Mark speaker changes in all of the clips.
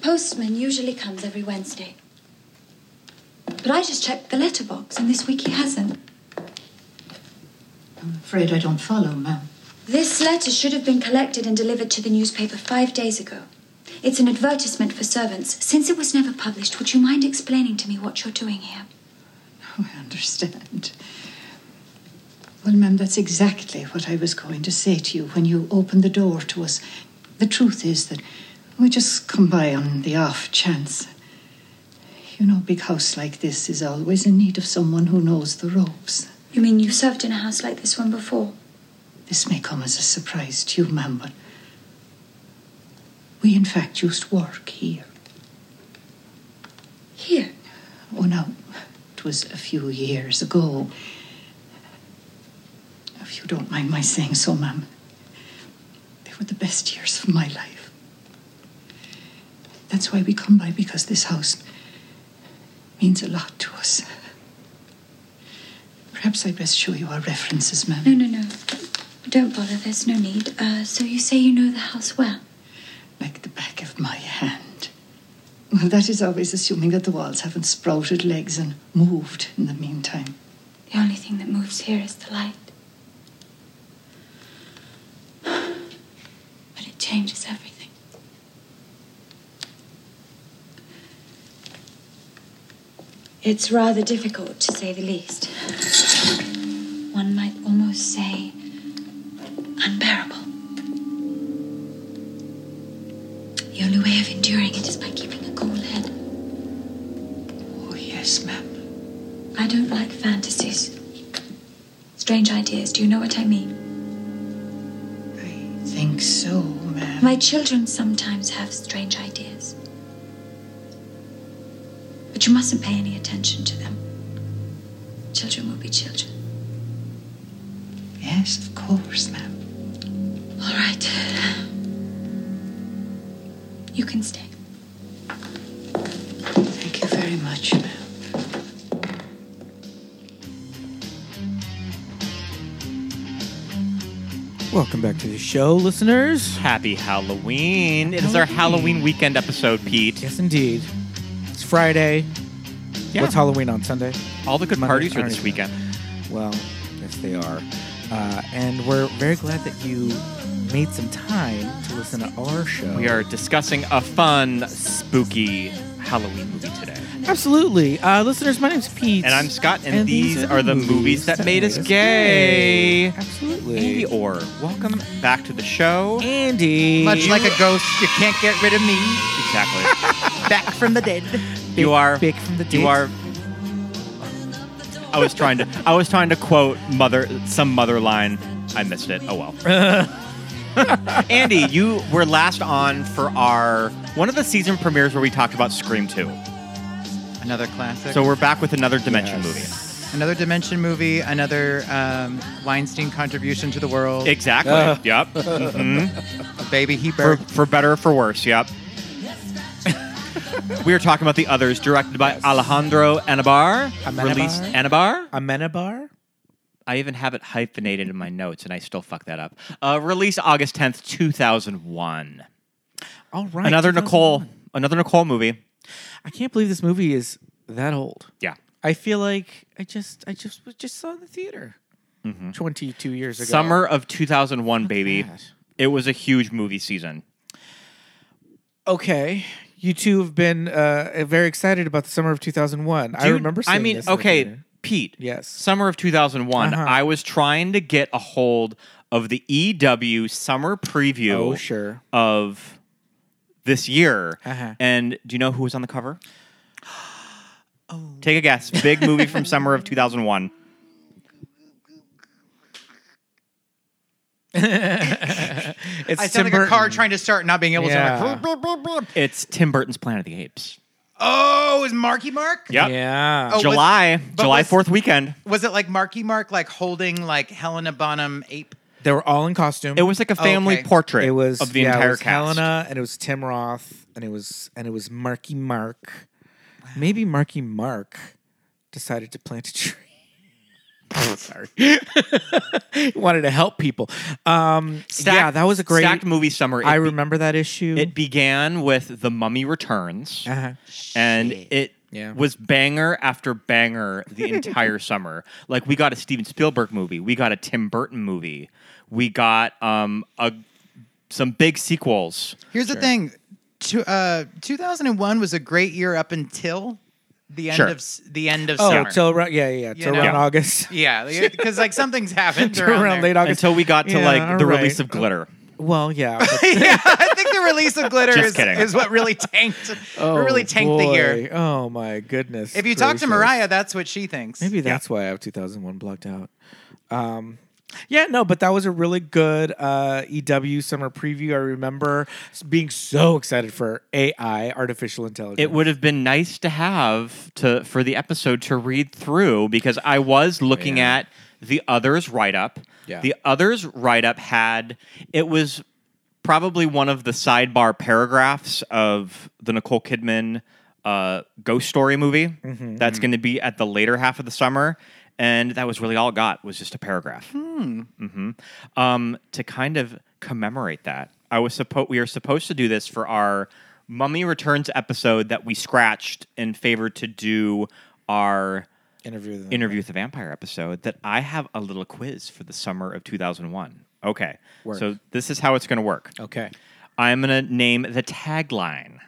Speaker 1: postman usually comes every Wednesday. But I just checked the letterbox, and this week he hasn't.
Speaker 2: I'm afraid I don't follow, ma'am.
Speaker 1: This letter should have been collected and delivered to the newspaper five days ago. It's an advertisement for servants. Since it was never published, would you mind explaining to me what you're doing here?
Speaker 2: Oh, I understand. Well, ma'am, that's exactly what I was going to say to you when you opened the door to us. The truth is that we just come by on the off chance. You know, a big house like this is always in need of someone who knows the ropes.
Speaker 1: You mean you've served in a house like this one before?
Speaker 2: This may come as a surprise to you, ma'am, but we in fact used to work here.
Speaker 1: Here?
Speaker 2: Oh, no, it was a few years ago. If you don't mind my saying so, ma'am, they were the best years of my life. That's why we come by, because this house means a lot to us. Perhaps I'd best show you our references, ma'am.
Speaker 1: No, no, no. Don't bother, there's no need. Uh, so you say you know the house well?
Speaker 2: Like the back of my hand. Well, that is always assuming that the walls haven't sprouted legs and moved in the meantime.
Speaker 1: The only thing that moves here is the light. But it changes everything. It's rather difficult, to say the least. One might almost say unbearable. The only way of enduring it is by keeping a cool head.
Speaker 2: Oh, yes, ma'am.
Speaker 1: I don't like fantasies. Strange ideas, do you know what I mean?
Speaker 2: I think so, ma'am.
Speaker 1: My children sometimes have strange ideas. But you mustn't pay any attention to them. Children will be children.
Speaker 2: Yes, of course, ma'am.
Speaker 1: All right. You can stay.
Speaker 2: Thank you very much, ma'am.
Speaker 3: Welcome back to the show, listeners.
Speaker 4: Happy Halloween. It is our
Speaker 3: Halloween.
Speaker 4: Halloween weekend episode, Pete.
Speaker 3: Yes, indeed. It's Friday.
Speaker 4: Yeah.
Speaker 3: What's Halloween on Sunday?
Speaker 4: All the good
Speaker 3: Monday,
Speaker 4: parties are
Speaker 3: Friday.
Speaker 4: this weekend.
Speaker 3: Well, yes, they are. Uh, and we're very glad that you made some time to listen to our show.
Speaker 4: We are discussing a fun, spooky Halloween movie today.
Speaker 3: Absolutely. Uh, listeners, my name's Pete.
Speaker 4: And I'm Scott, and, these, are, the movies, that, made us gay.
Speaker 3: Absolutely.
Speaker 4: Andy Orr, welcome back to the show.
Speaker 3: Andy.
Speaker 5: Much like a ghost, you can't get rid of me.
Speaker 4: Exactly.
Speaker 5: Back from the dead.
Speaker 4: you are.
Speaker 3: Big from the
Speaker 4: You
Speaker 3: dead.
Speaker 4: are. I was trying to. I was trying to quote mother some mother line. I missed it. Oh well. Andy, you were last on for our one of the season premieres where we talked about Scream 2.
Speaker 5: Another classic.
Speaker 4: So we're back with another Dimension
Speaker 5: another Dimension movie, another um, Weinstein contribution to the world.
Speaker 4: movie. Exactly.
Speaker 3: Uh.
Speaker 4: Yep. Mhm.
Speaker 5: Baby he
Speaker 4: For,
Speaker 5: birthed.
Speaker 4: for better or for worse. Yep. we are talking about the others, directed by Alejandro Anabar,
Speaker 3: Amenabar?
Speaker 4: released Anabar.
Speaker 3: Amenabar?
Speaker 4: I even have it hyphenated in my notes, and I still fuck that up. Uh, released August tenth, two thousand one.
Speaker 3: All right.
Speaker 4: Another
Speaker 3: 2001.
Speaker 4: Nicole, another Nicole movie.
Speaker 3: I can't believe this movie is that old.
Speaker 4: Yeah,
Speaker 3: I feel like I just I just was just saw it in the theater
Speaker 5: Mm-hmm.
Speaker 3: 22 years ago.
Speaker 4: summer of two thousand one, baby.
Speaker 3: that.
Speaker 4: It was a huge movie season.
Speaker 3: Okay. You two have been uh, very excited about the summer of 2001. I
Speaker 4: Dude,
Speaker 3: remember seeing
Speaker 4: I mean,
Speaker 3: this in the
Speaker 4: okay,
Speaker 3: theater.
Speaker 4: Pete.
Speaker 3: Yes.
Speaker 4: Summer of 2001,
Speaker 3: Uh-huh.
Speaker 4: I was trying to get a hold of the EW summer preview
Speaker 3: Oh, sure.
Speaker 4: of this year.
Speaker 3: Uh-huh.
Speaker 4: And do you know who was on the cover? Take a guess. Big movie from summer of 2001.
Speaker 3: It's
Speaker 5: I sound
Speaker 3: Tim
Speaker 5: like a car
Speaker 3: Burton.
Speaker 5: trying to start, not being able to.
Speaker 3: Yeah.
Speaker 5: I'm Like, "Brr, brr, brr, brr."
Speaker 4: It's Tim Burton's Planet of the Apes.
Speaker 5: oh, is Marky Mark?
Speaker 4: Yep.
Speaker 3: Yeah.
Speaker 5: Oh,
Speaker 4: July,
Speaker 5: but
Speaker 4: July
Speaker 5: was-
Speaker 4: 4th weekend.
Speaker 5: Was it like Marky Mark, like holding like Helena Bonham ape?
Speaker 3: They were all in costume.
Speaker 4: It was like a family
Speaker 5: Okay.
Speaker 4: portrait
Speaker 3: Oh, it was
Speaker 4: of the
Speaker 3: yeah, it
Speaker 4: entire
Speaker 3: was
Speaker 4: cast.
Speaker 3: Helena and it was Tim Roth and it was and it was Marky Mark. Maybe Marky Mark decided to plant a tree. Sorry. Wanted to help people. Um, yeah, that was a great.
Speaker 4: stacked movie summer. It
Speaker 3: I
Speaker 4: be-
Speaker 3: remember that issue.
Speaker 4: It began with The Mummy Returns,
Speaker 3: Uh-huh.
Speaker 4: and it
Speaker 3: Yeah.
Speaker 4: was banger after banger the entire summer. Like we got a Steven Spielberg movie, we got a Tim Burton movie, we got um a some big sequels.
Speaker 5: Here's the thing. Two, uh, 2001 was a great year up until the end
Speaker 4: Sure.
Speaker 5: of s- the end of
Speaker 3: oh,
Speaker 5: summer.
Speaker 3: till around, yeah, yeah, yeah, till
Speaker 5: know?
Speaker 3: around
Speaker 5: Yeah.
Speaker 3: August.
Speaker 5: yeah, because like something's happened
Speaker 3: Till
Speaker 5: around, there.
Speaker 3: late August.
Speaker 4: Until we got to
Speaker 3: Yeah,
Speaker 4: like the
Speaker 3: all right.
Speaker 4: release of Glitter.
Speaker 3: Well, yeah. but-
Speaker 5: yeah, I think the release of Glitter
Speaker 4: Just
Speaker 5: is,
Speaker 4: kidding.
Speaker 5: is what really tanked.
Speaker 3: oh,
Speaker 5: it really tanked the year.
Speaker 3: boy. Oh my goodness.
Speaker 5: If you talk to
Speaker 3: gracious.
Speaker 5: Mariah, that's what she thinks.
Speaker 3: Maybe that's why I have 2001 blocked out. Um, yeah, no, but that was a really good uh, EW summer preview. I remember s- being so excited for AI, artificial intelligence.
Speaker 4: It would have been nice to have to for the episode to read through because I was looking
Speaker 3: Yeah.
Speaker 4: at the others write up.
Speaker 3: Yeah.
Speaker 4: The others write up had it was probably one of the sidebar paragraphs of the Nicole Kidman uh, ghost story movie that's going to be at the later half of the summer. And that was really all it got was just a paragraph. um, to kind of commemorate that. I was supposed we are supposed to do this for our Mummy Returns episode that we scratched in favor to do our
Speaker 3: interview them.
Speaker 4: interview with the vampire episode. That I have a little quiz for the summer of 2001. Okay,
Speaker 3: Work.
Speaker 4: so this is how it's going to work.
Speaker 5: Oh.
Speaker 3: okay.
Speaker 4: I'm going to name the tagline,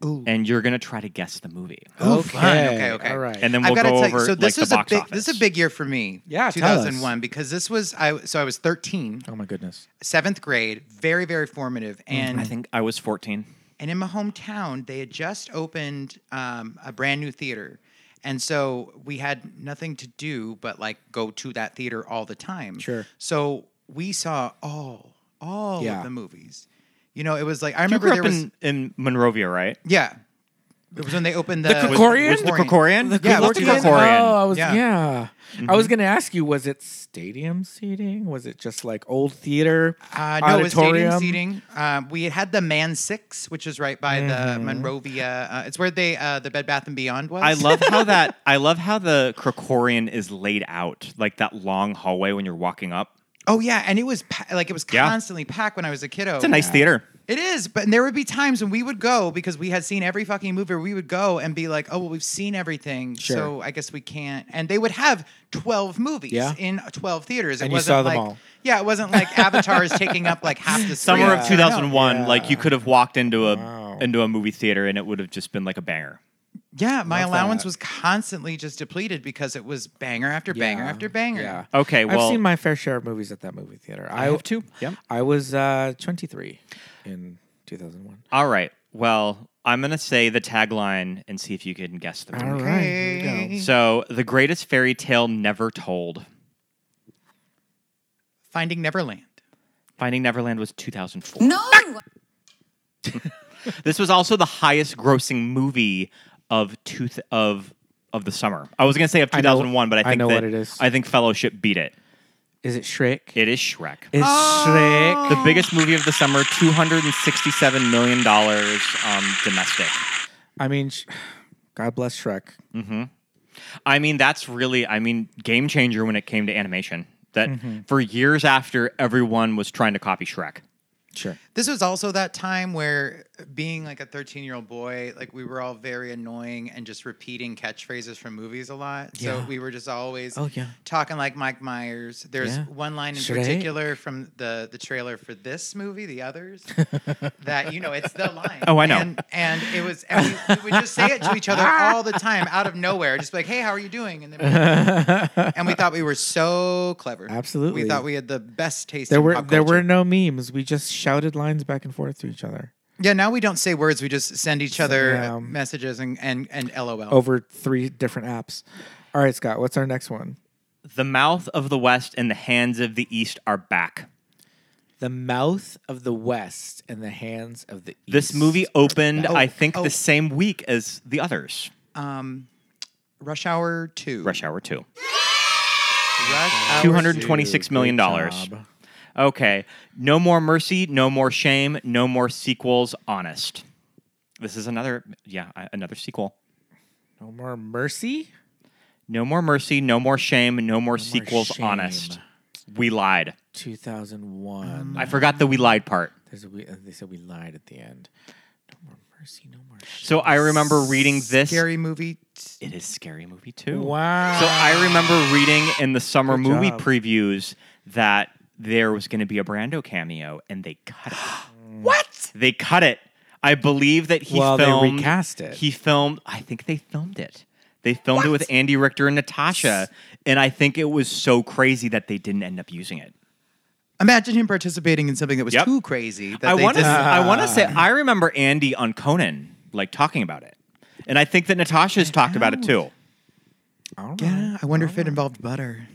Speaker 4: and you're going to try to guess the movie.
Speaker 5: Ooh,
Speaker 3: okay.
Speaker 5: fun. Okay, okay.
Speaker 3: All right.
Speaker 4: And then
Speaker 5: I've
Speaker 4: we'll
Speaker 5: got to
Speaker 4: go
Speaker 5: tell you,
Speaker 4: over
Speaker 5: so
Speaker 4: like
Speaker 5: this
Speaker 4: the
Speaker 5: was
Speaker 4: box
Speaker 5: a big,
Speaker 4: office.
Speaker 5: this is a big year for me.
Speaker 3: Yeah, tell us.
Speaker 5: 2001 because this was I so I was 13,
Speaker 3: oh my goodness.
Speaker 5: seventh grade, very very formative, and
Speaker 4: I think I was 14.
Speaker 5: and in my hometown they had just opened um, a brand new theater, and so we had nothing to do but like go to that theater all the time.
Speaker 3: Sure.
Speaker 5: So we saw all all
Speaker 3: Yeah.
Speaker 5: of the movies. You know, it was like I
Speaker 4: You
Speaker 5: remember
Speaker 4: grew
Speaker 5: there
Speaker 4: up
Speaker 5: was
Speaker 4: in, in Monrovia, right?
Speaker 5: yeah. It Uh, was when they opened the,
Speaker 3: Krikorian?
Speaker 4: Was the Krikorian?
Speaker 5: Yeah,
Speaker 4: what's
Speaker 5: Mm-hmm. what's
Speaker 4: the
Speaker 5: the-
Speaker 4: Krikorian?
Speaker 3: Oh, I was yeah.
Speaker 5: Yeah.
Speaker 3: I was going to ask you, was it stadium seating? Was it just like old theater?
Speaker 5: Uh, no, it was stadium
Speaker 3: auditorium?
Speaker 5: seating. Uh, we had the Man Six, which is right by the Monrovia. Uh, it's where they uh, the Bed Bath and Beyond was.
Speaker 4: I love how that I love how the Krikorian is laid out, like that long hallway when you're walking up.
Speaker 5: Oh yeah, and it was pa- like it was
Speaker 4: Yeah.
Speaker 5: constantly packed when I was a kiddo.
Speaker 4: It's a nice theater.
Speaker 5: It is, but there would be times when we would go because we had seen every fucking movie. We would go and be like, "Oh well, we've seen everything,
Speaker 3: Sure.
Speaker 5: so I guess we can't." And they would have twelve movies
Speaker 3: Yeah.
Speaker 5: in twelve theaters. It
Speaker 3: And you
Speaker 5: wasn't
Speaker 3: saw them
Speaker 5: like,
Speaker 3: all.
Speaker 5: Yeah, it wasn't like Avatar is taking up like half the screen.
Speaker 4: Summer
Speaker 3: Yeah.
Speaker 4: of
Speaker 5: No.
Speaker 4: 2001,
Speaker 3: Yeah.
Speaker 4: like you could have walked into a
Speaker 3: Wow.
Speaker 4: into a movie theater and it would have just been like a banger.
Speaker 5: Yeah, my
Speaker 3: Love
Speaker 5: allowance
Speaker 3: that.
Speaker 5: was constantly just depleted because it was banger after banger
Speaker 3: Yeah.
Speaker 5: after banger.
Speaker 3: Yeah.
Speaker 4: Okay, well,
Speaker 3: I've seen my fair share of movies at that movie theater. I,
Speaker 4: have too. Yep.
Speaker 3: I was uh, 23 in 2001.
Speaker 4: all right. Well, I'm gonna say the tagline and see if you can guess the
Speaker 3: All
Speaker 4: movie.
Speaker 3: right, here we go.
Speaker 5: Okay.
Speaker 4: So, the greatest fairy tale never told.
Speaker 5: Finding Neverland.
Speaker 4: Finding Neverland was 2004.
Speaker 1: No!
Speaker 4: This was also the highest grossing movie of two of of the summer. I was gonna say of
Speaker 3: I know-
Speaker 4: 2001, but I
Speaker 3: I
Speaker 4: think
Speaker 3: know
Speaker 4: that-
Speaker 3: what it is.
Speaker 4: I think Fellowship beat it.
Speaker 3: Is it Shrek?
Speaker 4: It is Shrek.
Speaker 3: It's
Speaker 5: Oh.
Speaker 3: Shrek.
Speaker 4: the biggest movie of the summer, two hundred and sixty-seven million dollars um, domestic.
Speaker 3: I mean, sh- God bless Shrek.
Speaker 4: I mean, that's really, I mean, game changer when it came to animation. That
Speaker 5: Mm-hmm.
Speaker 4: for years after, everyone was trying to copy Shrek.
Speaker 3: Sure.
Speaker 5: This was also that time where uh, being like a 13 year old boy, like we were all very annoying and just repeating catchphrases from movies a lot. So
Speaker 3: Yeah.
Speaker 5: we were just always
Speaker 3: Oh, yeah.
Speaker 5: talking like Mike Myers. There's
Speaker 3: Yeah.
Speaker 5: one line in
Speaker 3: Shrek.
Speaker 5: particular from the, the trailer for this movie, The Others, that, you know, it's the line.
Speaker 4: Oh, I know.
Speaker 5: And, and it was, and we, we would just say it to each other all the time out of nowhere. Just like, hey, how are you doing? And then we, and we thought we were so clever.
Speaker 3: Absolutely.
Speaker 5: We thought we had the best taste
Speaker 3: There
Speaker 5: in
Speaker 3: were
Speaker 5: pop
Speaker 3: there were
Speaker 5: culture.
Speaker 3: no memes. We just shouted lines back and forth to each other
Speaker 5: Yeah, now we don't say words. We just send each other
Speaker 3: Yeah.
Speaker 5: messages and, and, and LOL.
Speaker 3: over three different apps. All right, Scott. What's our next one?
Speaker 4: The mouth of the West and the hands of the East are back.
Speaker 3: The mouth of the West and the hands of the East.
Speaker 4: This movie opened, I think,
Speaker 5: oh.
Speaker 4: the same week as the others.
Speaker 5: Rush Hour 2.
Speaker 4: Rush Hour Two.
Speaker 5: Rush Hour
Speaker 4: Two hundred twenty-six million dollars.
Speaker 3: job.
Speaker 4: Okay, no more mercy, no more shame, no more sequels. Honest. This is another, yeah, I- another sequel.
Speaker 3: No more mercy.
Speaker 4: No more mercy, no more shame, no more sequels.
Speaker 3: shame.
Speaker 4: Honest. We lied.
Speaker 3: 2001.
Speaker 4: I forgot the we lied part.
Speaker 3: There's a, we- uh, they said we lied at the end. No more mercy, no more. Shame.
Speaker 4: So I remember reading this.
Speaker 5: Scary movie.
Speaker 4: It is scary movie too.
Speaker 3: Wow.
Speaker 4: So I remember reading in the summer
Speaker 3: Good
Speaker 4: movie
Speaker 3: job.
Speaker 4: previews that there was going to be a Brando cameo, and they cut it. what? They cut it. I believe that he
Speaker 3: Well, they
Speaker 4: filmed.
Speaker 3: recast it.
Speaker 4: He filmed. I think they filmed it. They filmed it with Andy Richter and Natasha, and I think it was so crazy that they didn't end up using it.
Speaker 5: Imagine him participating in something that was
Speaker 4: Yep.
Speaker 5: too crazy. That
Speaker 4: I
Speaker 5: they
Speaker 4: want to.
Speaker 5: just-
Speaker 4: I want to say
Speaker 3: Ah.
Speaker 4: I remember Andy on Conan like talking about it, and I think that Natasha's talked about it too.
Speaker 3: All right.
Speaker 5: Yeah, I wonder if it involved butter.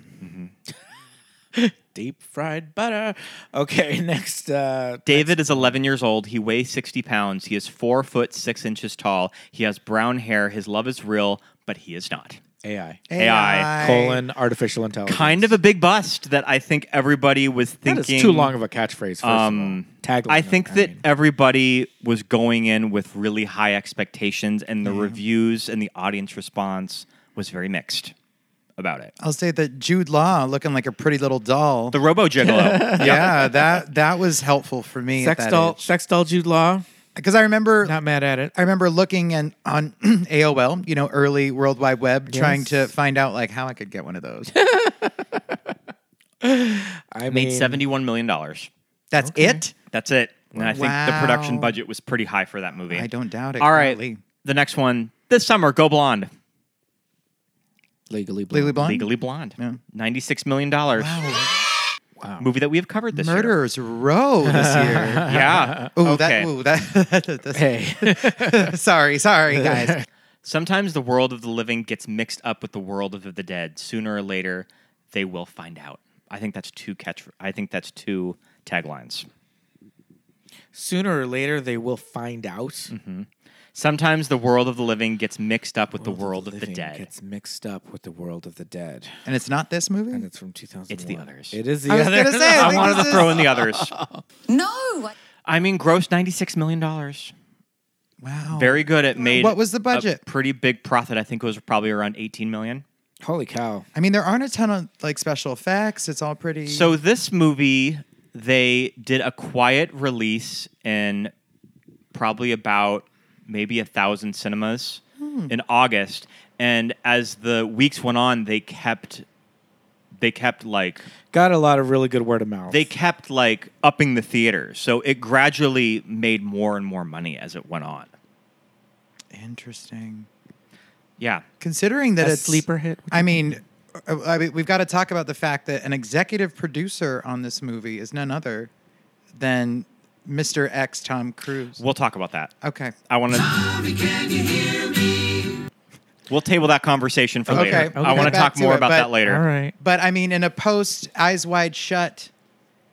Speaker 3: Deep fried butter. Okay, next. Uh,
Speaker 4: David is 11 years old. He weighs 60 pounds. He is four foot six inches tall. He has brown hair. His love is real, but he is not.
Speaker 3: AI.
Speaker 4: AI.
Speaker 3: Colon artificial intelligence.
Speaker 4: Kind of a big bust that I think everybody was
Speaker 3: That
Speaker 4: thinking.
Speaker 3: is too long of a catchphrase. First
Speaker 4: Um,
Speaker 3: of all. Tagline.
Speaker 4: I think that
Speaker 3: mean.
Speaker 4: everybody was going in with really high expectations, and the reviews and the audience response was very mixed about it.
Speaker 5: I'll say that Jude Law looking like a pretty little doll.
Speaker 4: The Robo Gigolo.
Speaker 5: yeah, that that was helpful for me.
Speaker 3: sex doll, sex doll Jude Law.
Speaker 5: Because I remember
Speaker 3: Not mad at it.
Speaker 5: I remember looking and on AOL, you know, early World Wide Web, trying to
Speaker 3: Yes.
Speaker 5: find out like how I could get one of those.
Speaker 3: I
Speaker 4: Made
Speaker 3: mean,
Speaker 4: $71 million.
Speaker 5: That's it.
Speaker 4: That's it. And I think the production
Speaker 5: Wow.
Speaker 4: budget was pretty high for that movie.
Speaker 5: I don't doubt it.
Speaker 4: All right.
Speaker 5: golly.
Speaker 4: The next one this summer, Go Blonde.
Speaker 3: legally blonde.
Speaker 5: Legally Blonde.
Speaker 4: Legally Blonde.
Speaker 5: Yeah.
Speaker 4: $96 million. Wow. Movie that we have covered this year.
Speaker 5: Murderers Row this year.
Speaker 4: Yeah.
Speaker 5: Ooh,
Speaker 4: okay.
Speaker 5: that, ooh, that, that's-
Speaker 3: Hey,
Speaker 5: sorry, sorry, guys.
Speaker 4: Sometimes the world of the living gets mixed up with the world of the dead. Sooner or later, they will find out. I think that's two catch. I think that's two taglines.
Speaker 3: sooner or later they will find out.
Speaker 4: Sometimes the world of the living gets mixed up with the world of the,
Speaker 3: living
Speaker 4: dead.
Speaker 3: gets mixed up with the world of the dead,
Speaker 5: And it's not this movie.
Speaker 3: and it's from 2001.
Speaker 4: It's the others.
Speaker 3: It is the
Speaker 5: I was
Speaker 3: others.
Speaker 5: gonna say, I
Speaker 4: I
Speaker 5: think
Speaker 4: wanted
Speaker 5: this
Speaker 4: to
Speaker 5: is-
Speaker 4: throw in the others.
Speaker 1: No!
Speaker 4: I mean, gross $96 million.
Speaker 5: wow.
Speaker 4: Very good. It made
Speaker 5: What was the
Speaker 4: a
Speaker 5: budget?
Speaker 4: pretty big profit. I think it was probably around 18 million.
Speaker 3: Holy cow!
Speaker 5: I mean, there aren't a ton of like special effects. It's all pretty.
Speaker 4: So this movie, they did a quiet release in probably about maybe a thousand cinemas
Speaker 5: Hmm.
Speaker 4: in August, and as the weeks went on, they kept they kept like
Speaker 3: Got a lot of really good word of mouth.
Speaker 4: they kept like upping the theater. So it gradually made more and more money as it went on.
Speaker 5: interesting.
Speaker 4: Yeah.
Speaker 5: Considering that
Speaker 3: a
Speaker 5: it's
Speaker 3: sleeper hit.
Speaker 5: I mean, uh, I mean, we've got to talk about the fact that an executive producer on this movie is none other than Mr. X Tom Cruise.
Speaker 4: We'll talk about that.
Speaker 5: okay.
Speaker 4: I want to. We'll table that conversation for
Speaker 5: Okay,
Speaker 4: later.
Speaker 5: we'll
Speaker 4: I
Speaker 5: get
Speaker 4: want to
Speaker 5: back
Speaker 4: talk
Speaker 5: to
Speaker 4: more
Speaker 5: it,
Speaker 4: about
Speaker 5: but-
Speaker 4: that later.
Speaker 3: All right.
Speaker 5: But I mean, in a post Eyes Wide Shut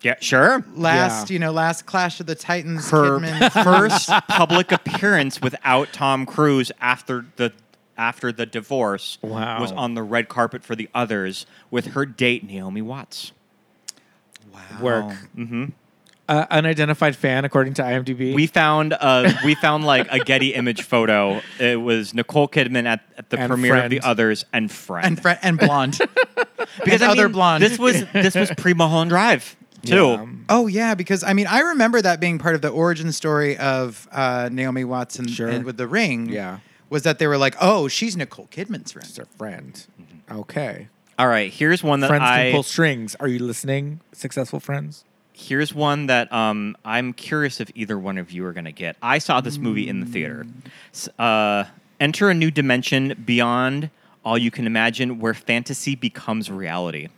Speaker 4: Yeah, sure.
Speaker 5: last,
Speaker 3: Yeah.
Speaker 5: you know, last Clash of the Titans,
Speaker 4: Her
Speaker 5: Kidman,
Speaker 4: first public appearance without Tom Cruise after the after the divorce
Speaker 3: Wow.
Speaker 4: was on the red carpet for the others with her date Naomi Watts.
Speaker 3: Work. Mm-hmm. Uh, unidentified fan, according to IMDb.
Speaker 4: We found uh, we found like a Getty image photo. It was Nicole Kidman at, at the
Speaker 3: And
Speaker 4: premiere of
Speaker 3: Friend.
Speaker 4: the others and friend
Speaker 5: and Fre- and blonde.
Speaker 4: because
Speaker 5: and
Speaker 4: I
Speaker 5: Other
Speaker 4: mean,
Speaker 5: Blonde.
Speaker 4: This was this was pre Mulholland Drive too.
Speaker 3: Yeah.
Speaker 5: oh yeah, because I mean, I remember that being part of the origin story of uh, Naomi Watson
Speaker 3: Sure.
Speaker 5: and with the ring.
Speaker 3: Yeah.
Speaker 5: was that they were like, oh, she's Nicole Kidman's friend.
Speaker 3: It's a friend. Okay.
Speaker 4: All right, here's one that
Speaker 3: friends
Speaker 4: Mm-hmm. I
Speaker 3: can pull strings. Are you listening, successful friends?
Speaker 4: Here's one that um, I'm curious if either one of you are going to get. I saw this movie in the theater. S- Uh, Enter a new dimension beyond all you can imagine, where fantasy becomes reality.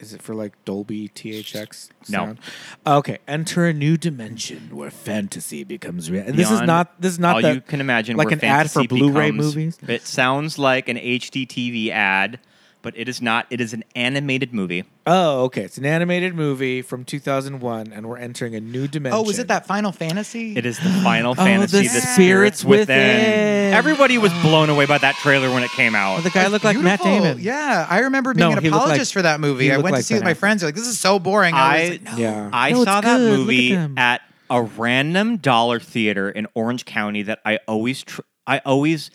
Speaker 3: Is it for like Dolby THX?
Speaker 4: No.
Speaker 3: Sound? Okay. Enter a new dimension where fantasy becomes real. And this is
Speaker 4: Beyond
Speaker 3: not. This is not
Speaker 4: all
Speaker 3: the-
Speaker 4: you can imagine.
Speaker 3: Like
Speaker 4: where
Speaker 3: an ad for
Speaker 4: fantasy
Speaker 3: Blu-ray
Speaker 4: becomes-
Speaker 3: movies.
Speaker 4: It sounds like an HDTV ad, but it is not. It is an animated movie.
Speaker 3: Oh, okay. It's an animated movie from 2001, and we're entering a new dimension.
Speaker 5: Oh, is it that Final Fantasy?
Speaker 4: It is the Final Fantasy.
Speaker 3: Oh, the Spirits Within.
Speaker 4: Everybody was blown away by that trailer when it came out.
Speaker 3: Oh, the guy
Speaker 5: It's
Speaker 3: looked like Matt
Speaker 5: beautiful.
Speaker 3: Damon.
Speaker 5: Yeah, I remember being
Speaker 3: No,
Speaker 5: an
Speaker 3: he looked
Speaker 5: apologist
Speaker 3: like-
Speaker 5: for that movie.
Speaker 3: he
Speaker 5: I
Speaker 3: looked
Speaker 5: went to
Speaker 3: like
Speaker 5: see it with
Speaker 3: Ben
Speaker 5: my
Speaker 3: Affleck.
Speaker 5: friends. They're like, this is so boring. I, was
Speaker 4: I-
Speaker 5: like, no.
Speaker 3: Yeah.
Speaker 4: I
Speaker 3: No, it's
Speaker 4: saw that
Speaker 3: good. Look at
Speaker 4: movie
Speaker 3: them.
Speaker 4: at a random dollar theater in Orange County that I always tr- I always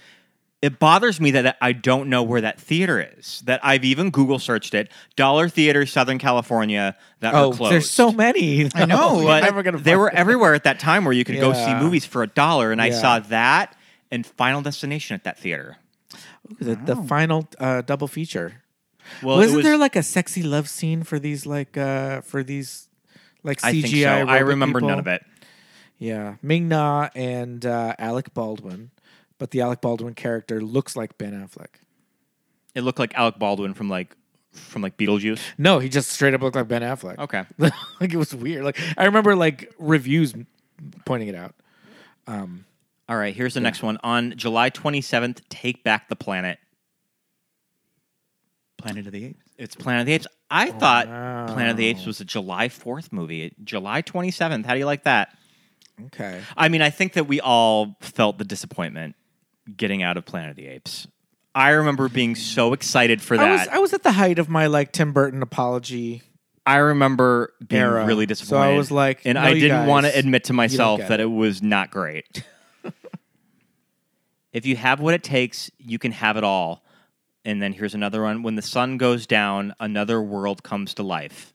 Speaker 4: it bothers me that I don't know where that theater is. That I've even Google searched it. Dollar Theater, Southern California. That
Speaker 3: Oh,
Speaker 4: were closed.
Speaker 3: there's so many.
Speaker 5: I know,
Speaker 3: You're
Speaker 4: but
Speaker 3: never gonna
Speaker 4: they
Speaker 3: find
Speaker 4: were
Speaker 3: it.
Speaker 4: everywhere at that time where you could go see
Speaker 3: Yeah.
Speaker 4: movies for a dollar, and I
Speaker 3: Yeah.
Speaker 4: saw that and Final Destination at that theater.
Speaker 3: the, the final uh, double feature.
Speaker 4: Well,
Speaker 3: Wasn't
Speaker 4: it was,
Speaker 3: there like a sexy love scene for these like uh for these like CGI?
Speaker 4: I think so. I
Speaker 3: robot
Speaker 4: remember
Speaker 3: people?
Speaker 4: none of it.
Speaker 3: Yeah, Ming Na and uh, Alec Baldwin, but the Alec Baldwin character looks like Ben Affleck.
Speaker 4: It looked like Alec Baldwin from like from like Beetlejuice.
Speaker 3: No, he just straight up looked like Ben Affleck.
Speaker 4: Okay.
Speaker 3: like it was weird. Like I remember like reviews m- pointing it out.
Speaker 4: All right, here's the next one. On July 27th, Take Back the Planet.
Speaker 5: Planet of the Apes.
Speaker 4: It's Planet of the Apes.
Speaker 3: Oh,
Speaker 4: I thought Planet of the Apes was a July 4th movie. July 27th. How do you like that?
Speaker 3: Okay.
Speaker 4: I mean, I think that we all felt the disappointment getting out of Planet of the Apes. I remember being so excited for
Speaker 3: I was
Speaker 4: that. I,
Speaker 3: I was at the height of my like Tim Burton apology.
Speaker 4: remember being
Speaker 3: Era.
Speaker 4: really
Speaker 3: So
Speaker 4: disappointed.
Speaker 3: I was like,
Speaker 4: and
Speaker 3: no,
Speaker 4: I
Speaker 3: you
Speaker 4: didn't want
Speaker 3: guys,
Speaker 4: to admit to myself
Speaker 3: get
Speaker 4: that
Speaker 3: it.
Speaker 4: it was not great. if you have what it takes, you can have it all. And then here's another one. When the sun goes down, another world comes to life.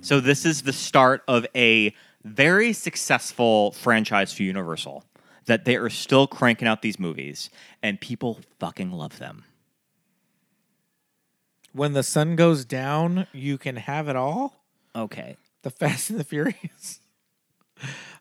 Speaker 4: So this is the start of a very successful franchise for Universal that they are still cranking out these movies and people fucking love them.
Speaker 3: When the sun goes down, you can have it all.
Speaker 4: Okay.
Speaker 3: The Fast and the Furious.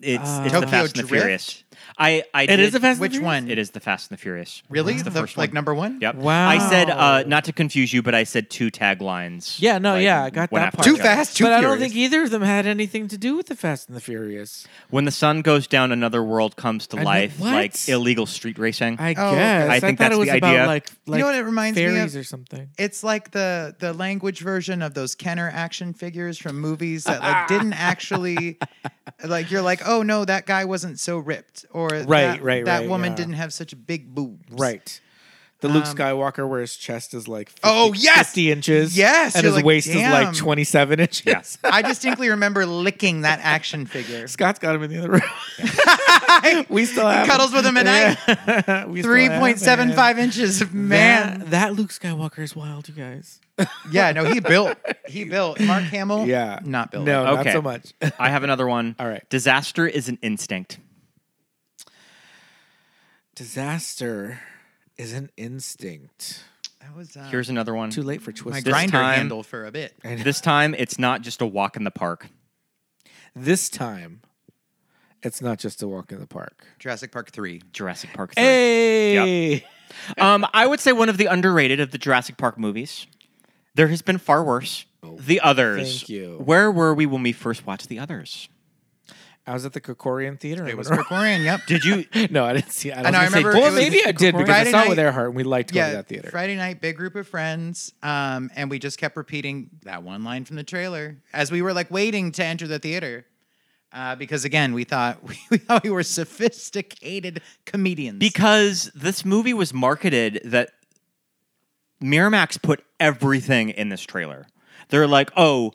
Speaker 4: It's, it's the
Speaker 5: Tokyo
Speaker 4: Fast and the
Speaker 5: Drift?
Speaker 4: Furious. I, I
Speaker 3: It is the Fast and the
Speaker 5: Which
Speaker 3: Furious?
Speaker 5: one?
Speaker 4: It is the Fast and the Furious.
Speaker 5: Really?
Speaker 4: It's the,
Speaker 5: The-
Speaker 4: first
Speaker 5: like
Speaker 4: one.
Speaker 5: number one?
Speaker 4: Yep.
Speaker 3: Wow.
Speaker 4: I said uh, not to confuse you, but I said two taglines.
Speaker 3: Yeah, no,
Speaker 4: like,
Speaker 3: yeah, I got
Speaker 4: one
Speaker 3: that
Speaker 4: after
Speaker 3: part.
Speaker 5: Too
Speaker 4: each other.
Speaker 5: fast, too
Speaker 3: But I don't
Speaker 5: furious.
Speaker 3: think either of them had anything to do with the Fast and the Furious.
Speaker 4: When the sun goes down, another world comes to
Speaker 3: know-
Speaker 4: life,
Speaker 3: what?
Speaker 4: like illegal street racing.
Speaker 3: I
Speaker 5: Oh, okay.
Speaker 3: guess.
Speaker 4: I
Speaker 3: I
Speaker 4: think
Speaker 3: thought
Speaker 4: that's
Speaker 3: it was
Speaker 4: the
Speaker 3: about
Speaker 4: idea.
Speaker 3: like, like
Speaker 5: know what it reminds me of?
Speaker 3: fairies or something.
Speaker 5: It's like the the language version of those Kenner action figures from movies that like didn't actually like you're like, oh no, that guy wasn't so ripped. Or that,
Speaker 3: right,
Speaker 5: that
Speaker 3: right,
Speaker 5: woman
Speaker 3: yeah.
Speaker 5: didn't have such big boobs.
Speaker 3: Right. The Luke Skywalker where his chest is like 50,
Speaker 5: Um, Oh, yes!
Speaker 3: 50 inches.
Speaker 5: Yes,
Speaker 3: And
Speaker 5: you're
Speaker 3: his
Speaker 5: like,
Speaker 3: waist is
Speaker 5: "Damn."
Speaker 3: like 27 inches.
Speaker 5: I distinctly remember licking that action figure.
Speaker 3: Scott's got him in the other room. we still have
Speaker 5: Cuddles with him at night.
Speaker 3: night.
Speaker 5: Three point seven five inches of man.
Speaker 3: "Oh, That, that Luke Skywalker is wild, you guys.
Speaker 5: Yeah, no, he built. He built. Mark Hamill.
Speaker 3: Yeah.
Speaker 5: not built.
Speaker 3: No,
Speaker 4: Okay.
Speaker 3: not so much.
Speaker 4: I have another one.
Speaker 3: All right.
Speaker 4: Disaster is an instinct.
Speaker 3: Disaster is an instinct.
Speaker 5: that was uh,
Speaker 4: Here's another one.
Speaker 3: Too late for
Speaker 5: my
Speaker 3: twist.
Speaker 4: This
Speaker 5: grinder
Speaker 4: time-
Speaker 5: handle for a bit.
Speaker 4: This time, it's not just a walk in the park.
Speaker 3: This time, it's not just a walk in the park.
Speaker 5: Jurassic Park three.
Speaker 4: Jurassic Park. 3.
Speaker 3: Hey,
Speaker 4: Um, I would say one of the underrated of the Jurassic Park movies. There has been far worse. The others.
Speaker 3: Oh, thank you.
Speaker 4: Where were we when we first watched the others?
Speaker 3: I was at the Kikorian Theater.
Speaker 5: It was Gregorian. Yep.
Speaker 4: Did you?
Speaker 3: no, I didn't see. I,
Speaker 5: And I
Speaker 3: wasn't saying-
Speaker 5: remember it
Speaker 3: Well,
Speaker 5: was-
Speaker 3: maybe I did because
Speaker 5: Friday
Speaker 3: I saw it
Speaker 5: night-
Speaker 3: with Earhart, and we liked going to that theater.
Speaker 5: Friday night, big group of friends, um, and we just kept repeating that one line from the trailer as we were like waiting to enter the theater, uh, because again, we thought we, thought we were sophisticated comedians.
Speaker 4: Because this movie was marketed that Miramax put everything in this trailer. They're like, oh,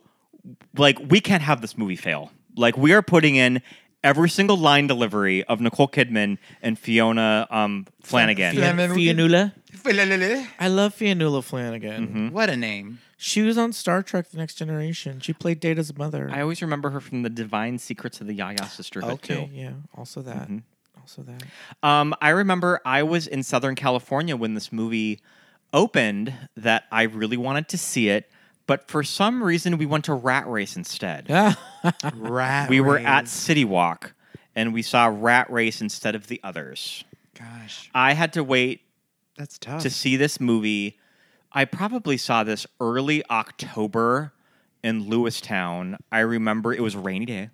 Speaker 4: like we can't have this movie fail. Like we are putting in every single line delivery of Nicole Kidman and Fiona um, Flanagan.
Speaker 5: Flan- Flan-
Speaker 3: Fianula. I love Fianula Flanagan.
Speaker 5: what a name!
Speaker 3: She was on Star Trek: The Next Generation. She played Data's mother.
Speaker 4: I always remember her from the Divine Secrets of the Yaya Sisterhood too.
Speaker 3: okay, yeah. Also that.
Speaker 5: Mm-hmm.
Speaker 3: Also that.
Speaker 4: Um, I remember I was in Southern California when this movie opened that I really wanted to see it, but for some reason we went to Rat Race instead.
Speaker 5: Rat.
Speaker 4: we were
Speaker 5: race.
Speaker 4: at City Walk and we saw Rat Race instead of the others.
Speaker 5: Gosh,
Speaker 4: I had to wait
Speaker 5: that's tough.
Speaker 4: to see this movie. I probably saw this early October in Lewistown. I remember it was a rainy day.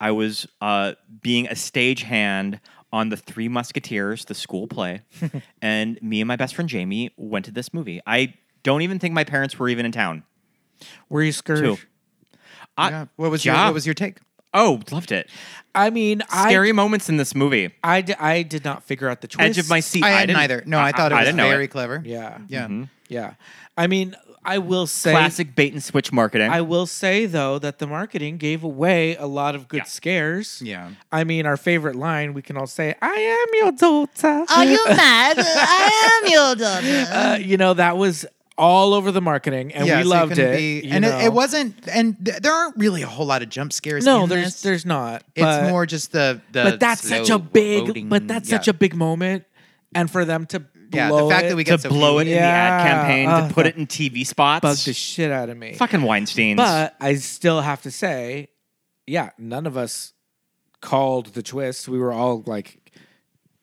Speaker 4: I was uh, being a stagehand on the Three Musketeers, the school play, and me and my best friend Jamie went to this movie. I don't even think my parents were even in town.
Speaker 3: Were you scared?
Speaker 4: Two. I,
Speaker 5: Yeah. What was your
Speaker 4: Yeah.
Speaker 5: What was your take?
Speaker 4: Oh, loved it.
Speaker 3: I mean,
Speaker 4: Scary moments in this movie.
Speaker 3: I, I, di- I did not figure out the twist.
Speaker 4: Edge of my seat.
Speaker 5: I, had
Speaker 4: didn't-
Speaker 5: neither. No, I, thought it was
Speaker 3: Mm-hmm.
Speaker 4: didn't know
Speaker 5: very clever.
Speaker 3: Yeah.
Speaker 5: Yeah.
Speaker 3: Yeah. I mean, I will say
Speaker 4: Classic bait and switch marketing.
Speaker 3: I will say though that the marketing gave away a lot of good scares.
Speaker 5: Yeah.
Speaker 3: I mean, our favorite line we can all say, "I am your daughter." Are you mad? I am your daughter. Uh, you know that was all over the marketing, and
Speaker 5: Yes,
Speaker 3: we
Speaker 5: it
Speaker 3: loved
Speaker 5: can
Speaker 3: it.
Speaker 5: be-
Speaker 3: you
Speaker 5: and it,
Speaker 3: know.
Speaker 5: it wasn't. And th- there aren't really a whole lot of jump scares.
Speaker 3: No,
Speaker 5: in
Speaker 3: there's
Speaker 5: this.
Speaker 3: there's not.
Speaker 5: It's
Speaker 3: but-
Speaker 5: more just the. the
Speaker 3: but that's such a
Speaker 5: slow
Speaker 3: big
Speaker 5: loading-
Speaker 3: but that's
Speaker 5: yeah.
Speaker 3: such a big moment and for them to blow
Speaker 5: Yeah, the fact
Speaker 3: it
Speaker 5: that we
Speaker 4: to
Speaker 5: get so
Speaker 4: blow it in the ad
Speaker 3: Yeah.
Speaker 4: campaign,
Speaker 3: Ugh,
Speaker 4: to put
Speaker 3: that
Speaker 4: it in TV spots.
Speaker 3: bugged the shit out of me
Speaker 4: Fucking Weinstein's.
Speaker 3: but i still have to say yeah none of us called the twist we were all like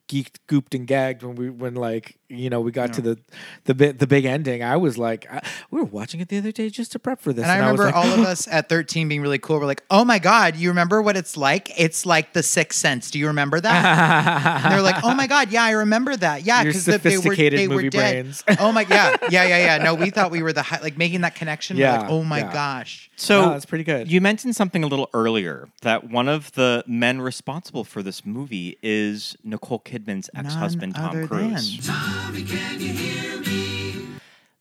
Speaker 3: geeked gooped and gagged when we when like you know we got to the the bit the big ending i was like I, we were watching it the other day just to prep for this
Speaker 5: And I remember
Speaker 3: was like,
Speaker 5: all of us at 13 being really cool. We're like, oh my God, you remember what it's like? It's like the Sixth Sense. Do you remember that? and they're like, oh my God, yeah, I remember that. Yeah,
Speaker 3: Your
Speaker 5: because they, they were,
Speaker 3: sophisticated
Speaker 5: they were
Speaker 3: movie
Speaker 5: dead.
Speaker 3: brains.
Speaker 5: oh my God. Yeah, yeah, yeah. No, we thought we were the, hi- like making that connection. We're
Speaker 3: Yeah,
Speaker 5: like, oh my
Speaker 3: yeah.
Speaker 5: gosh.
Speaker 4: so
Speaker 3: No, that's pretty good.
Speaker 4: You mentioned something a little earlier that one of the men responsible for this movie is Nicole Kidman's ex-husband
Speaker 5: None
Speaker 4: Tom
Speaker 5: other
Speaker 4: Cruise.
Speaker 5: than.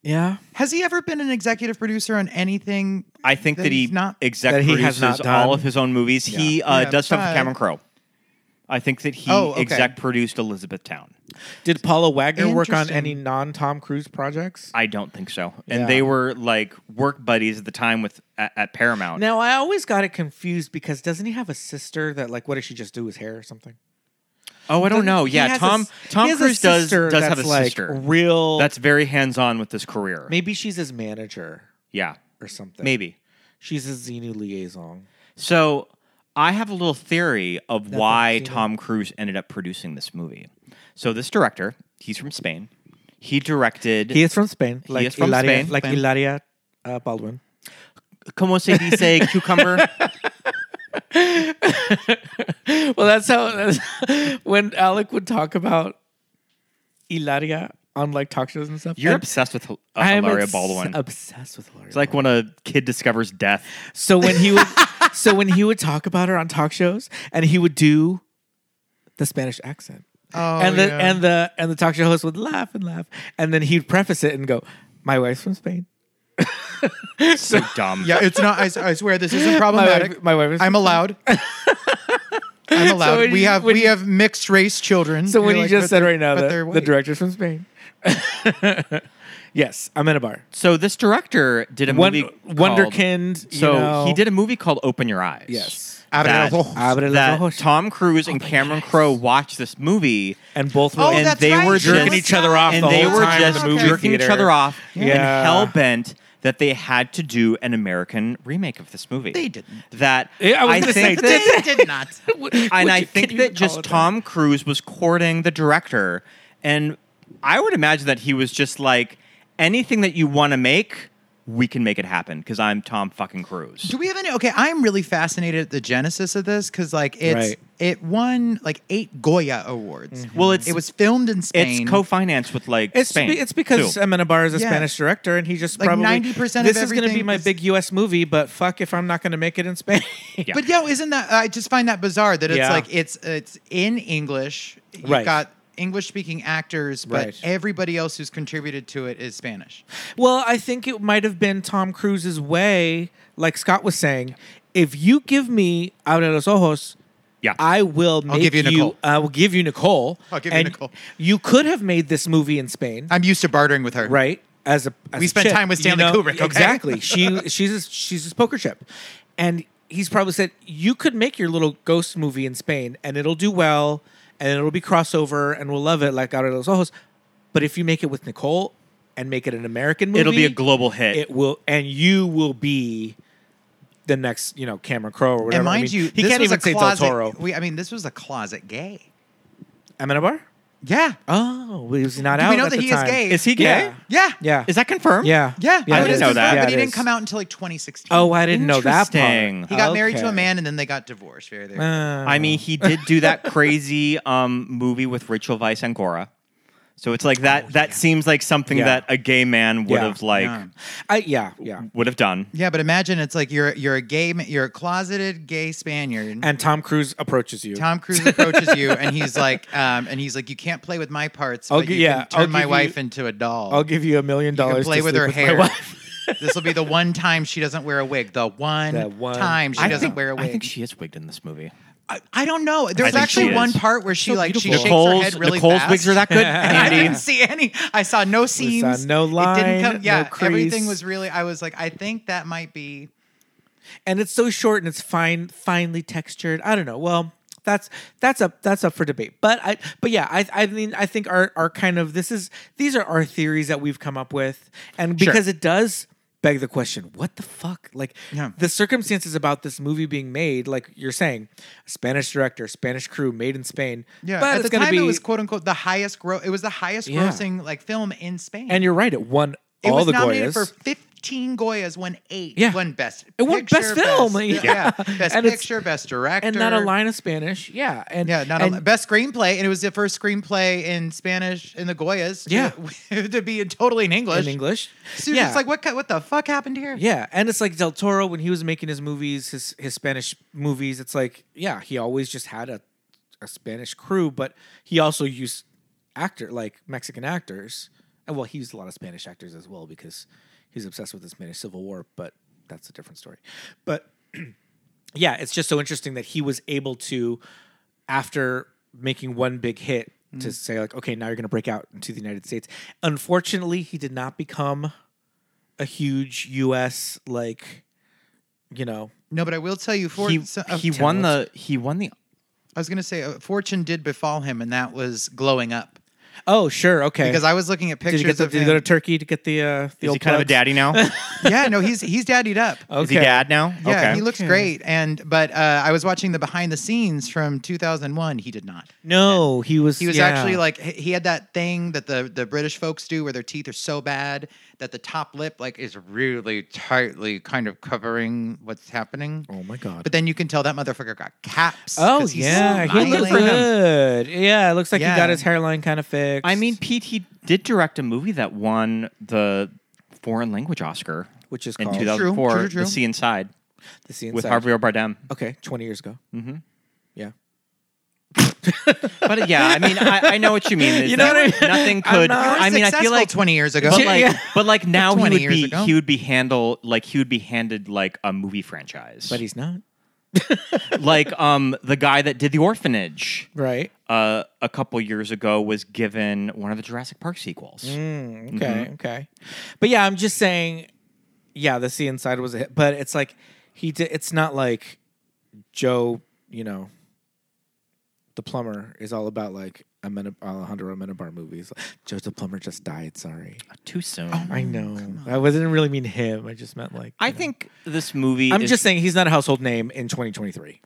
Speaker 3: yeah
Speaker 5: Has he ever been an executive producer on anything?
Speaker 4: I think that,
Speaker 5: that
Speaker 4: he
Speaker 5: he's not-
Speaker 4: exec
Speaker 3: That he has
Speaker 4: produces
Speaker 3: not done.
Speaker 4: all of his own movies. He uh,
Speaker 5: Yeah,
Speaker 4: does stuff
Speaker 5: but-
Speaker 4: for Cameron Crowe. I think that he
Speaker 5: Oh, okay.
Speaker 4: exec produced Elizabethtown.
Speaker 3: did paula wagner work on
Speaker 5: Interesting.
Speaker 3: any non-tom cruise projects
Speaker 4: I don't think so. And
Speaker 3: Yeah.
Speaker 4: they were like work buddies at the time with at, at Paramount.
Speaker 3: Now I always got it confused because doesn't he have a sister that like what does she just do his hair or something?
Speaker 4: Oh, I don't know.
Speaker 3: He
Speaker 4: Yeah,
Speaker 3: has a
Speaker 4: Tom
Speaker 3: s- he
Speaker 4: Tom
Speaker 3: has a
Speaker 4: Cruise does
Speaker 3: sister
Speaker 4: does have
Speaker 3: that's,
Speaker 4: a
Speaker 3: like,
Speaker 4: sister.
Speaker 3: Real.
Speaker 4: that's very hands on with this career.
Speaker 3: maybe she's his manager
Speaker 4: Yeah,
Speaker 3: or something.
Speaker 4: maybe.
Speaker 3: she's his Xenu liaison.
Speaker 4: So I have a little theory of why
Speaker 3: Xenu.
Speaker 4: Tom Cruise ended up producing this movie. So this director, he's from Spain. He directed
Speaker 3: He is from Spain. Like
Speaker 4: is from
Speaker 3: Hilaria,
Speaker 4: Spain.
Speaker 3: Like
Speaker 4: Spain.
Speaker 3: Hilaria uh, Baldwin.
Speaker 4: Como se dice cucumber?
Speaker 3: Well, that's how when Alec would talk about Hilaria on like talk shows and stuff.
Speaker 4: You're obsessed with Hil- uh, Hilaria Baldwin.
Speaker 3: Obsessed with Hilaria.
Speaker 4: it's like when a kid discovers death.
Speaker 3: So when he would, so when he would talk about her on talk shows, and he would do the Spanish accent,
Speaker 5: Oh,
Speaker 3: and the
Speaker 5: yeah.
Speaker 3: and the and the talk show host would laugh and laugh, and then he'd preface it and go, "My wife's from Spain."
Speaker 4: So dumb.
Speaker 5: Yeah, it's not. I, s- I swear this isn't
Speaker 3: My
Speaker 5: problematic.
Speaker 3: wife, my wife is.
Speaker 5: I'm allowed. I'm allowed.
Speaker 3: when
Speaker 5: we
Speaker 3: you-
Speaker 5: have
Speaker 3: when
Speaker 5: we
Speaker 3: you-
Speaker 5: have mixed race children.
Speaker 3: so when
Speaker 5: You're
Speaker 3: you
Speaker 5: like,
Speaker 3: just
Speaker 5: but
Speaker 3: said
Speaker 5: they're-
Speaker 3: right now
Speaker 5: but
Speaker 3: that
Speaker 5: they're
Speaker 3: the
Speaker 5: white.
Speaker 3: director's from Spain. yes, I'm in a bar.
Speaker 4: So this director did a
Speaker 3: Won-
Speaker 4: movie called-
Speaker 3: Wonderkind. you
Speaker 4: So
Speaker 3: know.
Speaker 4: he did a movie called Open Your Eyes.
Speaker 3: Yes.
Speaker 5: Abre
Speaker 4: That-
Speaker 5: los ojos.
Speaker 3: Abre los
Speaker 4: that
Speaker 3: ojos. Oh
Speaker 4: Tom Cruise and Cameron Crowe watched this movie
Speaker 3: and both were
Speaker 5: Oh,
Speaker 4: and
Speaker 5: that's
Speaker 4: they
Speaker 5: right.
Speaker 4: were
Speaker 5: She
Speaker 3: jerking
Speaker 4: just-
Speaker 3: each other off,
Speaker 4: and
Speaker 3: the
Speaker 4: they
Speaker 3: whole
Speaker 4: were
Speaker 3: time in
Speaker 4: just
Speaker 3: the movie
Speaker 4: jerking each
Speaker 3: theater.
Speaker 4: other off
Speaker 3: Yeah.
Speaker 4: and hell bent that they had to do an American remake of this movie.
Speaker 5: They didn't.
Speaker 4: That
Speaker 3: Yeah, I was gonna
Speaker 4: think
Speaker 3: say,
Speaker 4: that
Speaker 5: They did not.
Speaker 4: and
Speaker 3: Would
Speaker 4: I
Speaker 3: you-
Speaker 4: think
Speaker 3: can you
Speaker 4: that
Speaker 3: call
Speaker 4: just
Speaker 3: it that?
Speaker 4: Tom Cruise was courting the director, and I would imagine that he was just like, anything that you want to make, we can make it happen because I'm Tom fucking Cruise.
Speaker 5: Do we have any? Okay, I'm really fascinated at the genesis of this because, like, it's
Speaker 3: Right.
Speaker 5: it won like eight Goya awards.
Speaker 3: Mm-hmm.
Speaker 4: Well, it's-
Speaker 5: it was filmed in Spain.
Speaker 4: It's co-financed with like
Speaker 3: It's
Speaker 4: Spain.
Speaker 3: be- it's because
Speaker 4: too.
Speaker 3: Amenabar is a
Speaker 5: Yeah.
Speaker 3: Spanish director, and he just
Speaker 5: Like
Speaker 3: probably
Speaker 5: 90% of
Speaker 3: This is going to be
Speaker 5: everything
Speaker 3: my
Speaker 5: is-
Speaker 3: big U.S. movie, but fuck if I'm not going to make it in Spain.
Speaker 4: Yeah.
Speaker 5: But yo, isn't that? I just find that bizarre that it's
Speaker 3: Yeah.
Speaker 5: like it's it's in English. You've
Speaker 3: Right.
Speaker 5: got English speaking actors, but
Speaker 3: Right.
Speaker 5: everybody else who's contributed to it is Spanish.
Speaker 3: well, I think it might have been Tom Cruise's way, like Scott was saying. If you give me Abre los ojos,
Speaker 4: Yeah.
Speaker 3: I will. Make
Speaker 5: give you Nicole.
Speaker 3: I will give you Nicole.
Speaker 5: I'll give you
Speaker 3: and
Speaker 5: Nicole.
Speaker 3: You could have made this movie in Spain.
Speaker 5: I'm used to bartering with her.
Speaker 3: right? As a as
Speaker 5: We
Speaker 3: a
Speaker 5: spent
Speaker 3: chip,
Speaker 5: time with Stanley Kubrick, okay?
Speaker 3: Exactly. She she's a, she's his poker chip, and he's probably said you could make your little ghost movie in Spain, and it'll do well, and it'll be crossover, and we'll love it like Out of los Ojos. But if you make it with Nicole and make it an American movie,
Speaker 4: It'll be a global hit.
Speaker 3: It will, and you will be the next, you know, Cameron Crowe or whatever.
Speaker 5: And
Speaker 3: I
Speaker 5: mind
Speaker 3: mean,
Speaker 5: you,
Speaker 3: he
Speaker 5: this
Speaker 3: can't
Speaker 5: was
Speaker 3: even
Speaker 5: a
Speaker 3: say
Speaker 5: closet,
Speaker 3: Del Toro.
Speaker 5: We, I mean, this was a closet gay.
Speaker 3: Amenabar?
Speaker 5: Yeah.
Speaker 3: Oh, well, he was not
Speaker 5: Do
Speaker 3: out.
Speaker 5: we know
Speaker 3: at
Speaker 5: that
Speaker 3: the
Speaker 5: he
Speaker 3: time.
Speaker 5: is gay?
Speaker 4: Is he gay?
Speaker 3: Yeah.
Speaker 5: Yeah.
Speaker 3: Yeah.
Speaker 4: Is that confirmed?
Speaker 3: Yeah.
Speaker 5: Yeah.
Speaker 4: I
Speaker 3: it
Speaker 4: didn't
Speaker 3: is.
Speaker 4: know that.
Speaker 3: Yeah,
Speaker 5: But he
Speaker 3: it
Speaker 5: didn't
Speaker 3: is.
Speaker 5: come out until like 2016.
Speaker 3: Oh, I didn't know that
Speaker 4: Interesting.
Speaker 3: part.
Speaker 5: He got married to a
Speaker 3: Okay.
Speaker 5: man and then they got divorced. Very there.
Speaker 3: Uh,
Speaker 4: I mean, he did do that crazy um, movie with Rachel Weisz and Gora. So it's like that. that seems like something
Speaker 3: Oh, Yeah.
Speaker 4: that a gay man would
Speaker 3: Yeah.
Speaker 4: have like
Speaker 5: Yeah.
Speaker 3: I yeah yeah.
Speaker 4: would have done.
Speaker 5: yeah, but imagine it's like you're you're a gay ma- you're a closeted gay Spaniard.
Speaker 3: And Tom Cruise approaches you.
Speaker 5: Tom Cruise approaches you and he's like, um, and he's like, you can't play with my parts,
Speaker 3: I'll
Speaker 5: but
Speaker 3: gi-
Speaker 5: you
Speaker 3: yeah,
Speaker 5: can turn
Speaker 3: I'll
Speaker 5: my
Speaker 3: give
Speaker 5: wife
Speaker 3: you-
Speaker 5: into a doll.
Speaker 3: I'll give you a million
Speaker 5: you can
Speaker 3: dollars.
Speaker 5: play
Speaker 3: to
Speaker 5: with
Speaker 3: sleep
Speaker 5: her
Speaker 3: my
Speaker 5: hair.
Speaker 3: wife.
Speaker 5: This will be the one time she doesn't wear a wig. The one,
Speaker 3: The one-
Speaker 5: time she
Speaker 4: I
Speaker 5: doesn't
Speaker 4: think,
Speaker 5: wear a wig.
Speaker 4: I think she is wigged in this movie.
Speaker 5: I, I don't know. There's
Speaker 4: think
Speaker 5: actually
Speaker 4: she
Speaker 5: one
Speaker 4: is.
Speaker 5: part where she like she shakes her
Speaker 4: Nicole's,
Speaker 5: head really
Speaker 4: Nicole's
Speaker 5: fast.
Speaker 4: wigs are that good.
Speaker 5: And I didn't
Speaker 4: Andy.
Speaker 5: see any. I saw no
Speaker 3: We
Speaker 5: seams.
Speaker 3: saw no
Speaker 5: It didn't
Speaker 3: line,
Speaker 5: come. Yeah,
Speaker 3: no
Speaker 5: everything
Speaker 3: crease.
Speaker 5: was really. I was like, I think that might be.
Speaker 3: and it's so short and it's fine, finely textured. I don't know. Well, that's that's up that's up for debate. But I but yeah, I I mean I think our our kind of this is these are our theories that we've come up with, and
Speaker 4: Sure.
Speaker 3: because it does beg the question, what the fuck? Like
Speaker 5: Yeah.
Speaker 3: the circumstances about this movie being made, like you're saying, Spanish director, Spanish crew, made in Spain.
Speaker 5: Yeah,
Speaker 3: but
Speaker 5: at
Speaker 3: it's
Speaker 5: the
Speaker 3: gonna
Speaker 5: time
Speaker 3: be
Speaker 5: it was quote unquote the highest gross. It was the highest
Speaker 3: Yeah.
Speaker 5: grossing like film in Spain.
Speaker 3: and you're right, it won
Speaker 5: it
Speaker 3: all
Speaker 5: was
Speaker 3: the
Speaker 5: nominated
Speaker 3: Goyas.
Speaker 5: for 15 Goyas, won eight.
Speaker 3: Yeah.
Speaker 5: won best.
Speaker 3: It won
Speaker 5: picture,
Speaker 3: Best Film,
Speaker 5: Best,
Speaker 3: yeah.
Speaker 5: yeah. best
Speaker 3: And it's-
Speaker 5: picture, best director,
Speaker 3: and not a line of Spanish. Yeah. And
Speaker 5: Yeah, not
Speaker 3: and,
Speaker 5: a, best screenplay, and it was the first screenplay in Spanish in the Goyas. to, to be in, totally in English.
Speaker 3: in English.
Speaker 5: So yeah.
Speaker 3: yeah.
Speaker 5: it's like what ki- what the fuck happened here?
Speaker 3: Yeah, and it's like Del Toro when he was making his movies, his his Spanish movies. It's like yeah, he always just had a a Spanish crew, but he also used actor like Mexican actors, and well, he used a lot of Spanish actors as well because he's obsessed with the Spanish Civil War. But that's a different story. But yeah, it's just so interesting that he was able to, after making one big hit, to say like, okay, now you're going to break out into the United States. Unfortunately, he did not become a huge U.S. like, you know,
Speaker 5: No, but I will tell you, for
Speaker 4: He,
Speaker 5: so- uh,
Speaker 4: he won the he won the
Speaker 5: I was going to say, uh, fortune did befall him, and that was glowing up.
Speaker 3: oh sure, okay.
Speaker 5: Because I was looking at
Speaker 3: did
Speaker 5: pictures
Speaker 3: you, get the,
Speaker 5: of
Speaker 3: did you
Speaker 5: him.
Speaker 3: go to Turkey to get the uh, the
Speaker 4: Is
Speaker 3: old
Speaker 4: he kind of a
Speaker 3: plugs?
Speaker 4: daddy now?
Speaker 5: yeah, no, he's he's daddied up.
Speaker 3: Okay.
Speaker 4: Is he dad now?
Speaker 5: Yeah,
Speaker 4: okay.
Speaker 5: he looks great. And but uh, I was watching the behind the scenes from 2001. He did not.
Speaker 3: No, he was.
Speaker 5: He was
Speaker 3: yeah.
Speaker 5: actually like h- he had that thing that the the British folks do where their teeth are so bad that the top lip like is really tightly kind of covering what's happening.
Speaker 3: oh my god.
Speaker 5: But then you can tell that motherfucker got caps.
Speaker 3: Oh
Speaker 5: 'cause he's
Speaker 3: yeah, he looked
Speaker 5: smiling.
Speaker 3: good. Yeah, it looks like he
Speaker 5: Yeah.
Speaker 3: got his hairline kind of fixed.
Speaker 4: I mean, Pete, he did direct a movie that won the foreign language Oscar,
Speaker 3: Which is
Speaker 4: in
Speaker 3: called- True,
Speaker 4: 2004,
Speaker 5: true, true.
Speaker 4: The Sea Inside,
Speaker 3: the scene
Speaker 4: with
Speaker 3: inside.
Speaker 4: Harvey Bardem.
Speaker 3: Okay, twenty years ago. Mm-hmm. Yeah.
Speaker 4: But yeah, I mean, I, I know what you mean.
Speaker 3: You know
Speaker 4: that
Speaker 3: what I mean?
Speaker 4: Nothing
Speaker 5: I'm
Speaker 4: could.
Speaker 5: not
Speaker 4: I mean, I
Speaker 5: successful
Speaker 4: feel like
Speaker 5: 20 years ago.
Speaker 4: But
Speaker 3: Yeah,
Speaker 4: like,
Speaker 3: yeah.
Speaker 4: but like now he
Speaker 5: 20
Speaker 4: would
Speaker 5: years
Speaker 4: be
Speaker 5: ago.
Speaker 4: he would be handled like he would be handed like a movie franchise.
Speaker 3: But he's not.
Speaker 4: like um the guy that did the orphanage
Speaker 3: Right.
Speaker 4: uh a couple years ago was given one of the Jurassic Park sequels.
Speaker 3: Mm. Okay,
Speaker 4: Mm-hmm.
Speaker 3: okay. But yeah, I'm just saying yeah, the sea inside was a hit, but it's like he did it's not like Joe, you know, the plumber is all about like Amena- Alejandro Amenabar movies. Joe the plumber just died, sorry.
Speaker 4: Too soon.
Speaker 3: I know. I wasn't really mean him. I just meant like
Speaker 4: Mm, I
Speaker 3: you know.
Speaker 4: think this movie.
Speaker 3: I'm
Speaker 4: is-
Speaker 3: just saying he's not a household name in 2023.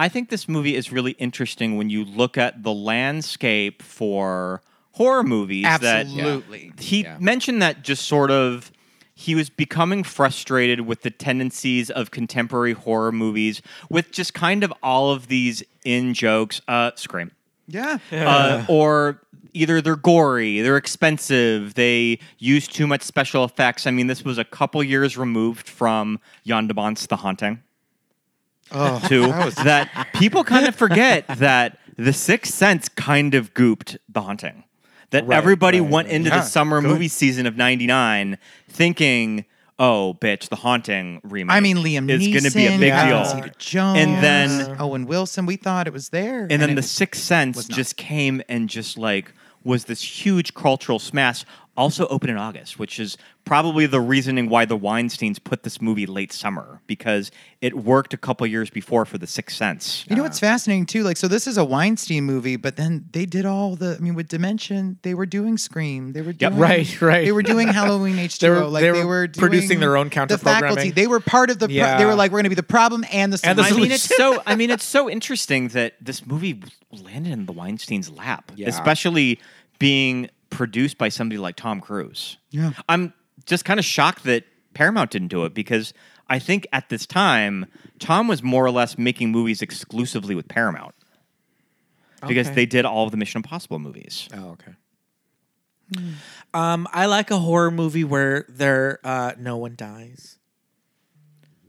Speaker 4: I think this movie is really interesting when you look at the landscape for horror movies. that-
Speaker 5: Absolutely.
Speaker 4: he mentioned that just sort of he was becoming frustrated with the tendencies of contemporary horror movies with just kind of all of these in jokes uh scream
Speaker 5: Yeah.
Speaker 4: uh, or either they're gory, they're expensive, they use too much special effects. I mean, this was a couple years removed from Jan de Bont's The Haunting.
Speaker 5: Oh,
Speaker 4: Too
Speaker 5: that was-
Speaker 4: that people kind of forget that The Sixth Sense kind of gooped The Haunting. That
Speaker 3: Right,
Speaker 4: everybody
Speaker 3: right,
Speaker 4: went
Speaker 3: right.
Speaker 4: into
Speaker 5: Yeah,
Speaker 4: the summer
Speaker 5: good.
Speaker 4: movie season of '99 thinking, "Oh, bitch, The Haunting remake."
Speaker 5: I mean, Liam
Speaker 4: is
Speaker 5: Neeson.
Speaker 4: going to be a big
Speaker 3: Yeah.
Speaker 4: deal.
Speaker 5: Catherine Zeta-Jones,
Speaker 4: And then-
Speaker 5: Owen Wilson. We thought it was there.
Speaker 4: and then
Speaker 5: it
Speaker 4: the sixth sense
Speaker 5: was not.
Speaker 4: just came and just like was this huge cultural smash also open in august which is probably the reasoning why the weinsteins put this movie late summer because it worked a couple years before for the sixth sense
Speaker 5: You know what's fascinating too? Like, so this is a Weinstein movie, but then they did all the. I mean, with Dimension, they were doing Scream. They were doing
Speaker 3: Right, right.
Speaker 5: They were doing Halloween H two
Speaker 3: were-
Speaker 5: O. Like
Speaker 3: they
Speaker 5: they
Speaker 3: were
Speaker 5: were,
Speaker 3: producing
Speaker 5: doing
Speaker 3: their own
Speaker 5: The faculty.
Speaker 3: counter-programming.
Speaker 5: They were part of the. Pro- They
Speaker 3: Yeah.
Speaker 5: were like, we're going to be the problem and the
Speaker 3: And
Speaker 5: solution.
Speaker 3: the
Speaker 4: I mean, it's
Speaker 3: solution.
Speaker 4: so. I mean, it's so interesting that this movie landed in the Weinstein's lap,
Speaker 3: Yeah.
Speaker 4: especially being produced by somebody like Tom Cruise.
Speaker 5: Yeah.
Speaker 4: I'm just kind of shocked that Paramount didn't do it because I think at this time Tom was more or less making movies exclusively with Paramount because
Speaker 3: Okay.
Speaker 4: they did all of the Mission Impossible movies.
Speaker 3: Oh, okay. Um, I like a horror movie where there uh, no one dies.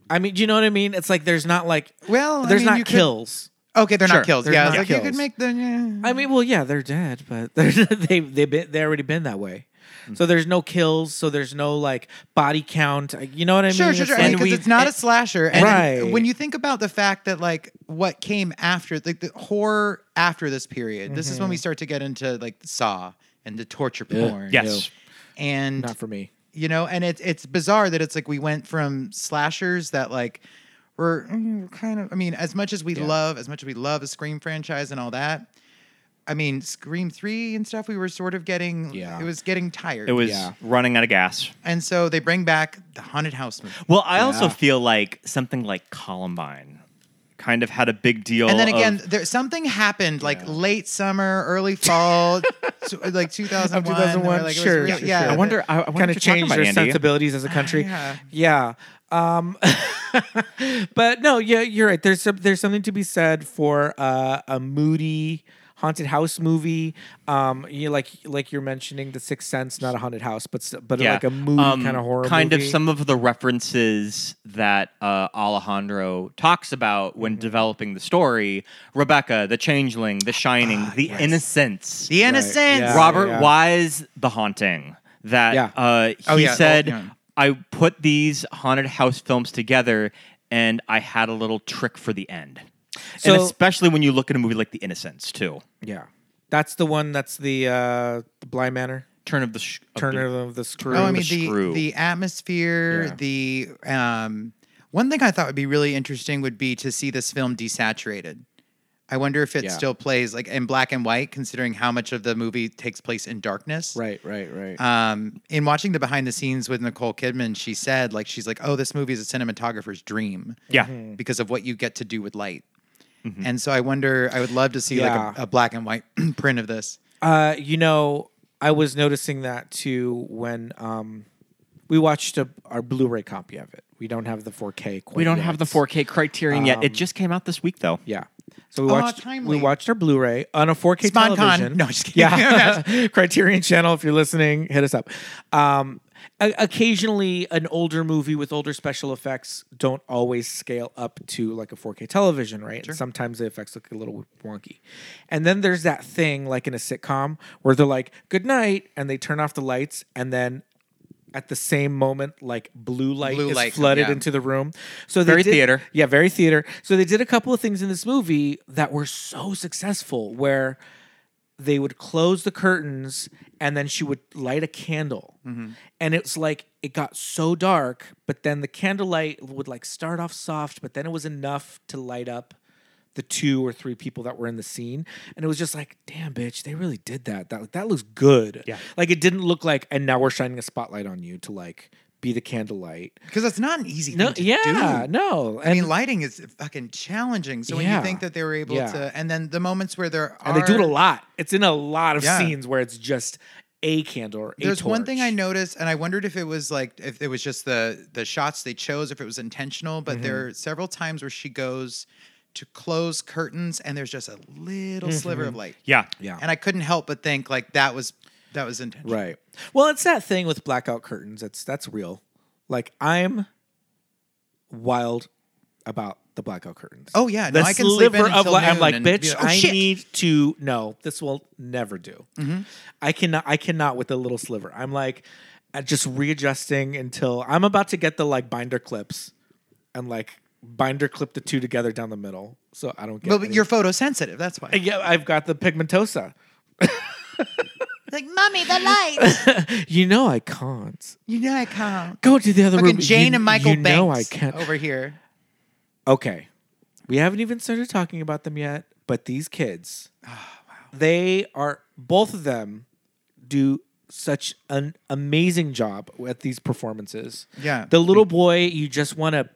Speaker 3: I mean, do you know what I mean? It's like there's not like
Speaker 5: Well, I
Speaker 3: there's
Speaker 5: mean,
Speaker 3: not
Speaker 5: you could-
Speaker 3: kills.
Speaker 5: okay, they're
Speaker 4: Sure,
Speaker 5: not kills.
Speaker 3: they're
Speaker 5: yeah, I
Speaker 3: not
Speaker 5: was like, you
Speaker 3: kills.
Speaker 5: could make the. Yeah.
Speaker 3: I mean, well, yeah, they're dead, but they're, they they been, they already been that way.
Speaker 5: Mm-hmm.
Speaker 3: So there's no kills. So there's no like body count. uh, You know what I
Speaker 5: Sure,
Speaker 3: mean?
Speaker 5: sure, sure.
Speaker 3: like-
Speaker 5: Because
Speaker 4: we-
Speaker 5: it's not a
Speaker 4: and-
Speaker 5: slasher. And
Speaker 3: Right.
Speaker 5: when you think about the fact that like what came after, like the horror after this period, this is when we start to get into like Saw and the torture porn.
Speaker 4: Yes.
Speaker 5: And
Speaker 3: not for me.
Speaker 5: you know, and it's it's bizarre that it's like we went from slashers that like were mm, kind of I mean, as much as we love, as much as we love the Scream franchise and all that. I mean, Scream 3 and stuff, we were sort of getting,
Speaker 3: Yeah.
Speaker 5: it was getting tired.
Speaker 4: It was
Speaker 3: Yeah.
Speaker 4: running out of gas.
Speaker 5: and so they bring back the Haunted House movie.
Speaker 4: Well, I also feel like something like Columbine kind of had a big deal.
Speaker 5: And then
Speaker 4: of-
Speaker 5: again, there something happened like late summer, early fall, t- like 2001. where,
Speaker 3: 2001.
Speaker 5: like, it was
Speaker 3: sure,
Speaker 5: real-
Speaker 3: sure,
Speaker 5: yeah.
Speaker 3: sure.
Speaker 4: I wonder. I, I wonder
Speaker 3: kind
Speaker 4: what
Speaker 3: of
Speaker 4: you're talking
Speaker 3: changed
Speaker 4: about,
Speaker 3: their
Speaker 4: Andy.
Speaker 3: sensibilities as a country.
Speaker 5: Yeah.
Speaker 3: yeah. Um, but no, yeah, you're right. There's some, there's something to be said for uh, a moody haunted house movie. Um, you like like you're mentioning the Sixth Sense, not a haunted house, but s- but like a moody
Speaker 4: Um,
Speaker 3: kind of horror.
Speaker 4: Kind
Speaker 3: movie.
Speaker 4: of some of the references that uh, Alejandro talks about when
Speaker 3: Mm-hmm.
Speaker 4: developing the story. Rebecca, The Changeling, The Shining,
Speaker 3: Ah,
Speaker 4: The Innocence,
Speaker 5: The innocence.
Speaker 3: yeah.
Speaker 4: Robert
Speaker 3: yeah.
Speaker 4: Wise, The Haunting. That
Speaker 3: Yeah.
Speaker 4: uh, he
Speaker 5: Oh, yeah. Oh,
Speaker 4: said,
Speaker 5: yeah.
Speaker 4: I put these haunted house films together, and I had a little trick for the end. and
Speaker 3: So-
Speaker 4: especially when you look at a movie like The Innocence, too.
Speaker 3: Yeah, that's the one. That's the uh, the Bly Manor.
Speaker 4: Turn of the sh- of
Speaker 3: Turner
Speaker 4: the-
Speaker 3: of the Screw.
Speaker 5: Oh, I
Speaker 4: the
Speaker 5: mean the
Speaker 4: screw.
Speaker 5: the atmosphere,
Speaker 3: Yeah.
Speaker 5: the um, one thing I thought would be really interesting would be to see this film desaturated. I wonder if it
Speaker 3: Yeah.
Speaker 5: still plays like in black and white, considering how much of the movie takes place in darkness.
Speaker 3: right, right, right.
Speaker 5: um, in watching the behind the scenes with Nicole Kidman, she said like she's like, "Oh, this movie is a cinematographer's dream."
Speaker 4: Yeah.
Speaker 3: Mm-hmm.
Speaker 5: because of what you get to do with light. And so I wonder. I would love to see like
Speaker 3: Yeah.
Speaker 5: a, a black and white print of this.
Speaker 3: Uh, you know, I was noticing that too when um, we watched a, our Blu-ray copy of it. We don't have the 4K. Quite
Speaker 4: We don't
Speaker 3: yet.
Speaker 4: have the 4K criterion yet.
Speaker 3: Um,
Speaker 4: It just came out this week, though.
Speaker 3: Yeah. So we
Speaker 5: Oh,
Speaker 3: watched
Speaker 5: timely.
Speaker 3: we watched our Blu-ray on a 4K
Speaker 5: SponCon.
Speaker 3: television.
Speaker 5: No, just kidding.
Speaker 3: Yeah. Criterion Channel. If you're listening, hit us up. Um, o- occasionally, an older movie with older special effects don't always scale up to like a 4K television, right? Sometimes the effects look a little wonky. And then there's that thing like in a sitcom where they're like, "Good night," and they turn off the lights, and then. At the same moment, like blue light
Speaker 5: Blue
Speaker 3: is
Speaker 5: light,
Speaker 3: flooded
Speaker 5: yeah.
Speaker 3: into the room, so they
Speaker 4: Very
Speaker 3: did-
Speaker 4: theater.
Speaker 3: yeah, very theater. So they did a couple of things in this movie that were so successful where they would close the curtains and then she would light a candle.
Speaker 4: Mm-hmm.
Speaker 3: And it's like it got so dark, but then the candlelight would like start off soft, but then it was enough to light up the two or three people that were in the scene. And it was just like, damn bitch, they really did that. That that looks good. Yeah. Like it didn't look like and now we're shining a spotlight on you to like be the candlelight.
Speaker 5: Because that's not an easy thing
Speaker 3: No,
Speaker 5: to
Speaker 3: yeah,
Speaker 5: do.
Speaker 3: no.
Speaker 5: I mean, lighting is fucking challenging. So when
Speaker 3: Yeah.
Speaker 5: you think that they were able
Speaker 3: Yeah.
Speaker 5: to, and then the moments where there are,
Speaker 3: and they do it a lot. It's in a lot of
Speaker 5: Yeah.
Speaker 3: scenes where it's just a candle. Or a
Speaker 5: There's one thing I
Speaker 3: torch.
Speaker 5: noticed, and I wondered if it was like if it was just the the shots they chose, if it was intentional. But there
Speaker 3: Mm-hmm.
Speaker 5: are several times where she goes to close curtains, and there's just a little sliver
Speaker 3: Mm-hmm.
Speaker 5: of light.
Speaker 4: Yeah.
Speaker 3: Yeah.
Speaker 5: and I couldn't help but think like that was that was intentional.
Speaker 3: Right. Well, it's that thing with blackout curtains. That's that's real. Like I'm wild about the blackout curtains.
Speaker 5: Oh yeah,
Speaker 3: the
Speaker 5: no, I can sleep
Speaker 3: sliver
Speaker 5: in
Speaker 3: of
Speaker 5: until
Speaker 3: light. I'm
Speaker 5: noon
Speaker 3: like,
Speaker 5: and be
Speaker 3: bitch.
Speaker 5: like, oh,
Speaker 3: I
Speaker 5: shit."
Speaker 3: need to. No, this will never do. I cannot. I cannot with a little sliver. I'm like, uh, just readjusting until I'm about to get the like binder clips, and like binder clip the two together down the middle, so I don't get.
Speaker 5: Well, but
Speaker 3: any- uh,
Speaker 5: you're photosensitive. That's why.
Speaker 3: Yeah, I've got the pigmentosa.
Speaker 5: Like, mommy, the lights.
Speaker 3: You know I can't.
Speaker 5: you know I can't.
Speaker 3: Go to the other room.
Speaker 5: Fucking Jane
Speaker 3: you,
Speaker 5: and Michael
Speaker 3: you
Speaker 5: Banks
Speaker 3: know I can't.
Speaker 5: over here.
Speaker 3: Okay. We haven't even started talking about them yet, but these kids,
Speaker 5: Ah,
Speaker 3: they are, both of them do such an amazing job at these performances.
Speaker 5: Yeah.
Speaker 3: The little boy, you just want to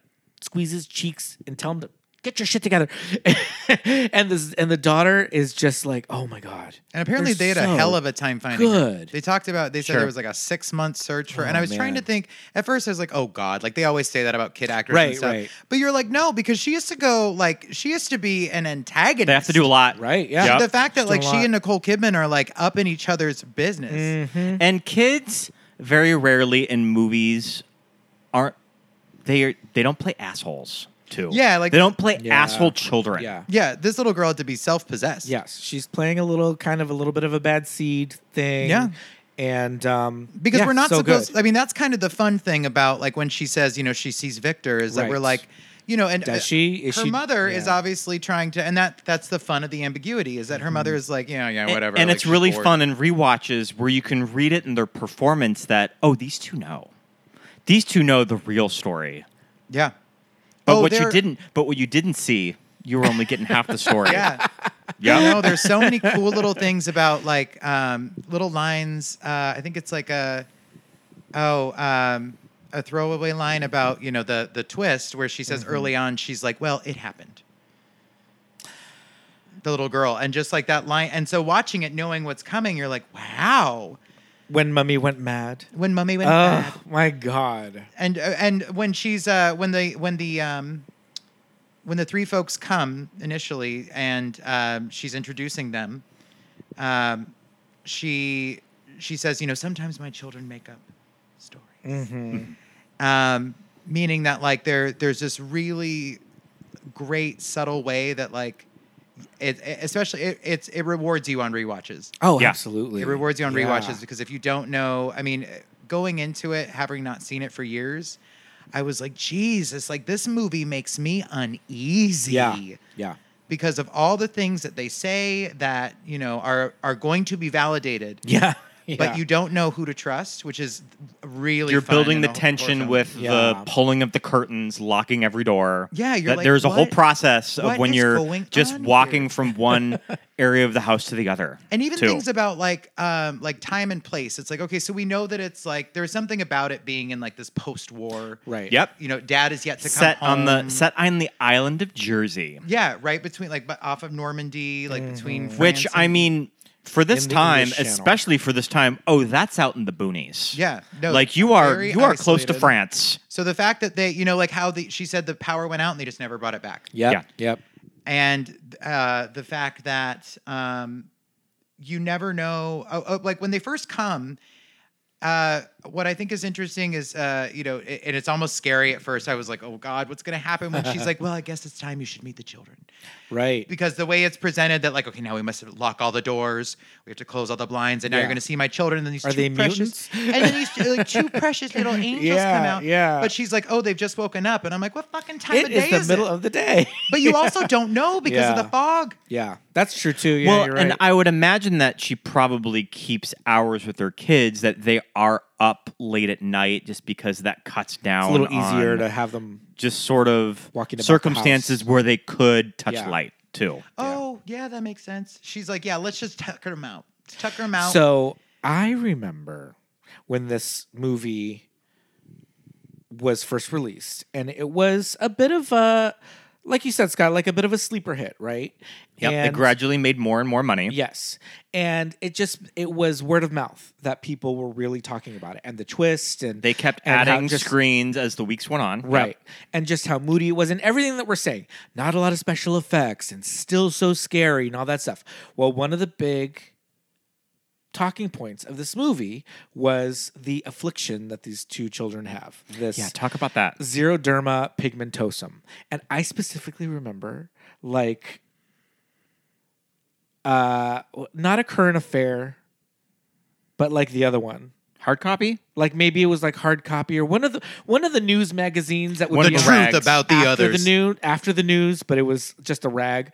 Speaker 3: squeeze his cheeks and tell him to get your shit together. and this and the daughter is just like, "Oh my god."
Speaker 5: And apparently they
Speaker 3: They're
Speaker 5: had a
Speaker 3: so
Speaker 5: hell of a time finding her.
Speaker 3: good. Oh,
Speaker 5: They talked about they said
Speaker 4: Sure.
Speaker 5: there was like a six month search for and I was trying to
Speaker 3: man.
Speaker 5: think at first I was like, oh God, like they always say that about kid actors
Speaker 3: Right,
Speaker 5: and stuff.
Speaker 3: right.
Speaker 5: But you're like, no, because she has to go like she has to be an antagonist.
Speaker 4: They have to do a lot.
Speaker 3: Right, yeah.
Speaker 4: Yep.
Speaker 5: the fact that
Speaker 3: She's
Speaker 5: like
Speaker 3: doing a lot. Mm-hmm.
Speaker 5: she and Nicole Kidman are like up in each other's business. Mm-hmm.
Speaker 4: And kids very rarely in movies aren't they are they don't play assholes too.
Speaker 5: Yeah, like-
Speaker 4: they don't play
Speaker 3: Yeah.
Speaker 4: asshole children.
Speaker 3: Yeah.
Speaker 5: Yeah, this little girl had to be self possessed.
Speaker 3: Yes, she's playing a little kind of a little bit of a bad seed thing.
Speaker 5: Yeah.
Speaker 3: and um,
Speaker 5: because
Speaker 3: yeah,
Speaker 5: we're not
Speaker 3: so
Speaker 5: supposed
Speaker 3: good.
Speaker 5: i mean that's kind of the fun thing about like when she says you know she sees victor is that
Speaker 3: Right.
Speaker 5: we're like you know and
Speaker 3: Does
Speaker 5: uh,
Speaker 3: she? Is
Speaker 5: her
Speaker 3: she-
Speaker 5: mother is
Speaker 3: yeah.
Speaker 5: obviously trying to and that that's the fun of the ambiguity is that her
Speaker 3: Mm-hmm.
Speaker 5: mother is like yeah yeah
Speaker 4: And-
Speaker 5: whatever
Speaker 4: And,
Speaker 5: like,
Speaker 4: it's
Speaker 5: she's
Speaker 4: really
Speaker 5: bored.
Speaker 4: fun in rewatches where you can read it in their performance that, oh, these two know. These two know the real story.
Speaker 5: yeah
Speaker 4: But
Speaker 5: Oh,
Speaker 4: what you
Speaker 5: they're-
Speaker 4: didn't but what you didn't see, you were only getting half the story.
Speaker 5: yeah
Speaker 4: Yeah.
Speaker 5: You know, there's so many cool little things about like um, little lines. Uh, I think it's like a oh um, a throwaway line about you know the the twist where she says early on she's like, well, it happened. The little girl, and just like that line, and so watching it, knowing what's coming, you're like, wow.
Speaker 3: when mummy went mad.
Speaker 5: When mummy went bad
Speaker 3: Oh my god!
Speaker 5: and uh, and when she's uh when the when the um when the three folks come initially and um she's introducing them um she she says you know sometimes my children make up stories um meaning that like there there's this really great subtle way that like it, it- especially it, it's it rewards you on rewatches
Speaker 3: Oh,
Speaker 4: Yeah.
Speaker 3: absolutely.
Speaker 5: it rewards you on
Speaker 3: Yeah.
Speaker 5: rewatches because if you don't know, I mean, going into it, having not seen it for years, I was like, Jesus, like this movie makes me uneasy.
Speaker 3: Yeah, yeah.
Speaker 5: Because of all the things that they say that, you know, are are going to be validated,
Speaker 3: Yeah. Yeah.
Speaker 5: but you don't know who to trust, which is really
Speaker 4: You're
Speaker 5: fun in
Speaker 4: building the
Speaker 5: a horror
Speaker 4: tension
Speaker 5: film.
Speaker 4: with
Speaker 3: Yeah.
Speaker 4: the pulling of the curtains, locking every door.
Speaker 5: Yeah, you're
Speaker 4: That
Speaker 5: like,
Speaker 4: there's a whole
Speaker 5: what-
Speaker 4: process of
Speaker 5: what
Speaker 4: when
Speaker 5: is
Speaker 4: you're
Speaker 5: going
Speaker 4: just
Speaker 5: on
Speaker 4: walking
Speaker 5: here?
Speaker 4: from one area of the house to the other.
Speaker 5: and even
Speaker 4: too.
Speaker 5: things about like um like time and place. It's like, okay, so we know that it's like there's something about it being in like this post-war
Speaker 3: Right.
Speaker 4: Yep.
Speaker 5: You know, dad is yet to come
Speaker 4: set on the
Speaker 5: home.
Speaker 4: set on the island of Jersey.
Speaker 5: Yeah, right between like bu- off of Normandy, like between
Speaker 4: Which
Speaker 5: France
Speaker 4: I
Speaker 5: and-
Speaker 4: mean, for this
Speaker 3: In the
Speaker 4: time,
Speaker 3: English Channel.
Speaker 4: especially for this time, oh, that's out in the boonies.
Speaker 5: Yeah, no,
Speaker 4: like you are,
Speaker 5: very
Speaker 4: you are close to
Speaker 5: isolated.
Speaker 4: France.
Speaker 5: So the fact that they, you know, like how the she said the power went out and they just never brought it back,
Speaker 3: Yep.
Speaker 4: Yeah.
Speaker 3: Yep.
Speaker 5: and uh, the fact that um, you never know, oh, oh, like when they first come. Uh, what I think is interesting is, uh, you know, a- and it's almost scary at first. I was like, "Oh God, what's going to happen?" When she's like, "Well, I guess it's time you should meet the children."
Speaker 3: Right.
Speaker 5: because the way it's presented that like okay now we must lock all the doors we have to close all the blinds and now
Speaker 3: Yeah.
Speaker 5: you're going to see my children and then these
Speaker 3: Are
Speaker 5: two
Speaker 3: they
Speaker 5: precious and then these uh, like two precious little angels come
Speaker 3: Yeah,
Speaker 5: out
Speaker 3: yeah.
Speaker 5: but she's like oh they've just woken up and i'm like what fucking time
Speaker 3: It
Speaker 5: of day
Speaker 3: is the
Speaker 5: is
Speaker 3: middle
Speaker 5: it
Speaker 3: of the day.
Speaker 5: but you also don't know because of
Speaker 3: Yeah.
Speaker 5: the fog
Speaker 3: yeah, that's true too. Yeah,
Speaker 4: well,
Speaker 3: you're
Speaker 4: and
Speaker 3: right.
Speaker 4: I would imagine that she probably keeps hours with her kids that they are up late at night just because that cuts down
Speaker 3: it's a little easier
Speaker 4: on
Speaker 3: to have them.
Speaker 4: just sort of
Speaker 3: Walking about the
Speaker 4: circumstances where they could touch
Speaker 3: Yeah.
Speaker 4: light too.
Speaker 5: oh yeah that makes sense she's like yeah let's just tuck them out Let's tuck them out
Speaker 3: So I remember when this movie was first released, and it was a bit of a, like you said, Scott, like a bit of a sleeper hit, right?
Speaker 4: Yep, they
Speaker 3: And-
Speaker 4: gradually made more and more money.
Speaker 3: Yes. And it just it was word of mouth that people were really talking about it and the twist and
Speaker 4: They kept
Speaker 3: and how
Speaker 4: adding
Speaker 3: just-
Speaker 4: screens as the weeks went on. Yep.
Speaker 3: Right. And just how moody it was and everything that we're saying. Not a lot of special effects and still so scary and all that stuff. Well, one of the big talking points of this movie was the affliction that these two children have. This
Speaker 4: Yeah, talk about that.
Speaker 3: xeroderma pigmentosum. And I specifically remember like uh w- not a current affair, but like the other one.
Speaker 4: Hard copy?
Speaker 3: Like maybe it was like hard copy or one of the one of the news magazines that would
Speaker 4: One
Speaker 5: the
Speaker 3: be
Speaker 4: of
Speaker 5: truth
Speaker 4: the rags
Speaker 5: about the
Speaker 3: after
Speaker 5: others
Speaker 3: the new after the news, but it was just a rag.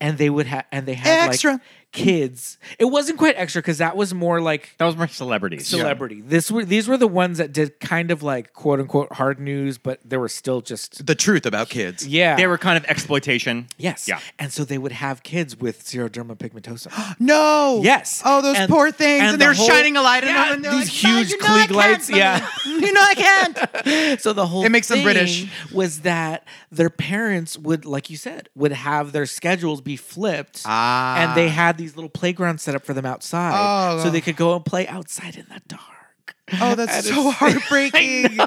Speaker 3: And they would have and they had
Speaker 5: Extra.
Speaker 3: like kids. It wasn't quite extra because that was more like
Speaker 4: That was more celebrities.
Speaker 3: celebrity. This were these were the ones that did kind of like quote unquote hard news, but they were still just
Speaker 5: the truth about kids
Speaker 3: yeah.
Speaker 4: They were kind of exploitation.
Speaker 3: yes,
Speaker 4: Yeah.
Speaker 3: and so they would have kids with xeroderma pigmentosum.
Speaker 5: no
Speaker 3: yes.
Speaker 5: oh those
Speaker 3: And-
Speaker 5: poor things and,
Speaker 3: the
Speaker 5: they're
Speaker 3: whole-
Speaker 5: shining a light on
Speaker 3: Yeah,
Speaker 5: them and they're
Speaker 3: these
Speaker 5: like, "Mom,
Speaker 3: huge
Speaker 5: you know I
Speaker 3: Klieg lights.
Speaker 5: can't,
Speaker 3: Yeah.
Speaker 5: Mom. you know i can't
Speaker 3: so the whole
Speaker 5: It makes them
Speaker 3: thing
Speaker 5: British.
Speaker 3: was that their parents would, like you said, would have their schedules be flipped,
Speaker 5: Ah.
Speaker 3: and they had these little playgrounds set up for them outside,
Speaker 5: Oh.
Speaker 3: so they could go and play outside in the dark.
Speaker 5: Oh, that's so heartbreaking.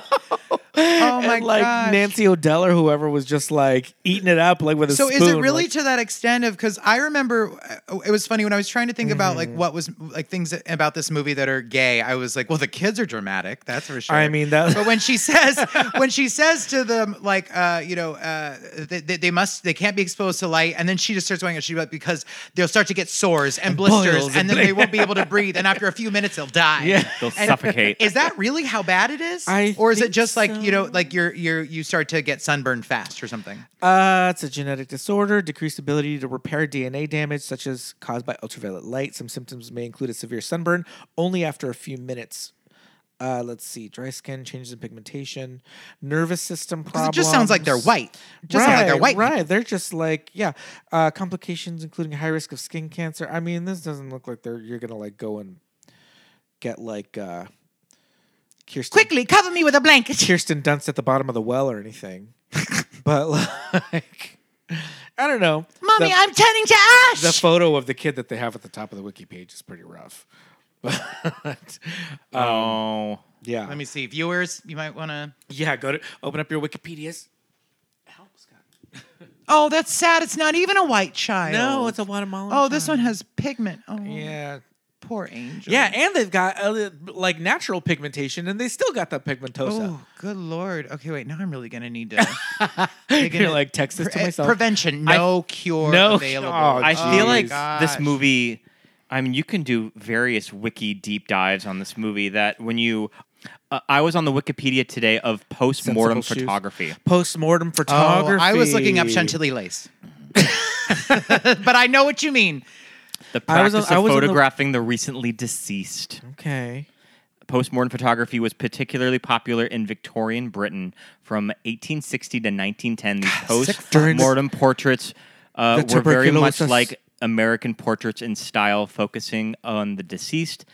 Speaker 5: Oh my
Speaker 3: and like
Speaker 5: gosh.
Speaker 3: Nancy O'Dell or whoever was just like eating it up like with a
Speaker 5: so
Speaker 3: spoon.
Speaker 5: is it really
Speaker 3: like-
Speaker 5: to that extent of because i remember uh, it was funny when i was trying to think about
Speaker 3: Mm.
Speaker 5: like what was like things that- about this movie that are gay i was like well the kids are dramatic that's for sure
Speaker 3: I mean, that-
Speaker 5: but when she says when she says to them like uh you know uh they, they, they must they can't be exposed to light and then she just starts going and she like, because they'll start to get sores and blisters
Speaker 3: boils
Speaker 5: and,
Speaker 3: and
Speaker 5: then
Speaker 3: bling-
Speaker 5: they won't be able to breathe and after a few minutes they'll die
Speaker 3: Yeah.
Speaker 4: They'll
Speaker 5: And
Speaker 4: suffocate.
Speaker 5: is that really how bad it is
Speaker 3: I
Speaker 5: or is it
Speaker 3: think
Speaker 5: just like you know
Speaker 3: so.
Speaker 5: like you're you're you start to get sunburned fast or something
Speaker 3: Uh, it's a genetic disorder, decreased ability to repair DNA damage, such as caused by ultraviolet light. Some symptoms may include a severe sunburn only after a few minutes. Uh, let's see, dry skin, changes in pigmentation, nervous system
Speaker 5: Because It
Speaker 3: problems.
Speaker 5: just sounds like they're white. It Just sounds like they're white.
Speaker 3: Right. They're just like, yeah. Uh, complications including high risk of skin cancer. I mean, this doesn't look like they're you're gonna like go and get like uh Kirsten
Speaker 5: Quickly cover me with a blanket.
Speaker 3: Kirsten Dunst at the bottom of the well or anything. but like I don't know.
Speaker 5: Mommy,
Speaker 3: the,
Speaker 5: I'm turning to ash.
Speaker 3: the photo of the kid that they have at the top of the wiki page is pretty rough. But
Speaker 4: Oh.
Speaker 3: yeah.
Speaker 5: Let me see. Viewers, you might want to.
Speaker 3: yeah, go to open up your Wikipedias. Help Scott.
Speaker 5: Oh, that's sad. It's not even a white child.
Speaker 3: No, it's a Guatemalan.
Speaker 5: Oh, this
Speaker 3: child.
Speaker 5: one has pigment. Oh,
Speaker 3: Yeah.
Speaker 5: poor angel.
Speaker 3: Yeah, and they've got uh, like natural pigmentation, and they still got that pigmentosa.
Speaker 5: Oh, good lord. Okay, wait. Now I'm really gonna need to. dig
Speaker 3: You're
Speaker 5: into-
Speaker 3: like text this to
Speaker 5: Pre-
Speaker 3: myself.
Speaker 5: Prevention. No cure
Speaker 3: No-
Speaker 5: available.
Speaker 3: Oh,
Speaker 4: I feel
Speaker 3: Oh,
Speaker 4: like
Speaker 5: gosh.
Speaker 4: this movie. I mean, you can do various wiki deep dives on this movie. That when you, uh, I was on the Wikipedia today of post mortem
Speaker 3: Sensible shoes.
Speaker 4: photography.
Speaker 3: Postmortem
Speaker 5: Oh,
Speaker 3: photography.
Speaker 5: I was looking up Chantilly lace. but I know what you mean.
Speaker 4: The
Speaker 3: I was
Speaker 4: practice
Speaker 3: on- I
Speaker 4: of
Speaker 3: was on the-
Speaker 4: photographing the recently deceased.
Speaker 3: Okay.
Speaker 4: Postmortem photography was particularly popular in Victorian Britain from 1860 to 1910. These post-mortem portraits uh,
Speaker 3: The
Speaker 4: were very much
Speaker 3: tuberculosis.
Speaker 4: like American portraits in style, focusing on the deceased,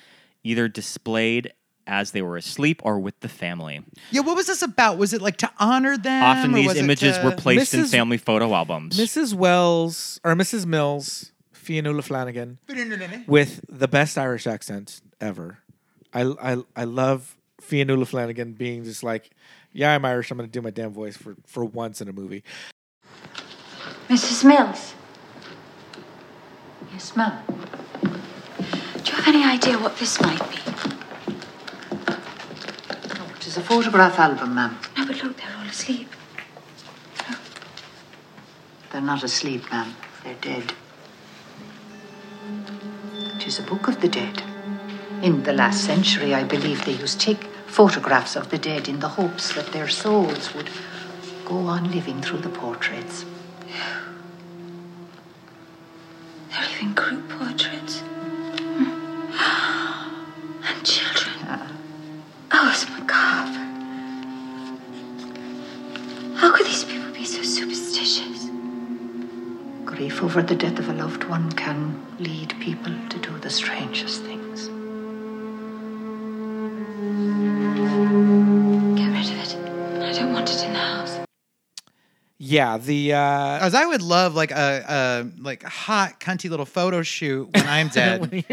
Speaker 4: either displayed as they were asleep or with the family.
Speaker 5: Yeah, what was this about? Was it like to honor them?
Speaker 4: Often
Speaker 5: Um, or
Speaker 4: these
Speaker 5: was it
Speaker 4: images
Speaker 5: to-
Speaker 4: were placed in
Speaker 3: Mrs.
Speaker 4: family photo albums.
Speaker 3: Mrs. Wells or Mrs. Mills, Fionnuala Flanagan, with the best Irish accent ever. I I, I love Fionnuala Flanagan being just like, yeah, I'm Irish. I'm going to do my damn voice for for once in a movie.
Speaker 1: Mrs. Mills,
Speaker 6: Yes, ma'am.
Speaker 1: do you have any idea what this might be?
Speaker 6: Oh, it is a photograph album, ma'am.
Speaker 1: No, but look, they're all asleep.
Speaker 6: They're not asleep, ma'am. They're dead. It is a book of the dead. In the last century, I believe they used to take photographs of the dead in the hopes that their souls would go on living through the portraits.
Speaker 1: They're even group portraits. Hmm. And children. Oh, it's macabre. How could these people be so superstitious?
Speaker 6: Grief over the death of a loved one can lead people to do the strangest things.
Speaker 1: Get rid of it. I don't want it in the house.
Speaker 3: Yeah, the uh,
Speaker 5: As I would love like a, a like hot cunty little photo shoot when I'm dead.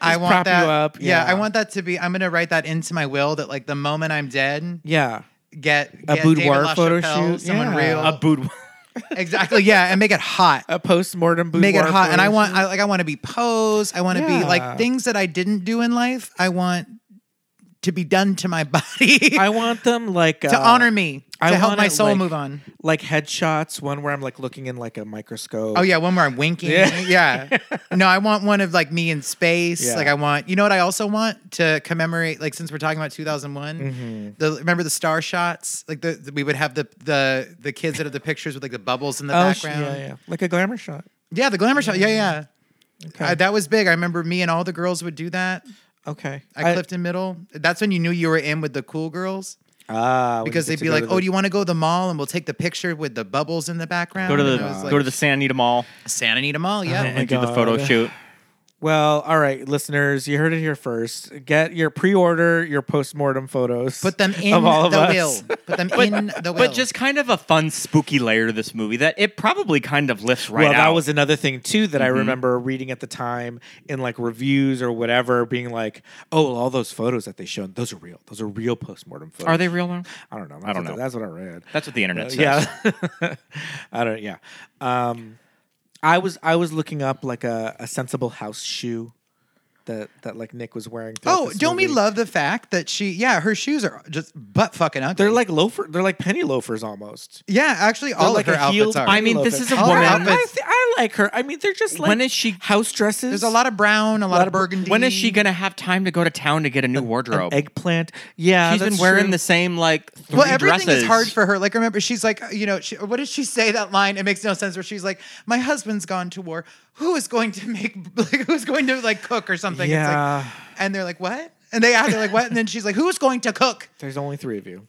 Speaker 5: I want
Speaker 3: prop you
Speaker 5: that.
Speaker 3: up,
Speaker 5: Yeah.
Speaker 3: yeah.
Speaker 5: I want that to be. I'm gonna write that into my will that like the moment I'm dead,
Speaker 3: yeah.
Speaker 5: get
Speaker 3: A
Speaker 5: get
Speaker 3: boudoir
Speaker 5: David
Speaker 3: photo
Speaker 5: LaChapelle,
Speaker 3: shoot?
Speaker 5: someone
Speaker 3: Yeah.
Speaker 5: real,
Speaker 4: a boudoir.
Speaker 5: exactly. Yeah, and make it hot.
Speaker 3: A postmortem boudoir.
Speaker 5: Make it hot, and I
Speaker 3: photo
Speaker 5: want
Speaker 3: shoot.
Speaker 5: I, like I want to be posed. I want to be
Speaker 3: Yeah.
Speaker 5: like things that I didn't do in life. I want to be done to my body
Speaker 3: I want them like
Speaker 5: to
Speaker 3: uh,
Speaker 5: honor me to
Speaker 3: I
Speaker 5: help
Speaker 3: want
Speaker 5: my
Speaker 3: it,
Speaker 5: soul
Speaker 3: like-
Speaker 5: move on.
Speaker 3: like headshots. One where I'm like looking in like a microscope.
Speaker 5: Oh yeah, one where I'm winking.
Speaker 3: Yeah.
Speaker 5: Yeah. No, I want one of like me in space.
Speaker 3: Yeah.
Speaker 5: Like I want. You know what I also want to commemorate? Like since we're talking about 2001,
Speaker 3: Mm-hmm.
Speaker 5: the remember the star shots? Like the, the- we would have the the the kids that have the pictures with like the bubbles in the
Speaker 3: Oh, sh-
Speaker 5: background.
Speaker 3: yeah,
Speaker 5: yeah.
Speaker 3: yeah, like a glamour shot.
Speaker 5: the glamour shot. Yeah, yeah. Uh, that was big. I remember me and all the girls would do that
Speaker 3: Okay,
Speaker 5: at Clifton Middle. That's when you knew you were in with the cool girls
Speaker 3: Ah,
Speaker 5: because they'd be like, "Oh, do Oh, you want to go to the mall and we'll take the picture with the bubbles in the background?"
Speaker 4: Go to the
Speaker 5: And it was like, Oh
Speaker 4: go to the Santa Anita Mall
Speaker 5: Santa Anita Mall. Yeah,
Speaker 4: and do the photo
Speaker 3: God.
Speaker 4: shoot.
Speaker 3: Well, all right, listeners, you heard it here first. Get your pre-order, your post-mortem photos.
Speaker 5: Put them in
Speaker 3: of all of
Speaker 5: the
Speaker 3: us.
Speaker 5: will. Put them in the will.
Speaker 4: But just kind of a fun, spooky layer to this movie that it probably kind of lifts right
Speaker 3: well,
Speaker 4: out. Mm-hmm.
Speaker 3: that was another thing too that I remember reading at the time in like reviews or whatever, being like, "Oh, well, all those photos that they showed, those are real. Those are real postmortem photos."
Speaker 4: Are they real now?
Speaker 3: I don't know. That's
Speaker 4: I don't
Speaker 3: what-
Speaker 4: know.
Speaker 3: That's what I read.
Speaker 4: That's what the internet says.
Speaker 3: Uh, Yeah, I don't. Yeah, um, I was I was looking up like a, a sensible house shoe that that like Nick was wearing. throughout
Speaker 5: oh,
Speaker 3: this
Speaker 5: don't we
Speaker 3: movie.
Speaker 5: love the fact that she? Yeah, her shoes are just butt fucking ugly.
Speaker 3: They're like loafer. They're like penny loafers almost.
Speaker 5: yeah, actually,
Speaker 3: They're
Speaker 5: all
Speaker 3: like
Speaker 5: of her
Speaker 3: a heel
Speaker 5: outfits are.
Speaker 4: I mean,
Speaker 3: penny
Speaker 4: this
Speaker 3: loafer.
Speaker 4: is a
Speaker 3: All her
Speaker 5: woman-
Speaker 3: outfits- I, like her. I mean, they're just like
Speaker 4: When is she-
Speaker 3: house dresses?
Speaker 5: There's a lot of brown, a lot,
Speaker 3: lot
Speaker 5: of
Speaker 3: of bur-
Speaker 5: burgundy.
Speaker 4: When is she gonna have time to go to town to get a new wardrobe?
Speaker 3: eggplant. Yeah,
Speaker 4: She's been
Speaker 3: that's
Speaker 4: wearing
Speaker 3: true.
Speaker 4: the same like three
Speaker 5: Well, everything
Speaker 4: dresses.
Speaker 5: is hard for her. Like, remember, she's like, you know, she, what did she say that line? It makes no sense. Where she's like, "My husband's gone to war. Who is going to make? Like, who's going to like cook or something?"
Speaker 3: Yeah.
Speaker 5: It's like, and they're like, "What?" And they ask, they're like, "What?" And then she's like, "Who's going to cook?"
Speaker 3: There's only three of you.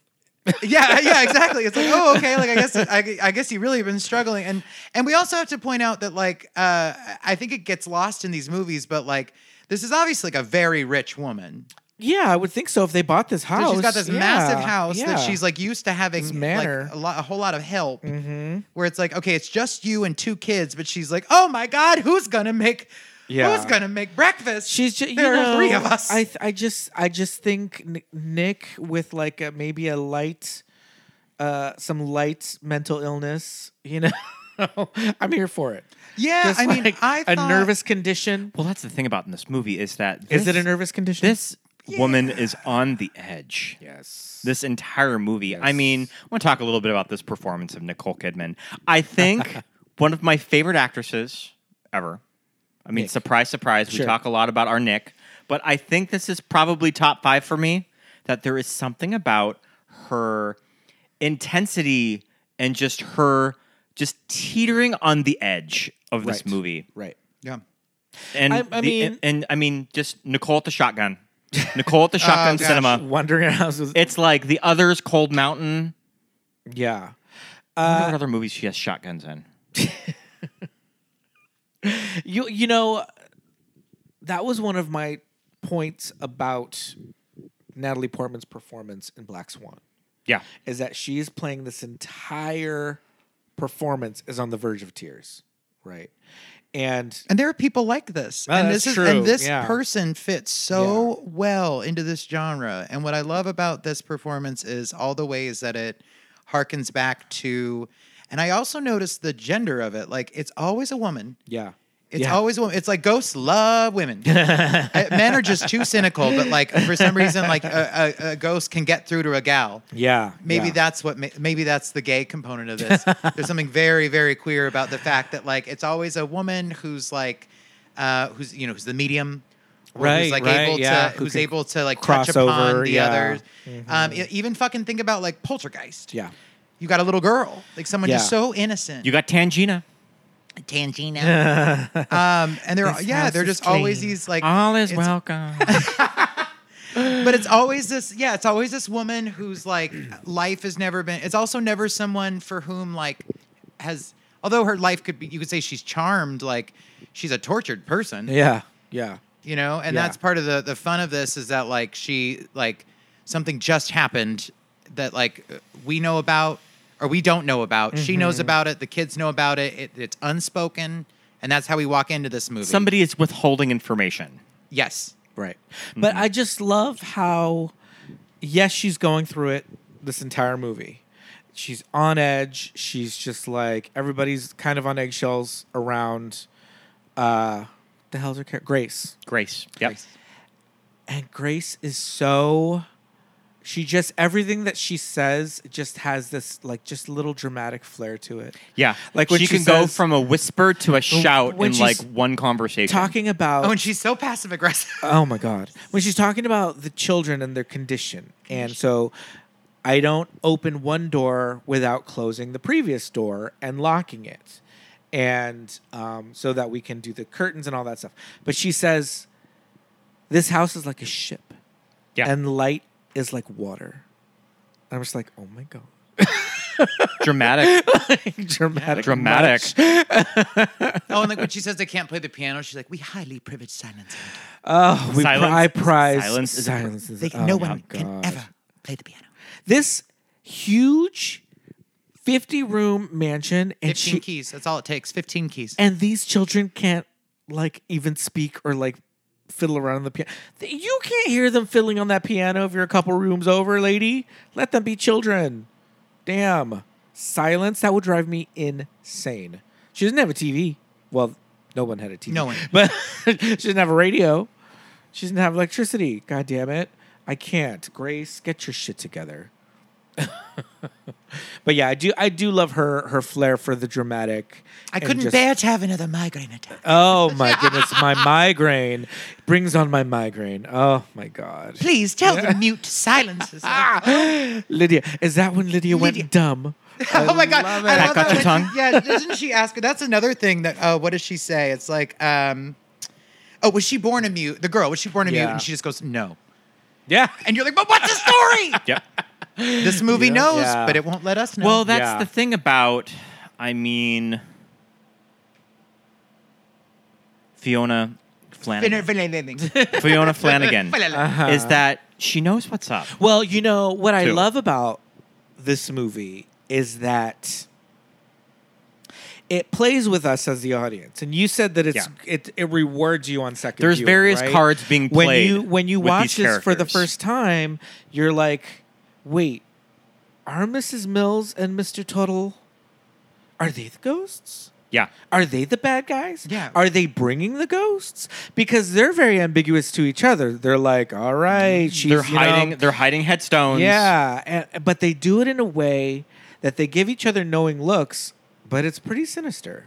Speaker 5: yeah, yeah, exactly. It's like, oh, okay. Like, I guess, I, I guess you really have been struggling, and and we also have to point out that, like, uh, I think it gets lost in these movies, but like, this is obviously like a very rich woman.
Speaker 3: Yeah, I would think so if they bought this house.
Speaker 5: So she's got this
Speaker 3: Yeah,
Speaker 5: massive house that
Speaker 3: yeah.
Speaker 5: she's like used to having
Speaker 3: This
Speaker 5: like
Speaker 3: manor. Mm-hmm.
Speaker 5: a, lot, a whole lot of help. Where it's like, okay, it's just you and two kids, but she's like, oh my god, who's gonna make?
Speaker 3: Yeah.
Speaker 5: Who's gonna make breakfast?
Speaker 3: She's just
Speaker 5: there
Speaker 3: you
Speaker 5: are
Speaker 3: know,
Speaker 5: three of us.
Speaker 3: I th- I just I just think N- Nick with like a, maybe a light, uh, some light mental illness. You know, I'm here for it.
Speaker 5: yeah,
Speaker 3: Just
Speaker 5: I mean,
Speaker 3: like
Speaker 5: I
Speaker 3: a
Speaker 5: thought-
Speaker 3: nervous condition.
Speaker 4: Well, that's the thing about in this movie is that
Speaker 3: Is it
Speaker 4: this-
Speaker 3: a nervous condition?
Speaker 4: This woman is on the edge.
Speaker 3: yes.
Speaker 4: This entire movie. I mean, I want to talk a little bit about this performance of Nicole Kidman. I think one of my favorite actresses ever. I mean, surprise, surprise. We
Speaker 3: Sure.
Speaker 4: talk a lot about our Nick, but I think this is probably top five for me. That there is something about her intensity and just her just teetering on the edge of this
Speaker 3: Right.
Speaker 4: movie.
Speaker 3: Right.
Speaker 5: Yeah.
Speaker 4: And
Speaker 3: I- I
Speaker 4: the-
Speaker 3: mean-
Speaker 4: and, and I mean, just Nicole at the shotgun, Nicole
Speaker 3: Oh,
Speaker 4: at the shotgun
Speaker 5: gosh.
Speaker 4: cinema.
Speaker 3: Wandering house was
Speaker 4: It's like the others, Cold Mountain.
Speaker 3: yeah.
Speaker 4: I wonder what other movies she has shotguns in?
Speaker 3: You you know, that was one of my points about Natalie Portman's performance in Black Swan
Speaker 4: Yeah,
Speaker 3: is that she is playing this entire performance is on the verge of tears, right? And
Speaker 5: And there are people like this.
Speaker 3: Oh,
Speaker 5: and
Speaker 3: that's
Speaker 5: this is
Speaker 3: true,
Speaker 5: and this
Speaker 3: yeah.
Speaker 5: person fits so well into this genre. And what I love about this performance is all the ways that it harkens back to and I also noticed the gender of it. Like it's always a woman.
Speaker 3: yeah,
Speaker 5: It's
Speaker 3: yeah.
Speaker 5: always a woman. It's like ghosts love women. Uh, Men are just too cynical, but like for some reason, like a, a, a ghost can get through to a gal.
Speaker 3: yeah,
Speaker 5: Maybe
Speaker 3: yeah.
Speaker 5: that's what. ma- Maybe that's the gay component of this. There's something very, very queer about the fact that like it's always a woman who's like, uh, who's you know who's the medium, or
Speaker 3: Right,
Speaker 5: Who's like
Speaker 3: right,
Speaker 5: able
Speaker 3: yeah,
Speaker 5: to
Speaker 3: who
Speaker 5: who's
Speaker 3: can
Speaker 5: able to like
Speaker 3: cross
Speaker 5: touch upon
Speaker 3: over,
Speaker 5: the
Speaker 3: yeah. Mm-hmm.
Speaker 5: others. Um, e- even fucking think about like poltergeist.
Speaker 3: yeah.
Speaker 5: You got a little girl, like someone
Speaker 3: Yeah.
Speaker 5: just so innocent.
Speaker 4: you got Tangina.
Speaker 5: Tangina. um, and they're yeah,
Speaker 4: house
Speaker 5: they're
Speaker 4: is
Speaker 5: just always
Speaker 4: clean.
Speaker 5: these like
Speaker 4: All is
Speaker 5: it's-
Speaker 4: welcome.
Speaker 5: but it's always this yeah it's always this woman who's like life has never been it's also never someone for whom like has although her life could be you could say she's charmed like she's a tortured person
Speaker 3: Yeah, yeah,
Speaker 5: you know and
Speaker 3: Yeah.
Speaker 5: that's part of the the fun of this is that like she like something just happened that like we know about or we don't know about she knows
Speaker 3: Mm-hmm.
Speaker 5: about it the kids know about it, it it's unspoken and that's how we walk into this movie
Speaker 4: Somebody is withholding information.
Speaker 5: yes
Speaker 3: right. But
Speaker 5: Mm-hmm.
Speaker 3: I just love how, yes, she's going through it this entire movie. She's on edge. She's just like everybody's kind of on eggshells around. Uh, the hell's her character? Grace.
Speaker 4: Grace. Yep.
Speaker 3: and Grace is so she just everything that she says just has this like just little dramatic flair to it.
Speaker 4: Yeah.
Speaker 3: Like when
Speaker 4: she,
Speaker 3: she
Speaker 4: can go
Speaker 3: says-
Speaker 4: from a whisper to a shout
Speaker 3: when
Speaker 4: in like
Speaker 3: she's
Speaker 4: one conversation.
Speaker 3: Talking about
Speaker 5: oh and she's so passive aggressive
Speaker 3: oh my god when she's talking about the children and their condition and so i don't open one door without closing the previous door and locking it and um, so that we can do the curtains and all that stuff but she says this house is like a ship
Speaker 4: Yeah.
Speaker 3: and light is like water and i'm just like oh my god
Speaker 4: Dramatic.
Speaker 3: dramatic,
Speaker 4: Dramatic.
Speaker 3: much.
Speaker 5: Oh, and like when she says they can't play the piano, she's like, "We highly privilege silence.
Speaker 3: Oh, we
Speaker 4: Silence
Speaker 3: pri- I
Speaker 4: is-
Speaker 3: prize
Speaker 4: silence is a pr-
Speaker 3: silence is-
Speaker 5: They,
Speaker 3: oh
Speaker 5: no
Speaker 3: my
Speaker 5: one can
Speaker 3: God.
Speaker 5: ever play the piano."
Speaker 3: This huge fifty-room mansion, and
Speaker 5: Fifteen
Speaker 3: she
Speaker 5: keys. That's all it takes. Fifteen keys.
Speaker 3: and these children can't like even speak or like fiddle around on the piano. You can't hear them fiddling on that piano if you're a couple rooms over, lady. Let them be children. Damn. Silence, that would drive me insane. She doesn't have a TV. Well, no one had a TV.
Speaker 5: No one.
Speaker 3: But she doesn't have a radio. She doesn't have electricity. God damn it. I can't. Grace, get your shit together. but yeah, I do I do love her her flair for the dramatic.
Speaker 5: I
Speaker 3: and
Speaker 5: couldn't
Speaker 3: just-
Speaker 5: bear to have another migraine attack.
Speaker 3: Oh my goodness, my migraine brings on my migraine. Oh my god.
Speaker 5: Please tell the mute silences.
Speaker 3: Lydia, is that when Lydia,
Speaker 5: Lydia.
Speaker 3: went dumb?
Speaker 5: oh my god! I
Speaker 4: That got
Speaker 5: love that
Speaker 4: your
Speaker 5: when
Speaker 4: tongue?
Speaker 5: She, yeah, doesn't she ask? That's another thing that. Uh, what does she say? It's like, um, oh, was she born a mute? The girl was she born a mute?
Speaker 3: Yeah.
Speaker 5: And she just goes, no.
Speaker 3: Yeah.
Speaker 5: And you're like, but what's the story?
Speaker 4: yep.
Speaker 5: this movie
Speaker 3: Yeah.
Speaker 5: knows,
Speaker 3: Yeah.
Speaker 5: but it won't let us know.
Speaker 4: Well, that's
Speaker 3: Yeah.
Speaker 4: the thing about, I mean, Fiona Flanagan. Fiona Flanagan is that she knows what's up.
Speaker 3: Well, you know what I
Speaker 4: Two.
Speaker 3: love about this movie is that it plays with us as the audience. And you said that it's it, it rewards you on second
Speaker 4: There's
Speaker 3: viewing,
Speaker 4: various
Speaker 3: right?
Speaker 4: cards being
Speaker 3: When
Speaker 4: played
Speaker 3: you when you
Speaker 4: with
Speaker 3: watch
Speaker 4: these
Speaker 3: this for the
Speaker 4: characters.
Speaker 3: first time, you're like, "Wait, are Mrs. Mills and Mr. Tuttle are they the ghosts?"
Speaker 4: Yeah.
Speaker 3: Are they the bad guys?
Speaker 5: Yeah.
Speaker 3: Are they bringing the ghosts? Because they're very ambiguous to each other. They're like, all right, she's
Speaker 4: Mm-hmm. they're
Speaker 3: you know,
Speaker 4: hiding they're hiding headstones.
Speaker 3: yeah, and, but they do it in a way that they give each other knowing looks, but it's pretty sinister.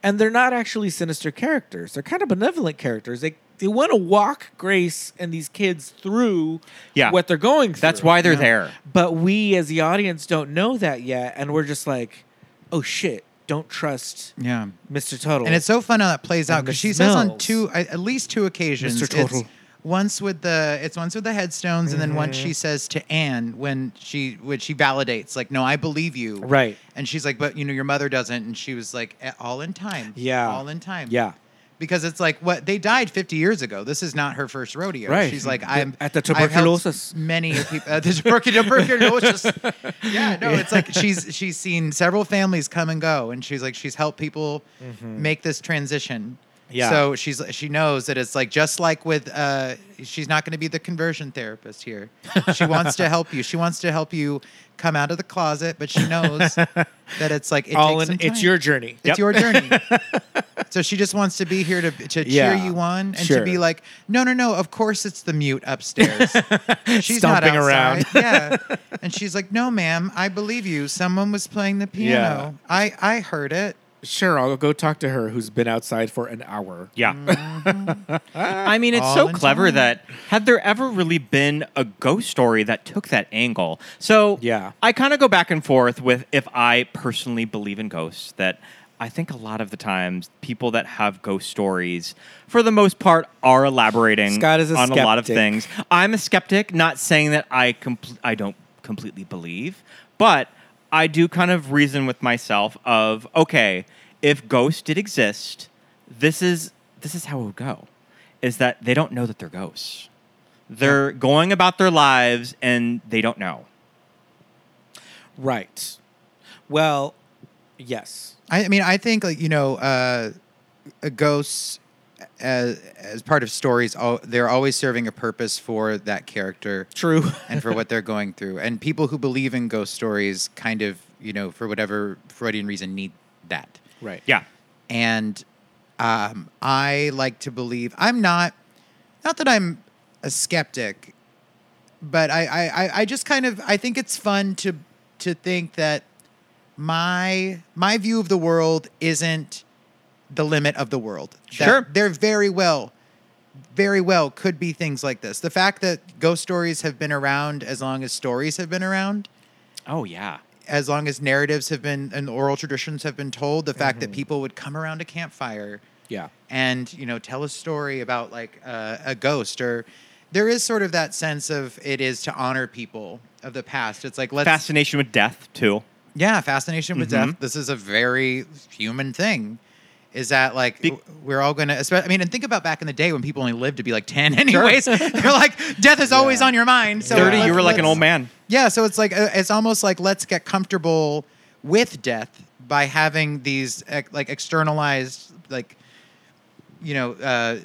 Speaker 3: And they're not actually sinister characters. They're kind of benevolent characters. They they want to walk Grace and these kids through
Speaker 4: Yeah.
Speaker 3: what they're going through.
Speaker 4: That's why they're there.
Speaker 3: But we as the audience don't know that yet, and we're just like, oh shit, don't trust
Speaker 5: yeah.
Speaker 3: Mr. Tuttle.
Speaker 5: And it's so fun how that plays out
Speaker 3: And
Speaker 5: because
Speaker 3: the
Speaker 5: she says on
Speaker 3: smells.
Speaker 5: two, at at least two occasions,
Speaker 3: Mr.
Speaker 5: it's
Speaker 3: Total.
Speaker 5: once with the it's once with the headstones, and then once
Speaker 3: Mm-hmm.
Speaker 5: she says to Anne when she when she validates, like, no, I believe you,
Speaker 3: Right.
Speaker 5: And she's like, but you know, your mother doesn't, and she was like, "Eh, all in time,
Speaker 3: Yeah.
Speaker 5: all in time,
Speaker 3: Yeah.
Speaker 5: Because it's like what they died 50 years ago. This is not her first rodeo.
Speaker 3: Right.
Speaker 5: She's like,
Speaker 3: The-
Speaker 5: I'm
Speaker 3: at the
Speaker 5: I've helped
Speaker 3: tuberculosis.
Speaker 5: Many people at the tubercu- tuberculosis. yeah, no, it's like she's she's seen several families come and go, and she's like she's helped people make this transition.
Speaker 3: Mm-hmm. Yeah.
Speaker 5: So she's she knows that it's like just like with uh, she's not going to be the conversion therapist here. She wants to help you. She wants to help you come out of the closet, but she knows that it's like it
Speaker 3: all
Speaker 5: takes
Speaker 3: in,
Speaker 5: some
Speaker 3: it's
Speaker 5: time.
Speaker 3: your journey.
Speaker 5: It's your journey. so she just wants to be here to, to
Speaker 3: Yeah,
Speaker 5: cheer you on and to
Speaker 3: sure.
Speaker 5: be like, no, no, no, of course it's the mute upstairs. She's
Speaker 3: Stomping
Speaker 5: not
Speaker 3: around.
Speaker 5: outside. yeah. And she's like, no, ma'am, I believe you. Someone was playing the piano. I, I heard it.
Speaker 3: Sure, I'll go talk to her who's been outside for an hour.
Speaker 4: Yeah. I mean, it's
Speaker 5: All
Speaker 4: so
Speaker 5: in
Speaker 4: clever
Speaker 5: time.
Speaker 4: that had there ever really been a ghost story that took that angle. So
Speaker 3: Yeah.
Speaker 4: I kind of go back and forth with if I personally believe in ghosts. That I think a lot of the times people that have ghost stories, for the most part, are elaborating
Speaker 3: Scott is a
Speaker 4: on a lot of
Speaker 3: skeptic.
Speaker 4: things. I'm a skeptic, not saying that I compl- I don't completely believe, but I do kind of reason with myself of okay, if ghosts did exist, this is this is how it would go. Is that they don't know that they're ghosts. They're going about their lives and they don't know.
Speaker 3: Right. Well, yes.
Speaker 5: I, I mean, I think like you know, uh, uh, ghosts as as part of stories, all, they're always serving a purpose for that character.
Speaker 3: True.
Speaker 5: and for what they're going through. And people who believe in ghost stories kind of, you know, for whatever Freudian reason, need that.
Speaker 3: Right.
Speaker 4: Yeah.
Speaker 5: And um, I like to believe I'm not, not that I'm a skeptic, but I, I, I- I just kind of I think it's fun to to think that my my view of the world isn't the limit of the world. That
Speaker 4: Sure.
Speaker 5: there very well, very well could be things like this. The fact that ghost stories have been around as long as stories have been around,
Speaker 4: Oh yeah.
Speaker 5: as long as narratives have been and oral traditions have been told. The fact
Speaker 4: Mm-hmm.
Speaker 5: that people would come around a campfire
Speaker 3: Yeah.
Speaker 5: and you know tell a story about like uh, a ghost or there is sort of that sense of it is to honor people of the past it's like let's
Speaker 4: Fascination with death too.
Speaker 5: yeah, fascination with
Speaker 4: Mm-hmm.
Speaker 5: death. This is a very human thing. Is that like w- we're all gonna? espe- I mean, and think about back in the day when people only lived to be like ten, anyways. They're like, death is always on your mind. So
Speaker 4: Thirty,
Speaker 5: let's-
Speaker 4: you were like an
Speaker 5: let's-
Speaker 4: old man.
Speaker 5: Yeah, so it's like uh, it's almost like let's get comfortable with death by having these ec- like externalized like you know uh,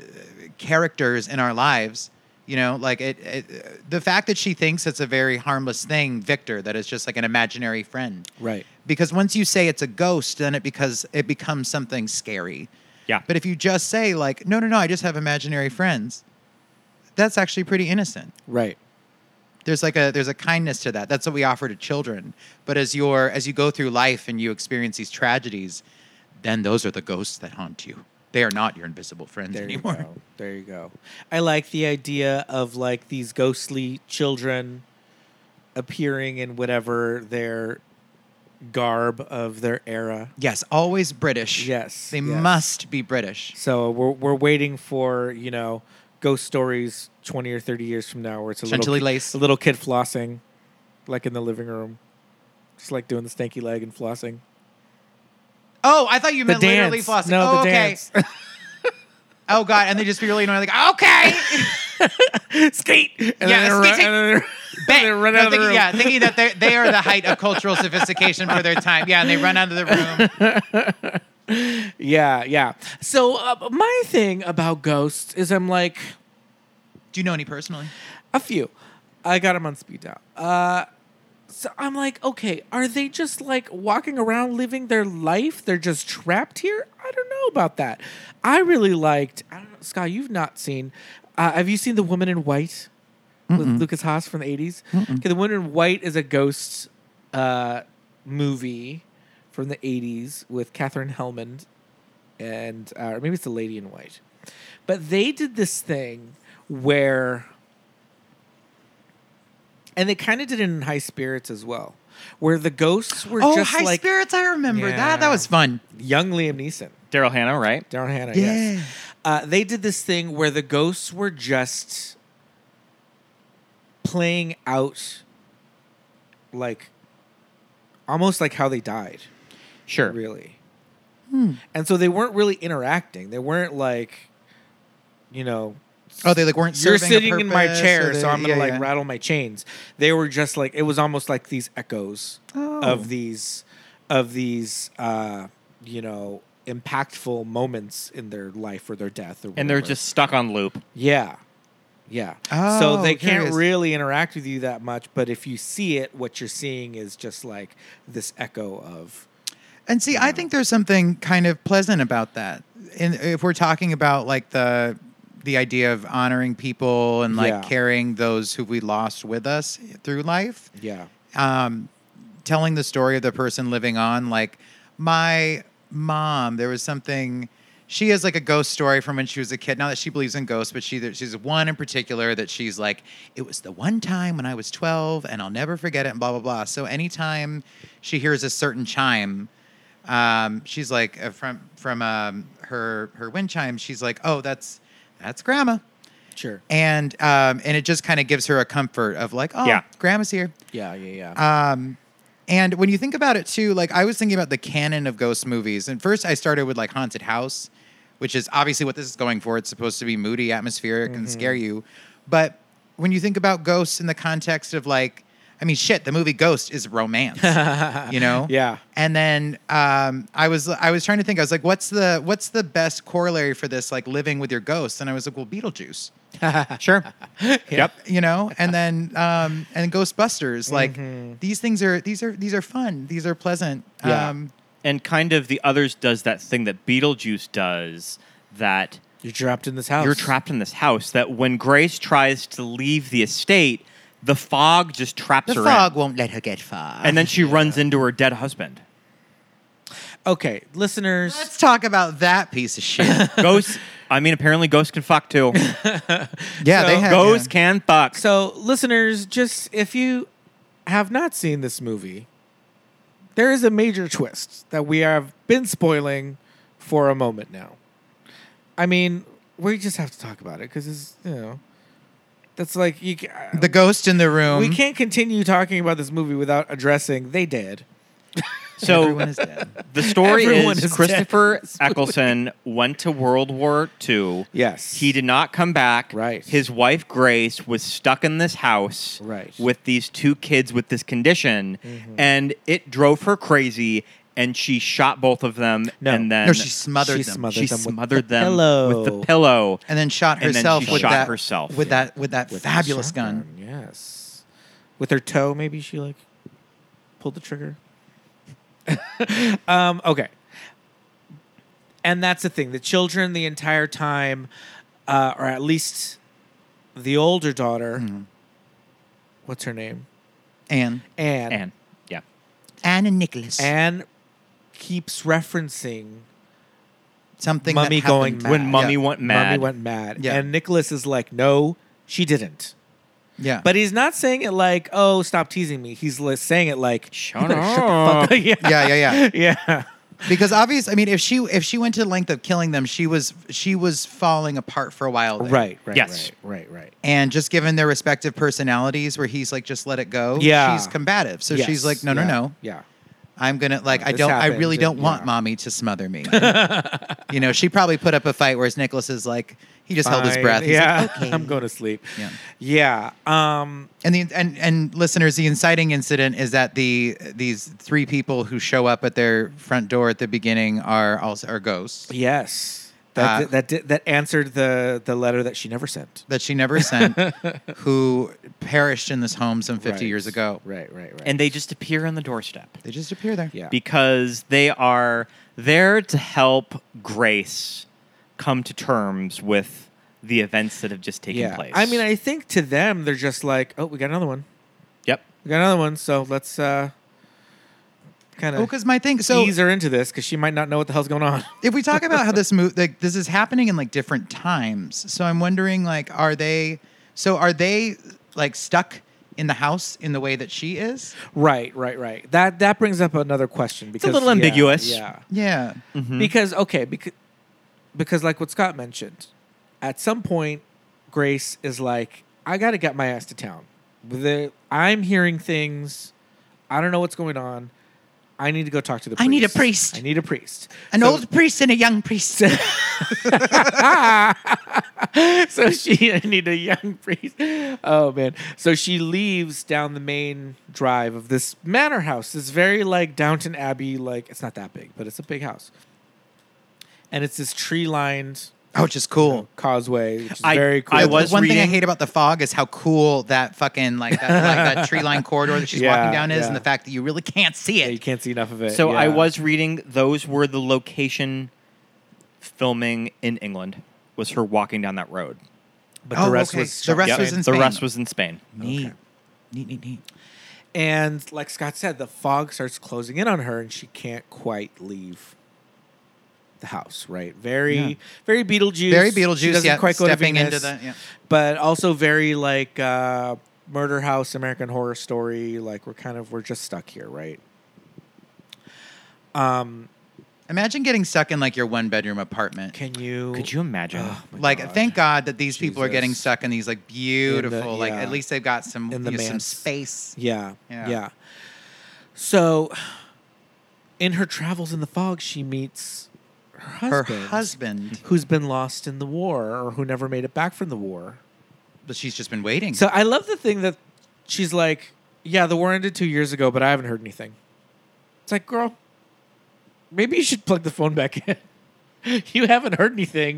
Speaker 5: characters in our lives. You know, like it, it. The fact that she thinks it's a very harmless thing, Victor, that it's just like an imaginary friend,
Speaker 3: Right.
Speaker 5: Because once you say it's a ghost, then it because it becomes something scary.
Speaker 4: Yeah.
Speaker 5: But if you just say like, no, no, no, I just have imaginary friends, that's actually pretty innocent
Speaker 3: Right.
Speaker 5: there's like a there's a kindness to that that's what we offer to children but as you're as you go through life and you experience these tragedies then those are the ghosts that haunt you they are not your invisible friends
Speaker 3: There
Speaker 5: anymore
Speaker 3: you go. There you go. I like the idea of like these ghostly children appearing in whatever their garb of their era.
Speaker 5: yes always british
Speaker 3: Yes,
Speaker 5: they
Speaker 3: yes.
Speaker 5: must be british
Speaker 3: So we're we're waiting for you know ghost stories twenty or thirty years from now, where it's a little
Speaker 5: Chantilly
Speaker 3: ki-
Speaker 5: lace.
Speaker 3: a little kid flossing, like in the living room, just like doing the stanky leg and flossing.
Speaker 5: oh i thought you
Speaker 3: The
Speaker 5: meant literally
Speaker 3: dance,
Speaker 5: flossing
Speaker 3: no,
Speaker 5: oh
Speaker 3: the
Speaker 5: okay
Speaker 3: dance.
Speaker 5: oh god and they just be really annoying like okay
Speaker 3: skate. And
Speaker 5: Yeah,
Speaker 3: then they run-
Speaker 5: skate, skate.
Speaker 3: and then they-
Speaker 5: bet.
Speaker 3: they run
Speaker 5: No,
Speaker 3: out of the
Speaker 5: thinking,
Speaker 3: room.
Speaker 5: yeah thinking that they they are the height of cultural sophistication for their time yeah and they run out of the room
Speaker 3: Yeah, yeah. So uh, my thing about ghosts is I'm like
Speaker 5: do you know any personally
Speaker 3: a few. I got them on speed dial. Uh, so I'm like, okay, are they just like walking around living their life? They're just trapped here. I don't know about that. I really liked. I don't know, Scott, you've not seen. Uh, have you seen the Woman in White with Lucas Haas from the '80s? Okay, the Woman in White is a ghost uh, movie from the '80s with Katherine Hellman and uh, or maybe it's the lady in white but they did this thing where and they kind of did it in high spirits as well where the ghosts were
Speaker 5: oh
Speaker 3: just
Speaker 5: high
Speaker 3: like
Speaker 5: spirits i remember that that
Speaker 3: Yeah.
Speaker 5: was fun
Speaker 3: young liam neeson
Speaker 4: Daryl Hannah, right?
Speaker 3: Daryl Hannah,
Speaker 5: Yeah.
Speaker 3: yes. Uh, they did this thing where the ghosts were just playing out like almost like how they died
Speaker 4: Sure.
Speaker 3: really. And so they weren't really interacting. They weren't like, you know,
Speaker 5: Oh, they like weren't.
Speaker 3: you're
Speaker 5: serving a
Speaker 3: sitting in my
Speaker 5: purpose,
Speaker 3: chair,
Speaker 5: or they-
Speaker 3: so I'm gonna
Speaker 5: yeah,
Speaker 3: like
Speaker 5: yeah.
Speaker 3: rattle my chains. They were just like it was almost like these echoes of these, of these, uh, you know, impactful moments in their life or their death, or
Speaker 4: And they're
Speaker 3: whatever.
Speaker 4: just stuck on loop.
Speaker 3: yeah, yeah.
Speaker 5: Oh,
Speaker 3: so they
Speaker 5: curious.
Speaker 3: can't really interact with you that much. But if you see it, what you're seeing is just like this echo of
Speaker 5: And see, I think there's something kind of pleasant about that. And if we're talking about like the the idea of honoring people and like
Speaker 3: Yeah.
Speaker 5: carrying those who we lost with us through life,
Speaker 3: yeah.
Speaker 5: um, telling the story of the person living on. Like my mom, there was something. She has like a ghost story from when she was a kid. Not that she believes in ghosts, but she there- she's one in particular that she's like, it was the one time when I was twelve, and I'll never forget it. And blah blah blah. So anytime she hears a certain chime, um, she's like uh, from from um, her her wind chime. She's like, oh, that's that's grandma
Speaker 3: Sure.
Speaker 5: and um, and it just kind of gives her a comfort of like, oh,
Speaker 4: Yeah.
Speaker 5: grandma's here.
Speaker 3: Yeah, yeah, yeah.
Speaker 5: Um, and when you think about it too, like I was thinking about the canon of ghost movies, and first I started with like haunted house, which is obviously what this is going for. It's supposed to be moody, atmospheric, and scare you. But when you think about ghosts in the context of like, I mean, shit, the movie Ghost is romance, you know?
Speaker 3: Yeah.
Speaker 5: And then um, I was I was trying to think. I was like, what's the what's the best corollary for this like living with your ghost? And I was like, well, Beetlejuice
Speaker 4: Sure. Yep.
Speaker 5: you know and then um and ghostbusters like these things are these are these are fun these are pleasant
Speaker 3: Yeah.
Speaker 5: um
Speaker 4: And kind of the others does that thing that Beetlejuice does that
Speaker 3: You're trapped in this house.
Speaker 4: you're trapped in this house that when Grace tries to leave the estate, the fog just traps
Speaker 5: the
Speaker 4: her
Speaker 5: fog
Speaker 4: in.
Speaker 5: won't let her get far
Speaker 4: And then she runs into her dead husband.
Speaker 3: Okay, listeners.
Speaker 5: let's talk about that piece of shit yeah
Speaker 4: Ghosts I mean apparently ghosts can fuck too.
Speaker 5: they have
Speaker 4: ghosts
Speaker 5: yeah.
Speaker 4: can fuck.
Speaker 3: So, listeners, just if you have not seen this movie, there is a major twist that we have been spoiling for a moment now. I mean, we just have to talk about it because it's you know, that's like you. ca-
Speaker 5: the ghost in the room
Speaker 3: we can't continue talking about this movie without addressing they did
Speaker 4: So
Speaker 5: Everyone is dead.
Speaker 4: the story
Speaker 3: Everyone
Speaker 4: is,
Speaker 3: is
Speaker 4: Christopher Eccleston went to World War II.
Speaker 3: Yes.
Speaker 4: He did not come back.
Speaker 3: Right.
Speaker 4: His wife Grace was stuck in this house
Speaker 3: Right. Mm-hmm.
Speaker 4: with these two kids with this condition and it drove her crazy and she shot both of them
Speaker 3: No.
Speaker 4: and then
Speaker 5: No, she smothered
Speaker 3: she
Speaker 5: them.
Speaker 3: smothered
Speaker 4: she
Speaker 3: them with
Speaker 4: smothered
Speaker 3: the
Speaker 4: them with
Speaker 3: pillow.
Speaker 4: the pillow.
Speaker 5: and then shot
Speaker 4: And then she
Speaker 5: herself with
Speaker 4: shot
Speaker 5: that
Speaker 4: herself,
Speaker 5: with
Speaker 4: yeah.
Speaker 5: that with that
Speaker 3: With her
Speaker 5: fabulous gun.
Speaker 3: shotgun, Yes. With her toe, maybe she like pulled the trigger. um, okay. And that's the thing. The children the entire time, uh, or at least the older daughter. What's her name?
Speaker 5: Anne.
Speaker 3: Anne.
Speaker 4: And yeah.
Speaker 5: Anne and Nicholas.
Speaker 3: Anne keeps referencing
Speaker 5: Something
Speaker 3: mummy
Speaker 5: that
Speaker 3: going
Speaker 5: happened.
Speaker 3: mad.
Speaker 4: When mummy
Speaker 5: yeah.
Speaker 4: went
Speaker 3: Mummy
Speaker 4: mad.
Speaker 3: went mad.
Speaker 5: Yeah.
Speaker 3: And Nicholas is like, no, she didn't.
Speaker 5: Yeah.
Speaker 3: But he's not saying it like, "Oh, stop teasing me." He's li- saying it like,
Speaker 4: Shut
Speaker 3: "You better
Speaker 4: up."
Speaker 3: the fuck
Speaker 5: Oh, yeah, yeah, yeah.
Speaker 3: up." yeah, yeah,
Speaker 5: Because obvious, I mean, if she if she went to the length of killing them, she was she was falling apart for a while. there.
Speaker 3: right, right,
Speaker 4: Yes.
Speaker 3: right, right, right.
Speaker 5: And just given their respective personalities, where he's like, just let it go.
Speaker 3: Yeah.
Speaker 5: She's combative, so
Speaker 3: Yes.
Speaker 5: she's like, no, no,
Speaker 3: Yeah.
Speaker 5: no.
Speaker 3: yeah.
Speaker 5: I'm gonna like, I
Speaker 3: This
Speaker 5: don't, I
Speaker 3: happened,
Speaker 5: really
Speaker 3: and-
Speaker 5: don't want
Speaker 3: yeah.
Speaker 5: mommy to smother me. you know, she probably put up a fight, whereas Nicholas is like, he just held his
Speaker 3: Fine.
Speaker 5: breath. He's like, "Oh."
Speaker 3: yeah,
Speaker 5: okay.
Speaker 3: I'm going to sleep.
Speaker 5: Yeah.
Speaker 3: Yeah, um,
Speaker 5: And the and and listeners, the inciting incident is that the these three people who show up at their front door at the beginning are also are ghosts
Speaker 3: yes. That
Speaker 5: Uh,
Speaker 3: that did, that answered the the letter that she never sent
Speaker 5: that she never sent, who perished in this home some fifty
Speaker 3: Right.
Speaker 5: years ago.
Speaker 3: Right, right, right.
Speaker 4: And they just appear on the doorstep.
Speaker 5: They just appear there.
Speaker 3: yeah,
Speaker 4: because they are there to help Grace come to terms with the events that have just taken
Speaker 3: yeah.
Speaker 4: place.
Speaker 3: I mean, I think to them they're just like, "Oh, we got another one.
Speaker 4: yep.
Speaker 3: We got another one. So let's uh, kind
Speaker 5: Oh,
Speaker 3: of
Speaker 5: because my thing. So
Speaker 3: ease her into this because she might not know what the hell's going on."
Speaker 5: if we talk about how this move, like this is happening in like different times. So I'm wondering, like, are they? So are they like stuck in the house in the way that she is?
Speaker 3: Right, right, right. That that brings up another question because
Speaker 4: little
Speaker 3: yeah,
Speaker 4: ambiguous.
Speaker 3: Yeah,
Speaker 5: Yeah.
Speaker 3: Mm. because okay, because because like what Scott mentioned, at some point, Grace is like, I got to get my ass to town. The, I'm hearing things. I don't know what's going on. I need to go talk to the. priest.
Speaker 5: I need a priest.
Speaker 3: I need a priest.
Speaker 5: An
Speaker 3: So-
Speaker 5: old priest and a young priest.
Speaker 3: so she I need a young priest. Oh man. So she leaves down the main drive of this manor house. It's very like Downton Abbey, like it's not that big, but it's a big house. And it's this tree lined
Speaker 5: Oh, which is cool.
Speaker 3: causeway, which is
Speaker 4: I-
Speaker 3: very cool.
Speaker 4: I
Speaker 5: The- the
Speaker 4: was
Speaker 5: one thing I
Speaker 4: reading-
Speaker 5: hate about the fog is how cool that fucking like that, like, that tree line corridor that she's
Speaker 3: Yeah,
Speaker 5: walking down is,
Speaker 3: yeah.
Speaker 5: and the fact that you really can't see
Speaker 3: Yeah, you
Speaker 5: it.
Speaker 3: can't see enough of it.
Speaker 4: So I
Speaker 3: Yeah.
Speaker 4: was reading those were the location filming in England was her walking down that road.
Speaker 3: but
Speaker 5: Oh,
Speaker 3: the rest
Speaker 5: okay.
Speaker 3: was
Speaker 5: The rest
Speaker 4: Yep.
Speaker 5: was in
Speaker 4: The
Speaker 5: Spain.
Speaker 4: rest was in Spain.
Speaker 5: Neat, neat, neat, neat.
Speaker 3: And like Scott said, the fog starts closing in on her and she can't quite leave the house, right? Very, very Beetlejuice.
Speaker 5: Very
Speaker 3: She
Speaker 5: Beetlejuice.
Speaker 3: doesn't
Speaker 5: Yeah,
Speaker 3: quite go to
Speaker 5: stepping into
Speaker 3: Venus,
Speaker 5: the yeah.
Speaker 3: But also very like uh, murder house, American horror story. Like we're kind of, we're just stuck here, right?
Speaker 5: Imagine getting stuck in like your one bedroom apartment.
Speaker 3: Can you?
Speaker 4: Could you imagine?
Speaker 5: like, thank God that these people are getting
Speaker 3: Jesus.
Speaker 5: stuck in these like beautiful. Like,
Speaker 3: yeah.
Speaker 5: at least they've got some
Speaker 3: In the
Speaker 5: you know, some
Speaker 3: manse.
Speaker 5: space.
Speaker 3: Yeah, yeah.
Speaker 5: Yeah.
Speaker 3: So in her travels in the fog, she meets her
Speaker 5: Her
Speaker 3: husband.
Speaker 5: husband,
Speaker 3: Who's been lost in the war or who never made it back from the war.
Speaker 5: but she's just been waiting.
Speaker 3: So I love the thing that she's like, yeah, the war ended two years ago, but I haven't heard anything. It's like, girl, maybe you should plug the phone back in. you haven't heard anything.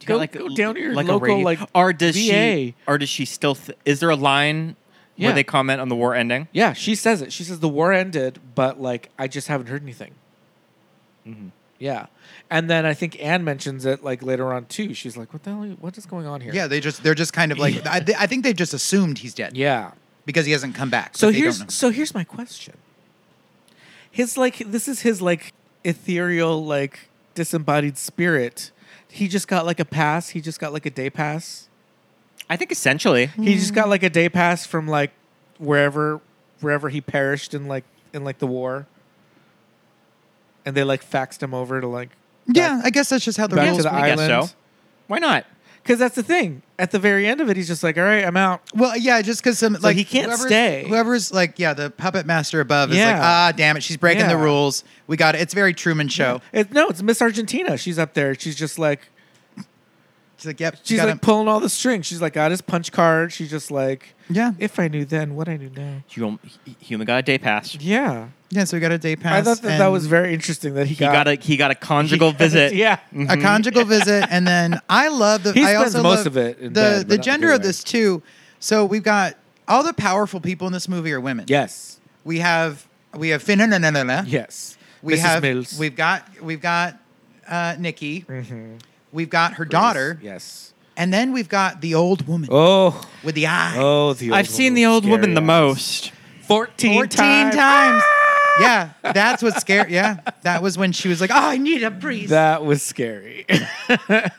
Speaker 4: You
Speaker 3: Go,
Speaker 4: got,
Speaker 3: go
Speaker 4: l-
Speaker 3: down to your
Speaker 4: like a
Speaker 3: local,
Speaker 4: radio-
Speaker 3: like,
Speaker 4: or does
Speaker 3: VA.
Speaker 4: she or does she still th- is there a line
Speaker 3: Yeah.
Speaker 4: where they comment on the war ending?
Speaker 3: Yeah, she says it. She says the war ended, but like I just haven't heard anything.
Speaker 4: Mm-hmm.
Speaker 3: Yeah, and then I think Anne mentions it like later on too. She's like, "What the hell? What is going on here?"
Speaker 5: yeah, they just they're just kind of like I, I think they've just assumed he's dead.
Speaker 3: yeah.
Speaker 5: because he hasn't come back.
Speaker 3: So
Speaker 5: but they don't know.
Speaker 3: here's so here's my question. His like this is his like ethereal like disembodied spirit. He just got like a pass. He just got like a day pass.
Speaker 4: I think essentially.
Speaker 3: He just
Speaker 5: Mm.
Speaker 3: got like a day pass from like wherever wherever he perished in like in like the war. And they like faxed him over to like
Speaker 5: yeah, I guess that's just how the
Speaker 3: back
Speaker 5: rules
Speaker 3: to the
Speaker 5: work.
Speaker 4: I guess
Speaker 3: island.
Speaker 4: so. Why not?
Speaker 3: Because that's the thing. at the very end of it, he's just like, "All right, I'm out."
Speaker 5: Well, yeah, just because some like
Speaker 3: he can't
Speaker 5: whoever's-
Speaker 3: stay.
Speaker 5: Whoever's like, yeah, the puppet master above is like,
Speaker 3: Yeah.
Speaker 5: ah, damn it, she's breaking the
Speaker 3: Yeah.
Speaker 5: rules. We got it. It's very Truman Show.
Speaker 3: It, no, it's Miss Argentina. She's up there. She's just like
Speaker 5: She's like, yep,
Speaker 3: she's
Speaker 5: got
Speaker 3: like
Speaker 5: him.
Speaker 3: pulling all the strings. She's like got his punch card. She's just like,
Speaker 5: Yeah.
Speaker 3: If I knew then, what I knew now.
Speaker 4: Human, human got a day pass. He
Speaker 3: Yeah,
Speaker 5: yeah. So we got a day pass.
Speaker 3: I thought that that
Speaker 5: and
Speaker 3: was very interesting that he got,
Speaker 4: got a he got a conjugal visit.
Speaker 3: yeah,
Speaker 5: a conjugal visit, and then I love the.
Speaker 3: Mm-hmm. He
Speaker 5: I
Speaker 3: spends
Speaker 5: also
Speaker 3: most
Speaker 5: love
Speaker 3: of it in
Speaker 5: the
Speaker 3: bed, but
Speaker 5: the
Speaker 3: not a
Speaker 5: gender
Speaker 3: good
Speaker 5: of
Speaker 3: way.
Speaker 5: this too. So we've got all the powerful people in this movie are women.
Speaker 3: yes,
Speaker 5: we have we have Finn. No, no, no, no.
Speaker 3: yes.
Speaker 5: we
Speaker 3: Mrs.
Speaker 5: have
Speaker 3: Mills.
Speaker 5: we've got we've got uh, Nikki.
Speaker 3: Mm-hmm.
Speaker 5: We've got her daughter,
Speaker 3: Yes.
Speaker 5: and then we've got the old woman
Speaker 3: Oh,
Speaker 5: with the eye.
Speaker 3: oh, the. Old
Speaker 4: I've seen the
Speaker 3: woman's
Speaker 4: old woman
Speaker 3: scary
Speaker 4: the
Speaker 3: eyes.
Speaker 4: most.
Speaker 3: Fourteen,
Speaker 5: 14 times.
Speaker 3: Ah!
Speaker 5: Yeah, that's what scared. Yeah, that was when she was like, "Oh, I need a priest."
Speaker 3: That was scary.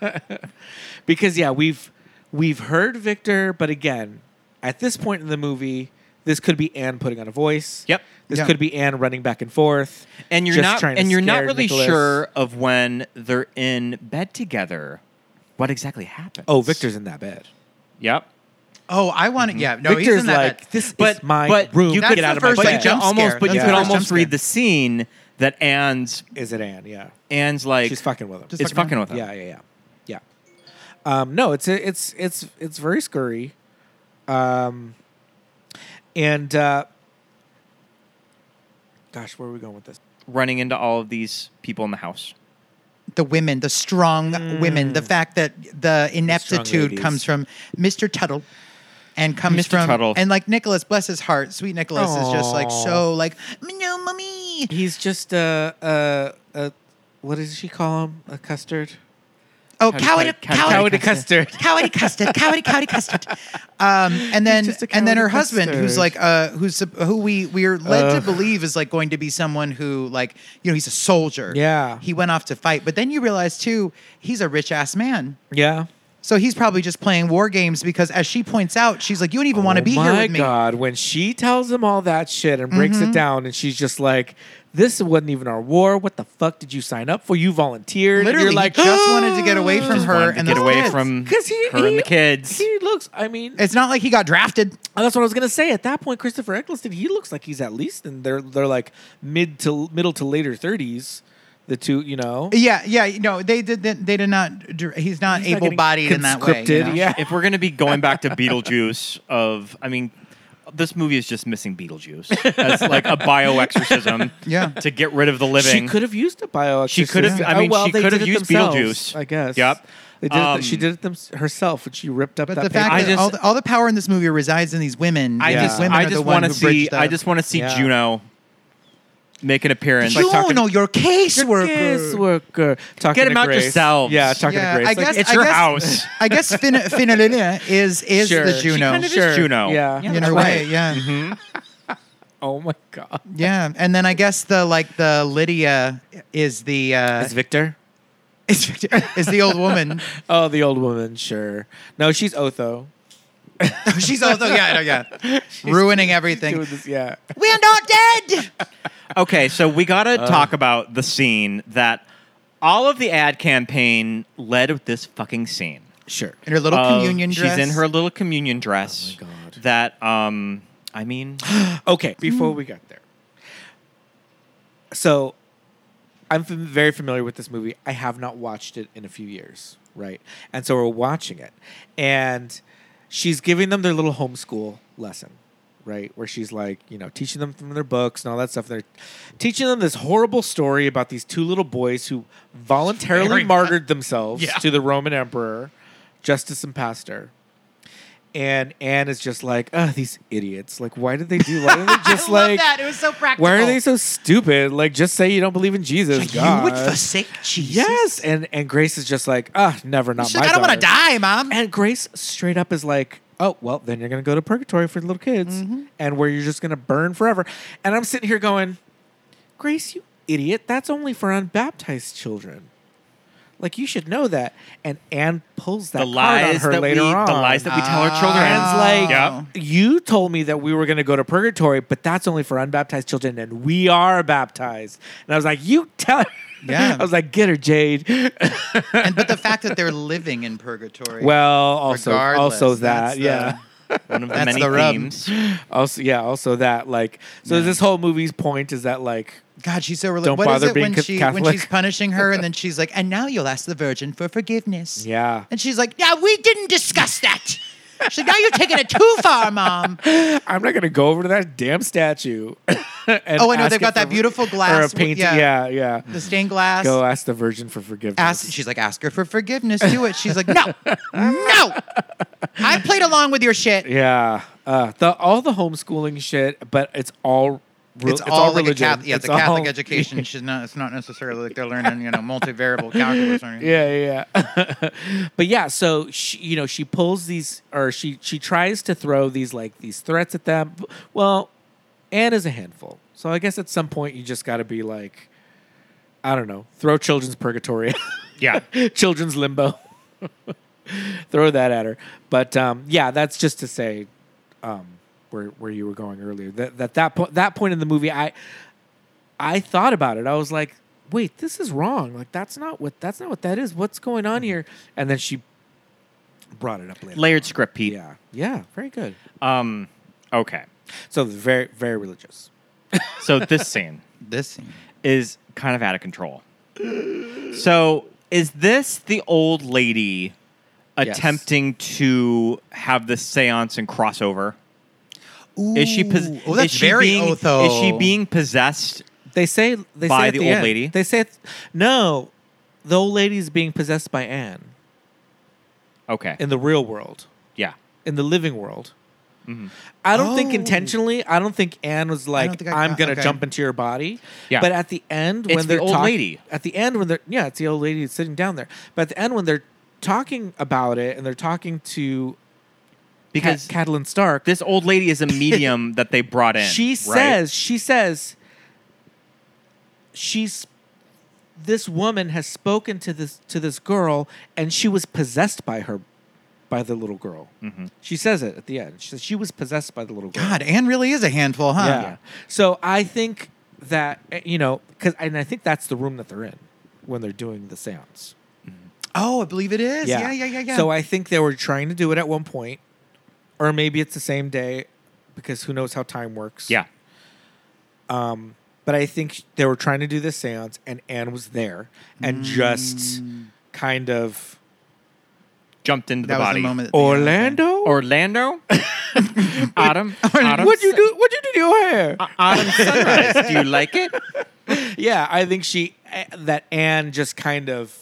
Speaker 3: because yeah, we've we've heard Victor, but again, at this point in the movie, this could be Anne putting on a voice.
Speaker 4: Yep.
Speaker 3: This
Speaker 5: Yeah.
Speaker 3: could be Anne running back and forth.
Speaker 4: And you're
Speaker 3: just
Speaker 4: not
Speaker 3: trying to
Speaker 4: and you're not
Speaker 3: scare
Speaker 4: really
Speaker 3: Nicholas.
Speaker 4: sure of when they're in bed together. What exactly happened?
Speaker 3: Oh, Victor's in that bed.
Speaker 4: Yep.
Speaker 5: oh, I want it. Yeah, no,
Speaker 3: Victor's
Speaker 5: he's in that
Speaker 3: like,
Speaker 5: bed.
Speaker 3: this
Speaker 4: But
Speaker 3: is my
Speaker 4: but
Speaker 3: room.
Speaker 4: you
Speaker 5: That's
Speaker 4: could
Speaker 5: the
Speaker 4: out of
Speaker 5: first,
Speaker 4: my
Speaker 5: like,
Speaker 4: bed.
Speaker 5: jump
Speaker 4: almost
Speaker 5: scare.
Speaker 4: but you
Speaker 5: That's
Speaker 4: could
Speaker 5: the first
Speaker 4: almost
Speaker 5: jump
Speaker 4: read
Speaker 5: scare.
Speaker 4: the scene that Anne's
Speaker 3: is it Anne? Yeah.
Speaker 4: Anne's like
Speaker 3: She's fucking with him.
Speaker 5: Just
Speaker 4: It's fucking with him.
Speaker 3: Yeah, yeah, yeah, yeah. Um, no, it's it's it's it's very scurry, um, and uh, gosh, where are we going with this?
Speaker 4: running into all of these people in the house.
Speaker 5: the women, the strong women, the fact that the ineptitude
Speaker 3: Mm. ladies.
Speaker 5: comes from Mr. Tuttle and
Speaker 4: Mr.
Speaker 5: comes from
Speaker 4: Tuttle.
Speaker 5: and like Nicholas, bless his heart, sweet Nicholas is just like
Speaker 3: Aw.
Speaker 5: so like no mommy.
Speaker 3: He's just a uh, uh, uh, what does she call him? A custard?
Speaker 5: Oh,
Speaker 4: Cow-
Speaker 5: cowity,
Speaker 4: cow-
Speaker 5: cowity,
Speaker 4: cowity
Speaker 3: custard.
Speaker 5: cowity custard, cowity, cowity custard. Um, and then,
Speaker 3: just a
Speaker 5: and then her
Speaker 3: cowity
Speaker 5: husband, who's
Speaker 3: custard.
Speaker 5: like, uh, who's sup- who we we are led to
Speaker 3: Ugh.
Speaker 5: believe is like going to be someone who, like, you know, he's a soldier.
Speaker 3: Yeah.
Speaker 5: he went off to fight, but then you realize too, he's a rich ass man.
Speaker 3: Yeah.
Speaker 5: So he's probably just playing war games because, as she points out, she's like, "You don't even
Speaker 4: Oh
Speaker 5: want to be here
Speaker 3: Oh My
Speaker 5: with me." Mm-hmm.
Speaker 3: God, when she tells him all that shit and breaks it down, and she's just like, "This wasn't even our war. What the fuck did you sign up for? You volunteered." and
Speaker 5: Literally,
Speaker 3: you're like,
Speaker 5: he just wanted to get away from
Speaker 4: Just
Speaker 5: her
Speaker 4: wanted to
Speaker 5: and
Speaker 4: get
Speaker 5: those
Speaker 4: away
Speaker 5: kids.
Speaker 4: from
Speaker 3: because he
Speaker 4: her
Speaker 3: he,
Speaker 4: and the kids.
Speaker 3: He looks. I mean,
Speaker 5: It's not like he got drafted.
Speaker 3: Oh, that's what I was gonna say. At that point, Christopher Eccleston, he looks like he's at least in their they're like mid to middle to later threes. The two, you know,
Speaker 5: Yeah, yeah. No, they did. They, they did not. dr- He's not
Speaker 3: He's not getting
Speaker 5: able-bodied in that way. you
Speaker 3: conscripted,
Speaker 5: know?
Speaker 3: yeah.
Speaker 4: if we're gonna be going back to Beetlejuice, of I mean, this movie is just missing Beetlejuice as like a bioexorcism,
Speaker 5: Yeah.
Speaker 4: to get rid of the living.
Speaker 3: she could have used a Oh, bio.
Speaker 4: She could have- I mean, she could have used Beetlejuice.
Speaker 3: I guess.
Speaker 4: Yep.
Speaker 3: They did
Speaker 4: Um,
Speaker 3: it, she did it them, herself when she ripped up
Speaker 5: But
Speaker 3: that.
Speaker 5: the fact
Speaker 3: paper.
Speaker 4: I
Speaker 5: that
Speaker 4: just-
Speaker 5: all, the, all the power in this movie resides in these women.
Speaker 4: I
Speaker 5: these
Speaker 4: just,
Speaker 5: women
Speaker 4: I
Speaker 5: are the
Speaker 4: just
Speaker 5: one
Speaker 4: want to
Speaker 5: who bridge
Speaker 4: see,
Speaker 5: the-
Speaker 4: I just want to see
Speaker 3: Yeah.
Speaker 4: Juno make an appearance.
Speaker 5: you
Speaker 3: talking-
Speaker 5: know your caseworker.
Speaker 3: Case worker. Talking
Speaker 4: Get 'em
Speaker 3: to
Speaker 4: out
Speaker 3: Grace.
Speaker 4: yourselves.
Speaker 3: Yeah, talking
Speaker 5: Yeah,
Speaker 3: to Grace.
Speaker 5: I
Speaker 3: Like,
Speaker 5: guess
Speaker 4: it's
Speaker 5: I
Speaker 4: your
Speaker 5: guess-
Speaker 4: house.
Speaker 5: I guess Fin- Finalina is is
Speaker 3: Sure.
Speaker 5: the
Speaker 3: She
Speaker 5: Juno
Speaker 4: kind of is
Speaker 3: Sure.
Speaker 4: Juno.
Speaker 3: Yeah.
Speaker 5: in a way. Yeah,
Speaker 3: oh my god.
Speaker 5: yeah. And then I guess the like the Lydia is the uh,
Speaker 3: It's Victor.
Speaker 5: is, Victor- is the old woman.
Speaker 3: Oh, the old woman. Sure. No, she's Otho.
Speaker 5: She's also yeah no, yeah ruining everything.
Speaker 3: Doing this- yeah.
Speaker 5: We are not dead.
Speaker 4: Okay, so we got to talk about the scene that all of the ad campaign led with this fucking scene.
Speaker 3: Sure.
Speaker 5: In her
Speaker 3: Um,
Speaker 5: little
Speaker 4: Of-
Speaker 5: communion dress.
Speaker 4: She's in her little communion dress.
Speaker 3: Oh my God.
Speaker 4: That um I mean
Speaker 3: Okay, before we got there. So, I'm fam- very familiar with this movie. I have not watched it in a few years, right? And so we're watching it. And she's giving them their little homeschool lesson, right? Where she's like, you know, teaching them from their books and all that stuff. They're teaching them this horrible story about these two little boys who voluntarily
Speaker 5: Very-
Speaker 3: martyred themselves
Speaker 5: Yeah.
Speaker 3: to the Roman emperor, Justice and Pastor and Anne is just like, oh, these idiots. Like, why did they do? Why did they just like?
Speaker 5: It was so practical.
Speaker 3: Why are they so stupid? Like, just say you don't believe in Jesus. God.
Speaker 5: Jesus.
Speaker 3: yes, and and Grace is just like, ah, never, not
Speaker 5: She's
Speaker 3: my.
Speaker 5: like, I don't want to
Speaker 3: daughter."
Speaker 5: die, mom.
Speaker 3: And Grace straight up is like, oh, well, then you're going to go to purgatory for little kids
Speaker 5: Mm-hmm.
Speaker 3: and where you're just going to burn forever. And I'm sitting here going, Grace, you idiot. That's only for unbaptized children. Like, you should know that. And Anne pulls that
Speaker 4: the
Speaker 3: card on
Speaker 4: lies
Speaker 3: her
Speaker 4: that
Speaker 3: later
Speaker 4: we
Speaker 3: on. Ah.
Speaker 4: the lies that we tell our children.
Speaker 3: Anne's like,
Speaker 4: Yep.
Speaker 3: you told me that we were going to go to purgatory, but that's only for unbaptized children, and we are baptized. And I was like, you tell her.
Speaker 5: Yeah.
Speaker 3: I was like, get her, Jade.
Speaker 5: and, but the fact that they're living in in purgatory.
Speaker 3: Well, also
Speaker 5: Regardless,
Speaker 3: also that,
Speaker 5: that's the-
Speaker 3: yeah.
Speaker 4: One of the
Speaker 5: That's
Speaker 4: many
Speaker 5: the rub.
Speaker 4: themes.
Speaker 3: Also yeah, also that like so this whole movie's point is that like
Speaker 5: God, she's so
Speaker 3: Don't
Speaker 5: religious. What is
Speaker 3: bother
Speaker 5: it
Speaker 3: being
Speaker 5: when
Speaker 3: ca-
Speaker 5: she when
Speaker 3: Catholic.
Speaker 5: she's punishing her and then she's like, and now you'll ask the Virgin for forgiveness.
Speaker 3: yeah.
Speaker 5: And she's like, now we didn't discuss that. She's like, now you're taking it too far, Mom.
Speaker 3: I'm not gonna go over to that damn statue.
Speaker 5: Oh, I know, they've got that beautiful glass
Speaker 3: Or a
Speaker 5: w-
Speaker 3: painting. Yeah, yeah.
Speaker 5: yeah. The stained glass.
Speaker 3: Go ask the Virgin for forgiveness.
Speaker 5: ask she's like ask her for forgiveness do it she's like no no i played along with your shit
Speaker 3: Yeah, uh, the all the homeschooling shit, but it's all re-
Speaker 5: it's, all, like
Speaker 3: religion.
Speaker 5: a catholic yeah it's, a
Speaker 3: all-
Speaker 5: catholic education she's not it's not necessarily like they're learning you know multivariable calculus or anything.
Speaker 3: Yeah, yeah. yeah. but yeah, so she, you know, she pulls these, or she she tries to throw these like these threats at them. B- Well, Anne is a handful, so I guess at some point you just got to be like, I don't know, throw children's purgatory,
Speaker 4: Yeah.
Speaker 3: children's limbo, throw that at her. But um, yeah, that's just to say, um, where where you were going earlier. That that that point that point in the movie, I I thought about it. I was like, wait, this is wrong. Like that's not what that's not what that is. What's going
Speaker 4: Mm-hmm.
Speaker 3: on here? And then she brought it up later.
Speaker 4: Layered script, Pete.
Speaker 3: yeah, yeah, very good.
Speaker 4: Um, okay.
Speaker 3: So very very religious.
Speaker 4: So this scene
Speaker 5: this scene.
Speaker 4: is kind of out of control. So is this the old lady
Speaker 3: Yes.
Speaker 4: attempting to have the seance and crossover? Is she pos-
Speaker 5: Ooh. oh that's
Speaker 4: is she
Speaker 5: very
Speaker 4: being,
Speaker 5: otho
Speaker 4: Is she being possessed?
Speaker 3: They say they
Speaker 4: By
Speaker 3: say at
Speaker 4: the old
Speaker 3: end-
Speaker 4: lady?
Speaker 3: They say at- no, the old lady is being possessed by Anne
Speaker 4: Okay.
Speaker 3: in the real world,
Speaker 4: yeah.
Speaker 3: in the living world.
Speaker 4: Mm-hmm.
Speaker 3: I don't think
Speaker 5: Oh.
Speaker 3: intentionally. I don't think Anne was like,
Speaker 5: think I
Speaker 3: "I'm
Speaker 5: got-
Speaker 3: gonna
Speaker 5: okay.
Speaker 3: jump into your body."
Speaker 4: Yeah.
Speaker 3: But at the end,
Speaker 4: It's
Speaker 3: when
Speaker 4: the
Speaker 3: they're
Speaker 4: old
Speaker 3: talk-
Speaker 4: lady.
Speaker 3: at the end when they're yeah, it's the old lady that's sitting down there. But at the end when they're talking about it and they're talking to
Speaker 4: Because
Speaker 3: Cat- Catelyn Stark,
Speaker 4: this old lady is a medium that they brought in.
Speaker 3: she
Speaker 4: right?
Speaker 3: says she says she's this woman has spoken to this to this girl and she was possessed by her by the little girl
Speaker 4: Mm-hmm.
Speaker 3: she says it at the end she says she was possessed by the little girl
Speaker 5: god anne really is a handful huh
Speaker 3: yeah. so i think that eh, you know because and i think that's the room that they're in when they're doing the seance
Speaker 5: oh i believe it is yeah yeah yeah yeah,
Speaker 3: so I think they were trying to do it at one point, or maybe it's the same day, because who knows how time works.
Speaker 4: Yeah.
Speaker 3: But I think they were trying to do this seance, and Anne was there
Speaker 5: Mm.
Speaker 3: and just kind of
Speaker 4: Jumped into
Speaker 5: that
Speaker 4: the
Speaker 5: was
Speaker 4: body.
Speaker 5: the moment that-
Speaker 3: Orlando.
Speaker 4: Orlando? Autumn? Autumn?
Speaker 3: what'd you do? What'd you do to your hair?
Speaker 4: Autumn sunrise. Do you like it?
Speaker 3: yeah, I think she eh, that Anne just kind of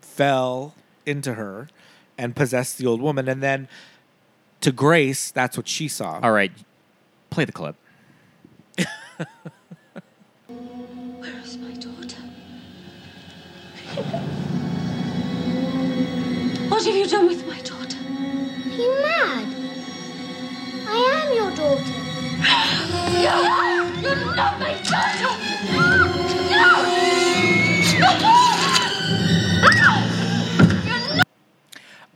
Speaker 3: fell into her and possessed the old woman, and then to Grace, that's what she saw.
Speaker 4: All right. Play the clip.
Speaker 1: Where is my daughter? What have you done with my daughter?
Speaker 7: Are you mad? I am your daughter.
Speaker 1: No! You're not my daughter!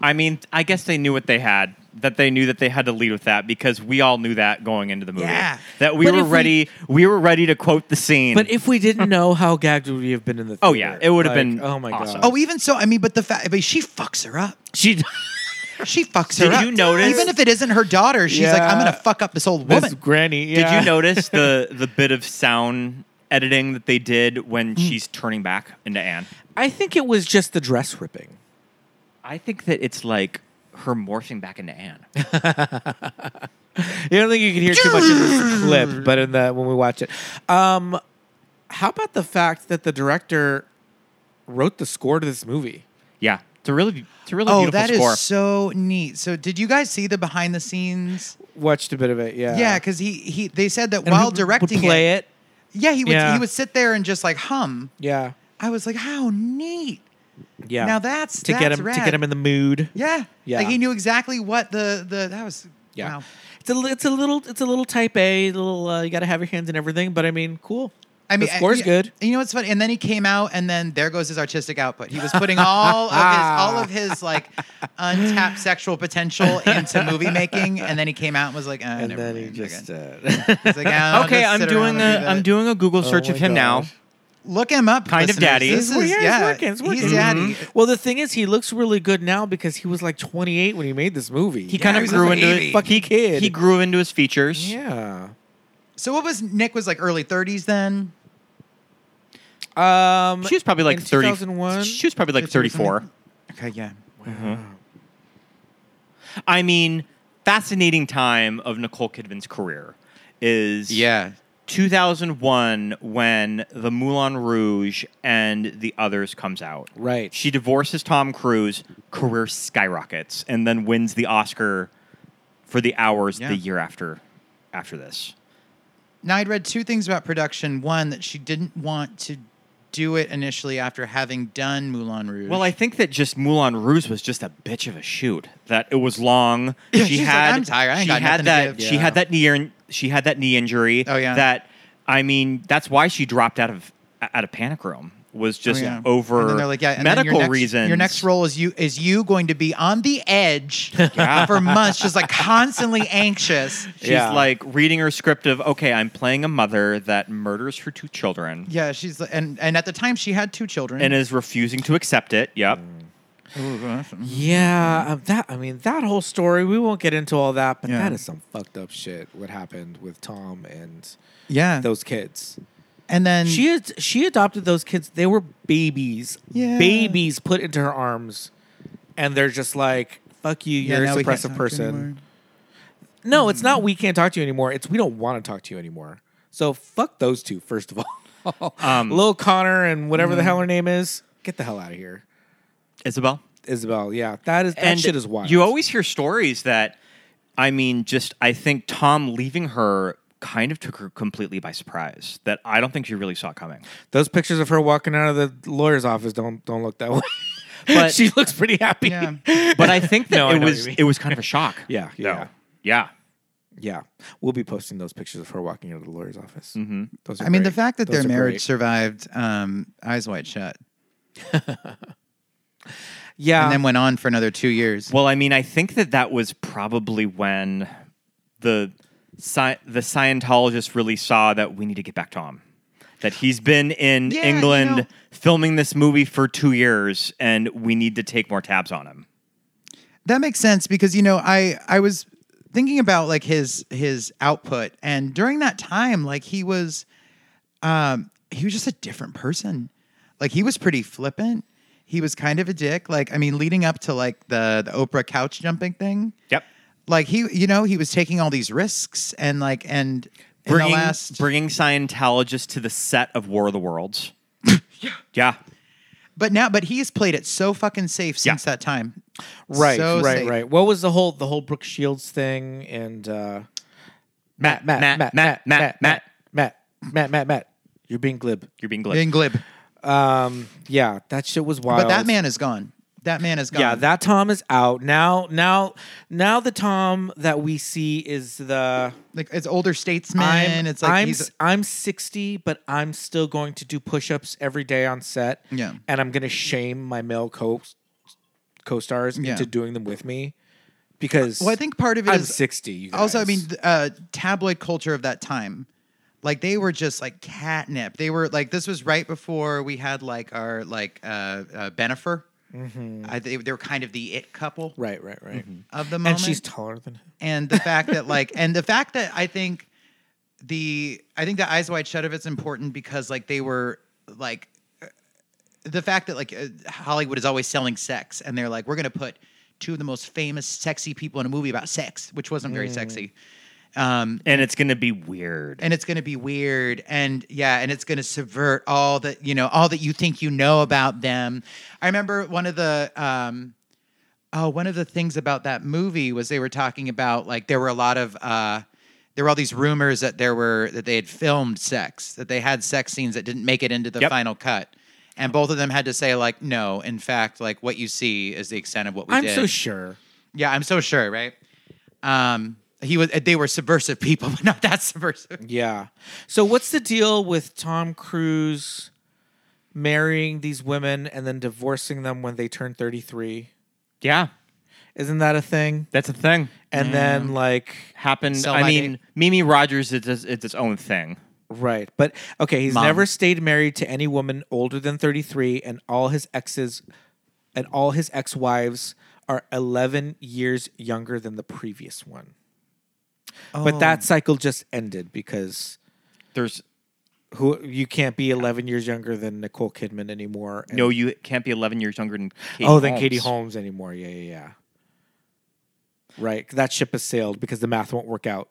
Speaker 4: I mean, I guess they knew what they had. That they knew that they had to lead with that because we all knew that going into the movie.
Speaker 5: Yeah.
Speaker 4: That we
Speaker 3: But
Speaker 4: were
Speaker 3: if we-
Speaker 4: ready. We, were ready to quote the scene.
Speaker 3: But if we didn't know how gagged would we have been in the theater?
Speaker 4: Oh, yeah. It would have
Speaker 3: Like,
Speaker 4: been
Speaker 3: oh my
Speaker 4: awesome.
Speaker 3: god.
Speaker 5: oh even so i mean but the fact but she fucks her up
Speaker 3: she
Speaker 5: she fucks her
Speaker 4: Did
Speaker 5: up
Speaker 4: you notice-
Speaker 5: even if it isn't her daughter she's like
Speaker 3: Yeah.
Speaker 5: i'm gonna fuck up this old
Speaker 3: this
Speaker 5: woman
Speaker 3: granny.
Speaker 4: did
Speaker 3: yeah.
Speaker 4: you notice the the bit of sound editing that they did
Speaker 3: Hmm.
Speaker 4: when she's turning back into Anne?
Speaker 3: I think it was just the dress ripping.
Speaker 4: I think that it's like her morphing back into Anne.
Speaker 3: You don't think you can hear too much in this clip, but in the when we watch it, um, how about the fact that the director wrote the score to this movie?
Speaker 4: yeah. It's a really, it's a really
Speaker 5: oh
Speaker 4: beautiful
Speaker 5: that is
Speaker 4: score.
Speaker 5: so neat so did you guys see the behind the scenes
Speaker 3: Watched a bit of it, yeah,
Speaker 5: yeah because he he they said that
Speaker 3: And
Speaker 5: while
Speaker 3: would-
Speaker 5: directing
Speaker 3: would play it,
Speaker 5: yeah he would
Speaker 3: Yeah.
Speaker 5: he would sit there and just like hum
Speaker 3: yeah,
Speaker 5: I was like, how neat.
Speaker 3: yeah.
Speaker 5: Now that's-
Speaker 3: to get
Speaker 5: that's
Speaker 3: him to
Speaker 5: rad.
Speaker 3: get him in the mood.
Speaker 5: Yeah.
Speaker 3: Yeah.
Speaker 5: Like he knew exactly what the the that was
Speaker 3: Yeah.
Speaker 5: wow.
Speaker 3: It's a li- it's a little it's a little type A little uh, you got to have your hands in everything but I mean cool
Speaker 5: I mean
Speaker 3: the score's
Speaker 5: I-
Speaker 3: good
Speaker 5: You know what's funny? And then he came out and then there goes his artistic output. He was putting all of his all of his like untapped sexual potential into movie making and then he came out and was like, uh,
Speaker 3: and
Speaker 5: never
Speaker 3: then
Speaker 5: mind.
Speaker 3: he
Speaker 5: Okay.
Speaker 3: just uh,
Speaker 5: He's like, "Ah, I'll
Speaker 4: okay,
Speaker 5: just
Speaker 4: I'm
Speaker 5: sit around
Speaker 4: doing
Speaker 5: and do
Speaker 4: a
Speaker 5: that."
Speaker 4: I'm doing a Google search
Speaker 3: Oh
Speaker 4: of
Speaker 3: my
Speaker 4: him now.
Speaker 3: gosh.
Speaker 5: Look him up.
Speaker 4: Kind of
Speaker 5: listeners.
Speaker 4: daddy.
Speaker 5: This
Speaker 3: Well,
Speaker 5: is,
Speaker 3: yeah, it's
Speaker 5: yeah,
Speaker 3: working, it's working.
Speaker 5: He's daddy.
Speaker 4: Mm-hmm.
Speaker 3: Well, the thing is, he looks really good now because he was like 28 when he made this movie.
Speaker 4: He kind of
Speaker 5: he's
Speaker 4: grew
Speaker 5: a
Speaker 4: into
Speaker 5: baby.
Speaker 4: it.
Speaker 3: Fucking kid.
Speaker 4: He grew into his features.
Speaker 3: yeah.
Speaker 5: So what was Nick was like early 30s then?
Speaker 3: Um,
Speaker 4: She was probably like
Speaker 3: in
Speaker 4: 30.
Speaker 3: 2001?
Speaker 4: She was probably like
Speaker 5: 50 or
Speaker 4: 34.
Speaker 5: Okay, yeah.
Speaker 4: I mean, fascinating time of Nicole Kidman's career is
Speaker 5: Yeah.
Speaker 4: 2001 when The Moulin Rouge and The Others comes out.
Speaker 3: Right.
Speaker 4: She divorces Tom Cruise, career skyrockets and then wins the Oscar for The Hours
Speaker 5: Yeah.
Speaker 4: the year after after this.
Speaker 5: Now I'd read two things about production. One that she didn't want to do it initially after having done Moulin Rouge.
Speaker 4: Well, I think that just Moulin Rouge was just a bitch of a shoot. That it was long. she
Speaker 5: Yeah, she's like,
Speaker 4: had.
Speaker 5: "I'm tired. I ain't
Speaker 4: she
Speaker 5: got
Speaker 4: had
Speaker 5: nothing to
Speaker 4: that.
Speaker 5: give."
Speaker 4: She
Speaker 5: Yeah.
Speaker 4: had that knee. In, she had that knee injury.
Speaker 5: Oh, yeah.
Speaker 4: That I mean, that's why she dropped out of out of Panic Room. Was just
Speaker 5: Oh, yeah.
Speaker 4: over
Speaker 5: And then they're like, yeah, and then
Speaker 4: medical
Speaker 5: your next,
Speaker 4: reasons.
Speaker 5: Your next role is you is you going to be on the edge for months, just like constantly anxious.
Speaker 4: She's
Speaker 3: Yeah.
Speaker 4: like reading her script of okay, I'm playing a mother that murders her two children
Speaker 5: Yeah, she's and and at the time she had two children.
Speaker 4: and is refusing to accept it. Yep.
Speaker 5: Mm.
Speaker 3: Yeah, um, that I mean that whole story. We won't get into all that, but
Speaker 5: Yeah.
Speaker 3: that is some fucked up shit. What happened with Tom and
Speaker 5: yeah,
Speaker 3: those kids?
Speaker 5: and then
Speaker 3: She ad- she adopted those kids. They were babies,
Speaker 5: Yeah.
Speaker 3: babies put into her arms, and they're just like, "Fuck you, Mm.
Speaker 5: yeah,
Speaker 3: you're
Speaker 5: now
Speaker 3: a
Speaker 5: we can't
Speaker 3: suppressive
Speaker 5: talk anymore.
Speaker 3: person." No, it's not. We can't talk to you anymore. It's we don't want to talk to you anymore. So fuck those two first of all.
Speaker 4: Um,
Speaker 3: Lil Connor and whatever the hell her name is, get the hell out of here,
Speaker 4: Isabel.
Speaker 3: Isabel. Yeah, that is that shit is wild.
Speaker 4: You always hear stories that, I mean, just I think Tom leaving her kind of took her completely by surprise. That I don't think she really saw coming.
Speaker 3: Those pictures of her walking out of the lawyer's office don't don't look that way.
Speaker 4: But-
Speaker 3: she looks pretty happy.
Speaker 5: Yeah.
Speaker 4: But I think that
Speaker 3: No, I know
Speaker 4: it
Speaker 3: what
Speaker 4: was
Speaker 3: you mean.
Speaker 4: it was kind of a shock.
Speaker 3: Yeah,
Speaker 4: though.
Speaker 3: yeah.
Speaker 4: yeah.
Speaker 3: Yeah. We'll be posting those pictures of her walking out of the lawyer's office. Mm-hmm. Those are
Speaker 5: I mean, the
Speaker 3: great.
Speaker 5: fact that
Speaker 3: Those
Speaker 5: their
Speaker 3: are
Speaker 5: marriage
Speaker 3: great.
Speaker 5: survived um, Eyes Wide Shut
Speaker 3: yeah,
Speaker 5: and then went on for another two years.
Speaker 4: Well, I mean, I think that that was probably when the sci- the Scientologist really saw that we need to get back Tom. That he's been in
Speaker 5: Yeah, you
Speaker 4: England
Speaker 5: know-
Speaker 4: filming this movie for two years, and we need to take more tabs on him.
Speaker 5: that makes sense because you know i i was thinking about like his his output and during that time like he was um he was just a different person like he was pretty flippant he was kind of a dick like i mean leading up to like the the oprah couch jumping thing
Speaker 4: Yep.
Speaker 5: like he you know he was taking all these risks and like and in
Speaker 4: bringing
Speaker 5: the last
Speaker 4: bringing Scientologists to the set of War of the Worlds. yeah.
Speaker 5: but now but he's played it so fucking safe since that time
Speaker 3: right,
Speaker 5: So
Speaker 3: right,
Speaker 5: safe.
Speaker 3: right. What was the whole the whole Brooke Shields thing and uh
Speaker 4: Matt, Matt, Matt, Matt, Matt, Matt,
Speaker 3: Matt, Matt, Matt, Matt, Matt. You're being glib.
Speaker 4: You're being glib.
Speaker 5: in glib
Speaker 3: Um, yeah, that shit was wild.
Speaker 5: but that man is gone that man is gone
Speaker 3: Yeah, that Tom is out. Now now now the Tom that we see is the
Speaker 5: like it's older statesman
Speaker 3: I'm,
Speaker 5: it's like
Speaker 3: I'm,
Speaker 5: he's
Speaker 3: s- I'm 60, but I'm still going to do push-ups every day on set.
Speaker 5: Yeah.
Speaker 3: And I'm going to shame my male co- co-stars
Speaker 5: Yeah.
Speaker 3: into doing them with me because
Speaker 5: Well, I think part of it
Speaker 3: I'm
Speaker 5: is-
Speaker 3: 60. you
Speaker 5: Also, I
Speaker 3: guys.
Speaker 5: mean, th- uh, tabloid culture of that time, like they were just like catnip. They were like this was right before we had like our like uh, uh Benifer. I, they, they were kind of the it couple
Speaker 3: Mm-hmm. right, right, right.
Speaker 5: of the
Speaker 3: And
Speaker 5: moment,
Speaker 3: she's taller than him.
Speaker 5: and the fact that like, and the fact that I think the I think the Eyes Wide Shut of it's important because like they were like uh, the fact that like uh, Hollywood is always selling sex and they're like we're gonna put two of the most famous sexy people in a movie about sex, which wasn't very sexy. Um,
Speaker 4: and it's going to be weird.
Speaker 5: and it's going to be weird and yeah and it's going to subvert all that you know all that you think you know about them i remember one of the um oh one of the things about that movie was they were talking about like there were a lot of uh there were all these rumors that there were that they had filmed sex that they had sex scenes that didn't make it into the
Speaker 4: Yep.
Speaker 5: final cut and both of them had to say like no in fact like what you see is the extent of what we
Speaker 3: I'm
Speaker 5: did
Speaker 3: so sure.
Speaker 5: yeah i'm so sure right um he was they were subversive people but not that subversive
Speaker 3: Yeah. So what's the deal with Tom Cruise marrying these women and then divorcing them when they turn 33?
Speaker 4: yeah.
Speaker 3: Isn't that a thing?
Speaker 4: That's a thing.
Speaker 3: And then like
Speaker 4: Happened.
Speaker 5: Sell
Speaker 4: I
Speaker 5: my
Speaker 4: mean,
Speaker 5: date.
Speaker 4: Mimi Rogers is it's its own thing.
Speaker 3: Right. But okay, he's
Speaker 5: Mom.
Speaker 3: never stayed married to any woman older than 33 and all his exes and all his ex-wives are 11 years younger than the previous one. But that cycle just ended because
Speaker 4: There's
Speaker 3: who you can't be 11 years younger than Nicole Kidman anymore. and-
Speaker 4: no, you can't be 11 years younger than Katie
Speaker 3: oh,
Speaker 4: Holmes.
Speaker 3: than Katie Holmes anymore. Yeah, yeah, yeah. Right. That ship has sailed because the math won't work out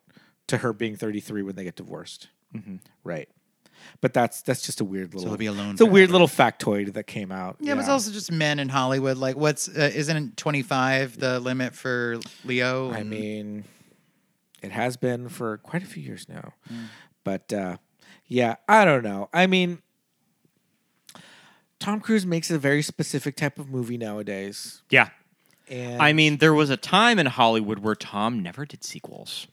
Speaker 3: to her being 33 when they get divorced. Right. But that's that's just a weird little.
Speaker 5: he'll be alone
Speaker 3: It's a weird
Speaker 5: forever.
Speaker 3: little factoid that came out.
Speaker 5: Yeah, but it's also just men in Hollywood. Like, what's uh, isn't twenty five the limit for Leo?
Speaker 3: I
Speaker 5: And-
Speaker 3: mean, it has been for quite a few years now. But uh, yeah, I don't know. I mean, Tom Cruise makes a very specific type of movie nowadays.
Speaker 4: Yeah.
Speaker 3: And
Speaker 4: I mean, there was a time in Hollywood where Tom never did sequels.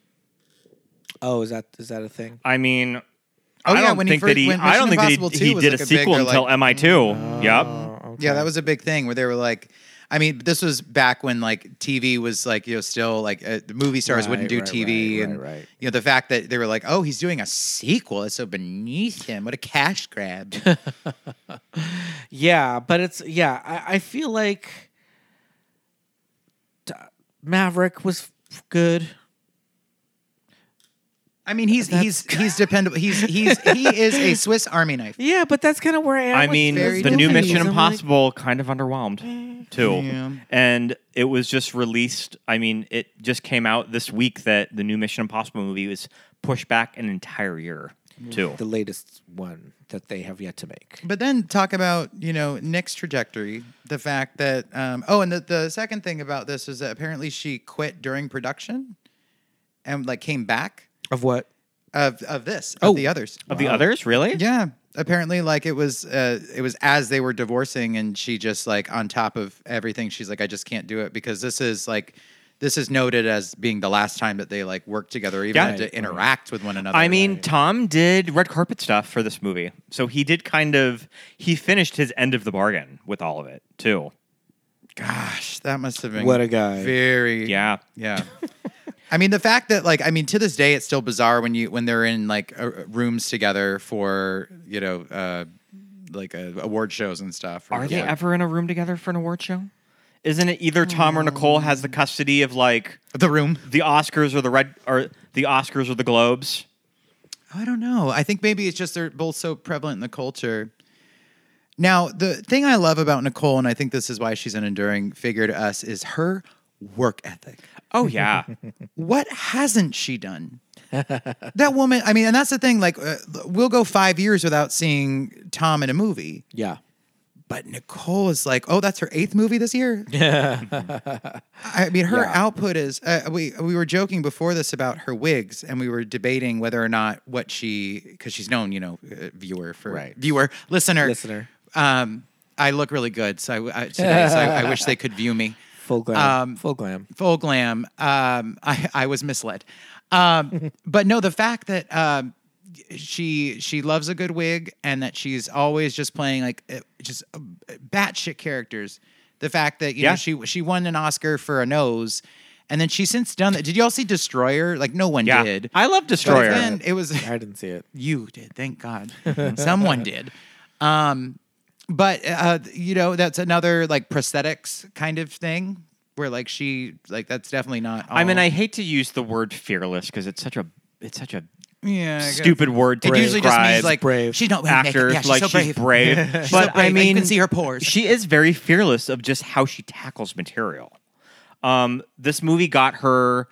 Speaker 3: oh, is that is that a thing?
Speaker 4: I mean,
Speaker 5: Oh,
Speaker 4: I
Speaker 5: yeah,
Speaker 4: don't
Speaker 5: when he
Speaker 4: think
Speaker 5: first-
Speaker 4: that he.
Speaker 5: when
Speaker 4: I don't
Speaker 5: Mission
Speaker 4: think that
Speaker 5: Impossible
Speaker 4: he,
Speaker 5: 2
Speaker 4: he
Speaker 5: was
Speaker 4: did
Speaker 5: like
Speaker 4: a
Speaker 5: a big-
Speaker 4: sequel
Speaker 5: they're
Speaker 4: until
Speaker 5: like, Oh.
Speaker 4: MI2. Yep.
Speaker 5: yeah, that was a big thing where they were like, I mean, this was back when like TV was like you know still like uh, the movie stars
Speaker 3: Right,
Speaker 5: wouldn't do
Speaker 3: right,
Speaker 5: TV
Speaker 3: right,
Speaker 5: and
Speaker 3: right, right.
Speaker 5: you know the fact that they were like, oh, he's doing a sequel. It's so beneath him. What a cash grab.
Speaker 3: Yeah, but it's yeah. I, I feel like t- Maverick was f- good.
Speaker 5: I mean, he's he's he's dependable. He's he's he is a Swiss Army knife.
Speaker 3: Yeah, but that's kind of where I am.
Speaker 4: I
Speaker 3: with
Speaker 4: mean,
Speaker 5: very
Speaker 4: the new
Speaker 5: different.
Speaker 4: Mission
Speaker 3: I'm like-
Speaker 4: Impossible kind of underwhelmed too,
Speaker 5: Yeah.
Speaker 4: and it was just released. I mean, it just came out this week that the new Mission Impossible movie was pushed back an entire year too.
Speaker 3: the latest one that they have yet to make.
Speaker 5: But then talk about you know Nick's trajectory, the fact that um, oh, and the, the second thing about this is that apparently she quit during production, and like came back
Speaker 3: Of what?
Speaker 5: of of this of
Speaker 3: Oh.
Speaker 5: the others.
Speaker 4: Of the others, really?
Speaker 5: Yeah, apparently like it was uh, it was as they were divorcing, and she just like on top of everything, she's like, I just can't do it because this is like. This is noted as being the last time that they like worked together, or even
Speaker 4: Yeah.
Speaker 5: had to interact with one another.
Speaker 4: I mean, Tom did red carpet stuff for this movie, so he did kind of he finished his end of the bargain with all of it too.
Speaker 5: gosh, that must have been
Speaker 3: What a guy.
Speaker 5: Very
Speaker 4: Yeah.
Speaker 5: Yeah. I mean, the fact that like I mean, to this day, it's still bizarre when you when they're in like uh, rooms together for you know uh, like uh, award shows and stuff. or
Speaker 4: Are they
Speaker 5: like-
Speaker 4: ever in a room together for an award show? Isn't it either Tom or Nicole has the custody of like
Speaker 5: the room?
Speaker 4: the Oscars or the red or the Oscars or the Globes?
Speaker 5: Oh, I don't know. I think maybe it's just they're both so prevalent in the culture. Now, the thing I love about Nicole, and I think this is why she's an enduring figure to us, is her work ethic.
Speaker 4: Oh yeah.
Speaker 5: what hasn't she done? that woman, I mean, and that's the thing. Like, uh, we'll go five years without seeing Tom in a movie.
Speaker 3: Yeah.
Speaker 5: But Nicole is like, oh, that's her eighth movie this year. Yeah. I mean, her output is. Uh, we we were joking before this about her wigs, and we were debating whether or not what she because she's known, you know, uh, viewer for
Speaker 3: Right.
Speaker 5: viewer listener
Speaker 3: Listener.
Speaker 5: Um, I look really good, so I, I, today, so I, I wish they could view me
Speaker 3: Full glam.
Speaker 5: Um,
Speaker 3: Full glam.
Speaker 5: full glam. Um, I, I was misled. Um, but no, the fact that um, she she loves a good wig and that she's always just playing like uh, just uh, batshit characters. The fact that you
Speaker 4: Yeah.
Speaker 5: know she she won an Oscar for a nose, and then she's since done that. Did y'all see Destroyer? Like no one
Speaker 4: Yeah.
Speaker 5: did.
Speaker 4: I love
Speaker 5: But
Speaker 4: Destroyer.
Speaker 5: then it was
Speaker 3: I didn't see it.
Speaker 5: you did, thank God. Someone did. Um, but uh, you know, that's another like prosthetics kind of thing where like she like that's definitely not.
Speaker 4: I mean,
Speaker 5: all-
Speaker 4: I hate to use the word fearless because it's such a it's such a
Speaker 5: yeah I guess.
Speaker 4: stupid word to
Speaker 5: It usually just
Speaker 4: describe
Speaker 5: means like
Speaker 3: brave.
Speaker 5: she's not wearing makeup.
Speaker 4: actors.
Speaker 5: Yeah, she's
Speaker 4: like
Speaker 5: so brave.
Speaker 4: she's brave, but
Speaker 5: so brave,
Speaker 4: I
Speaker 5: and you
Speaker 4: mean,
Speaker 5: can see her pores.
Speaker 4: She is very fearless of just how she tackles material. Um, this movie got her.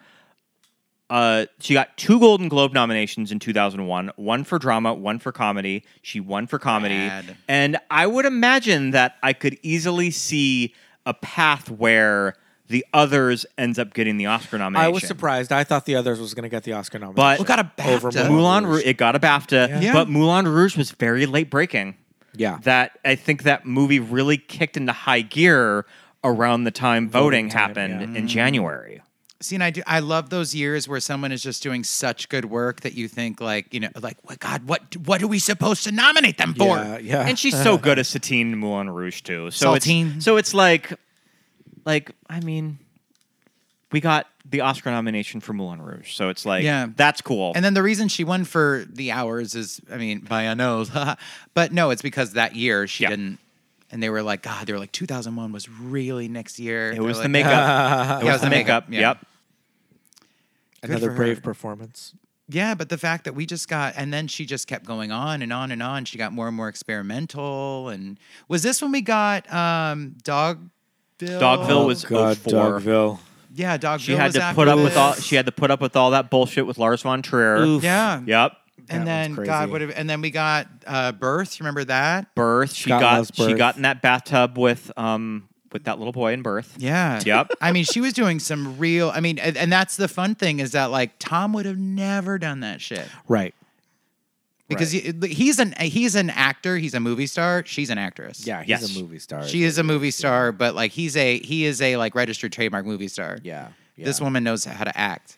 Speaker 4: Uh, she got two Golden Globe nominations in 2001, one for drama, one for comedy. She won for comedy.
Speaker 5: Bad.
Speaker 4: And I would imagine that I could easily see a path where the others ends up getting the Oscar nomination.
Speaker 3: I was surprised. I thought the others was going to get the Oscar nomination.
Speaker 4: But- Well,
Speaker 5: got a
Speaker 3: over
Speaker 5: BAFTA.
Speaker 4: Moulin
Speaker 3: Rouge.
Speaker 4: Rouge. It got a BAFTA,
Speaker 5: Yeah.
Speaker 4: but Moulin Rouge was very late breaking.
Speaker 3: Yeah.
Speaker 4: That I think that movie really kicked into high gear around the time voting, happened
Speaker 5: Mm.
Speaker 4: in January.
Speaker 5: See, and I do. I love those years where someone is just doing such good work that you think, like, you know, like, what God, what, what are we supposed to nominate them for?
Speaker 3: yeah, yeah.
Speaker 4: And she's
Speaker 5: Uh.
Speaker 4: so good at Satine Moulin Rouge too. So
Speaker 5: Saltine.
Speaker 4: it's so it's like like I mean we got the Oscar nomination for Moulin Rouge. So it's like,
Speaker 5: Yeah.
Speaker 4: that's cool.
Speaker 5: And then the reason she won for the hours is, I mean, by a nose, but no, it's because that year she
Speaker 4: Yeah.
Speaker 5: didn't. And they were like, God, they were like, 2001 was really next year.
Speaker 4: it
Speaker 5: They
Speaker 4: was
Speaker 5: were
Speaker 4: the
Speaker 5: like,
Speaker 4: makeup. it was,
Speaker 5: it was
Speaker 4: the
Speaker 5: the
Speaker 4: makeup.
Speaker 5: makeup, yeah.
Speaker 4: Yep.
Speaker 3: Another
Speaker 5: for her.
Speaker 3: brave performance.
Speaker 5: Yeah, but the fact that we just got, and then she just kept going on and on and on. She got more and more experimental. And was this when we got um, Dogville?
Speaker 4: Dogville was
Speaker 3: Oh, God,
Speaker 4: 04.
Speaker 3: Dogville.
Speaker 5: yeah, Dogville.
Speaker 4: She had
Speaker 5: was
Speaker 4: to
Speaker 5: after
Speaker 4: put up with
Speaker 5: this.
Speaker 4: all. She had to put up with all that bullshit with Lars von Trier.
Speaker 3: Oof.
Speaker 5: Yeah,
Speaker 4: Yep.
Speaker 5: And
Speaker 3: That
Speaker 5: then
Speaker 3: one's
Speaker 5: God,
Speaker 3: crazy.
Speaker 5: what? have- And then we got uh, Birth. Remember that?
Speaker 4: Birth. She
Speaker 3: Scott
Speaker 4: got.
Speaker 3: loves
Speaker 4: She
Speaker 3: Birth.
Speaker 4: got in that bathtub with um with that little boy in Birth.
Speaker 5: Yeah.
Speaker 4: Yep.
Speaker 5: I mean, she was doing some real. I mean, and, and that's the fun thing is that like Tom would have never done that shit
Speaker 3: Right.
Speaker 5: because he- he's an he's an actor. He's a movie star. She's an actress.
Speaker 3: Yeah, he's
Speaker 4: Yes.
Speaker 3: a movie star.
Speaker 5: She is a movie star, but like he's a he is a like registered trademark movie star.
Speaker 3: Yeah. yeah.
Speaker 5: This woman knows how to act.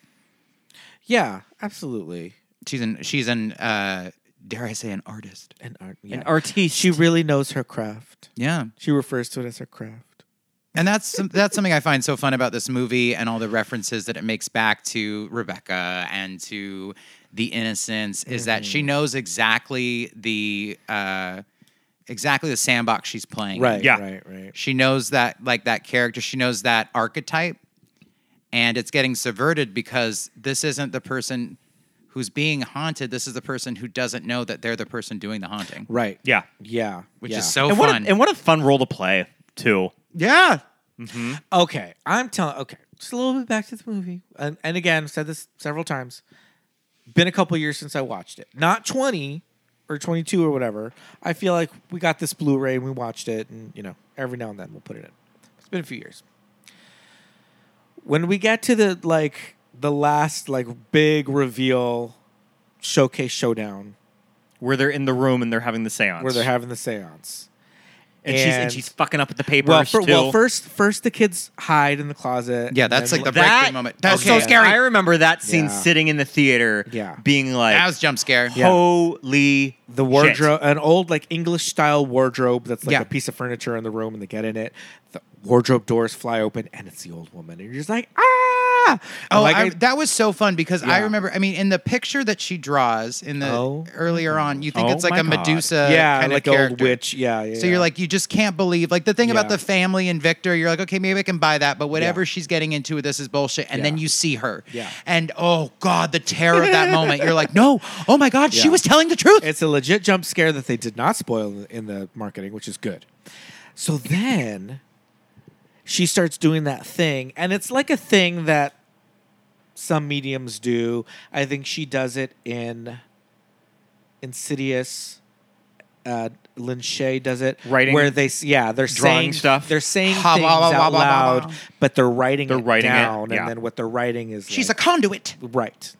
Speaker 3: Yeah, absolutely.
Speaker 5: She's an she's an uh dare I say an artist.
Speaker 3: An art. Yeah.
Speaker 4: An artiste.
Speaker 3: She really knows her craft.
Speaker 5: Yeah.
Speaker 3: She refers to it as her craft.
Speaker 5: And that's some- that's something I find so fun about this movie and all the references that it makes back to Rebecca and to the innocence is that she knows exactly the uh, exactly the sandbox she's playing. in.
Speaker 3: Right.
Speaker 4: Yeah.
Speaker 3: Right. Right.
Speaker 5: She knows that like that character. She knows that archetype, and it's getting subverted because this isn't the person who's being haunted. This is the person who doesn't know that they're the person doing the haunting,
Speaker 3: Right.
Speaker 4: Yeah.
Speaker 3: Yeah.
Speaker 5: which
Speaker 3: yeah.
Speaker 5: is so
Speaker 4: and what
Speaker 5: fun.
Speaker 4: A, and what a fun role to play too.
Speaker 5: yeah.
Speaker 4: Mm-hmm.
Speaker 3: Okay, I'm telling. Okay, just a little bit back to the movie, and, and again, I've said this several times. Been a couple years since I watched it. Not 20 or 22 or whatever. I feel like we got this Blu-ray and we watched it, and you know, every now and then we'll put it in. It's been a few years. When we get to the like the last like big reveal showcase showdown
Speaker 4: Where they're in the room and they're having the seance.
Speaker 3: where they're having the seance.
Speaker 4: and, she's and she's fucking up with the papers
Speaker 3: well, fir-
Speaker 4: too.
Speaker 3: well, first first the kids hide in the closet.
Speaker 5: Yeah,
Speaker 3: and
Speaker 5: that's
Speaker 3: then-
Speaker 5: like the
Speaker 4: that
Speaker 5: breakthrough moment. That's
Speaker 4: okay,
Speaker 5: so scary.
Speaker 4: I remember that scene
Speaker 3: Yeah.
Speaker 4: sitting in the theater,
Speaker 3: Yeah.
Speaker 4: being like,
Speaker 5: That was jump scare.
Speaker 4: "Holy
Speaker 3: the
Speaker 4: shit.
Speaker 3: wardrobe, an old like English style wardrobe that's like
Speaker 5: Yeah.
Speaker 3: a piece of furniture in the room, and they get in it. The wardrobe doors fly open, and it's the old woman, and you're just like, ah! And,
Speaker 5: Oh,
Speaker 3: like,
Speaker 5: I,
Speaker 3: I-
Speaker 5: that was so fun because I
Speaker 3: Yeah.
Speaker 5: remember. I mean, in the picture that she draws in the
Speaker 3: Oh.
Speaker 5: earlier on, you think
Speaker 4: Oh
Speaker 5: it's like
Speaker 4: my
Speaker 5: a
Speaker 4: God.
Speaker 5: Medusa,
Speaker 3: yeah,
Speaker 5: kind
Speaker 3: like
Speaker 5: of
Speaker 3: the
Speaker 5: character.
Speaker 3: old witch, yeah. yeah
Speaker 5: So you're
Speaker 3: yeah.
Speaker 5: like, you just can't believe. Like the thing about
Speaker 3: Yeah.
Speaker 5: the family and Victor, you're like, okay, maybe I can buy that, but whatever she's getting into, this is bullshit. And then
Speaker 3: Yeah.
Speaker 5: you see her,
Speaker 3: Yeah.
Speaker 5: and oh god, the terror of that moment. You're like, no, oh my god, she
Speaker 3: Yeah.
Speaker 5: was telling the truth.
Speaker 3: It's a legit jump scare that they did not spoil in the marketing, which is good. So then she starts doing that thing, and it's like a thing that some mediums do. I think she does it in Insidious. Uh, Lin Shaye does it
Speaker 4: Writing-
Speaker 3: where they s- yeah they're saying
Speaker 4: drawing stuff?
Speaker 3: they're saying
Speaker 5: Ha,
Speaker 3: things
Speaker 5: blah, blah, blah,
Speaker 3: out
Speaker 5: blah, blah,
Speaker 3: loud
Speaker 5: blah.
Speaker 3: but they're writing
Speaker 4: They're
Speaker 3: it
Speaker 4: writing it,
Speaker 3: down
Speaker 4: yeah.
Speaker 3: and then what they're writing is
Speaker 5: she's a
Speaker 3: like,
Speaker 5: conduit.
Speaker 3: Right.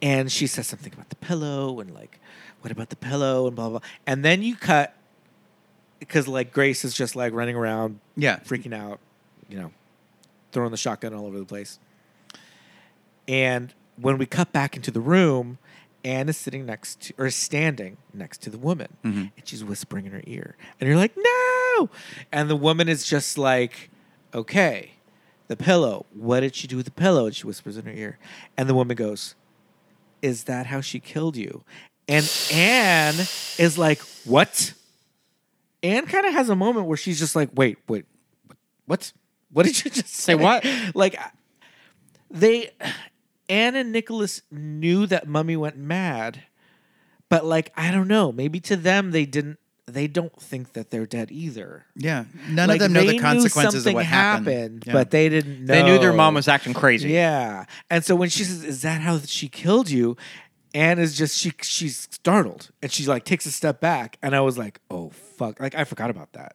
Speaker 3: And she says something about the pillow and like, what about the pillow and blah blah. And then you cut because like Grace is just like running around,
Speaker 5: Yeah.
Speaker 3: freaking out, you know, throwing the shotgun all over the place. And when we cut back into the room, Anne is sitting next to, or is standing next to the woman, and she's whispering in her ear. And you're like, no! And the woman is just like, okay, the pillow. What did she do with the pillow? And she whispers in her ear. And the woman goes, is that how she killed you? And Anne is like, what? Anne kind of has a moment where she's just like, wait, wait, what? What did you just say?
Speaker 4: what?
Speaker 3: Like, I- they, Anne and Nicholas knew that Mummy went mad, but like, I don't know. Maybe to them, they didn't, they don't think that they're deed either.
Speaker 5: Yeah, none
Speaker 3: Like,
Speaker 5: of them know
Speaker 3: they
Speaker 5: the
Speaker 3: knew
Speaker 5: consequences of
Speaker 3: something
Speaker 5: what happened. Yeah.
Speaker 3: but they didn't know.
Speaker 4: They knew their mom was acting crazy.
Speaker 3: Yeah. And so when she says, "Is that how she killed you?" Anne is just she she's startled and she like takes a step back and I was like, "Oh fuck!" Like I forgot about that.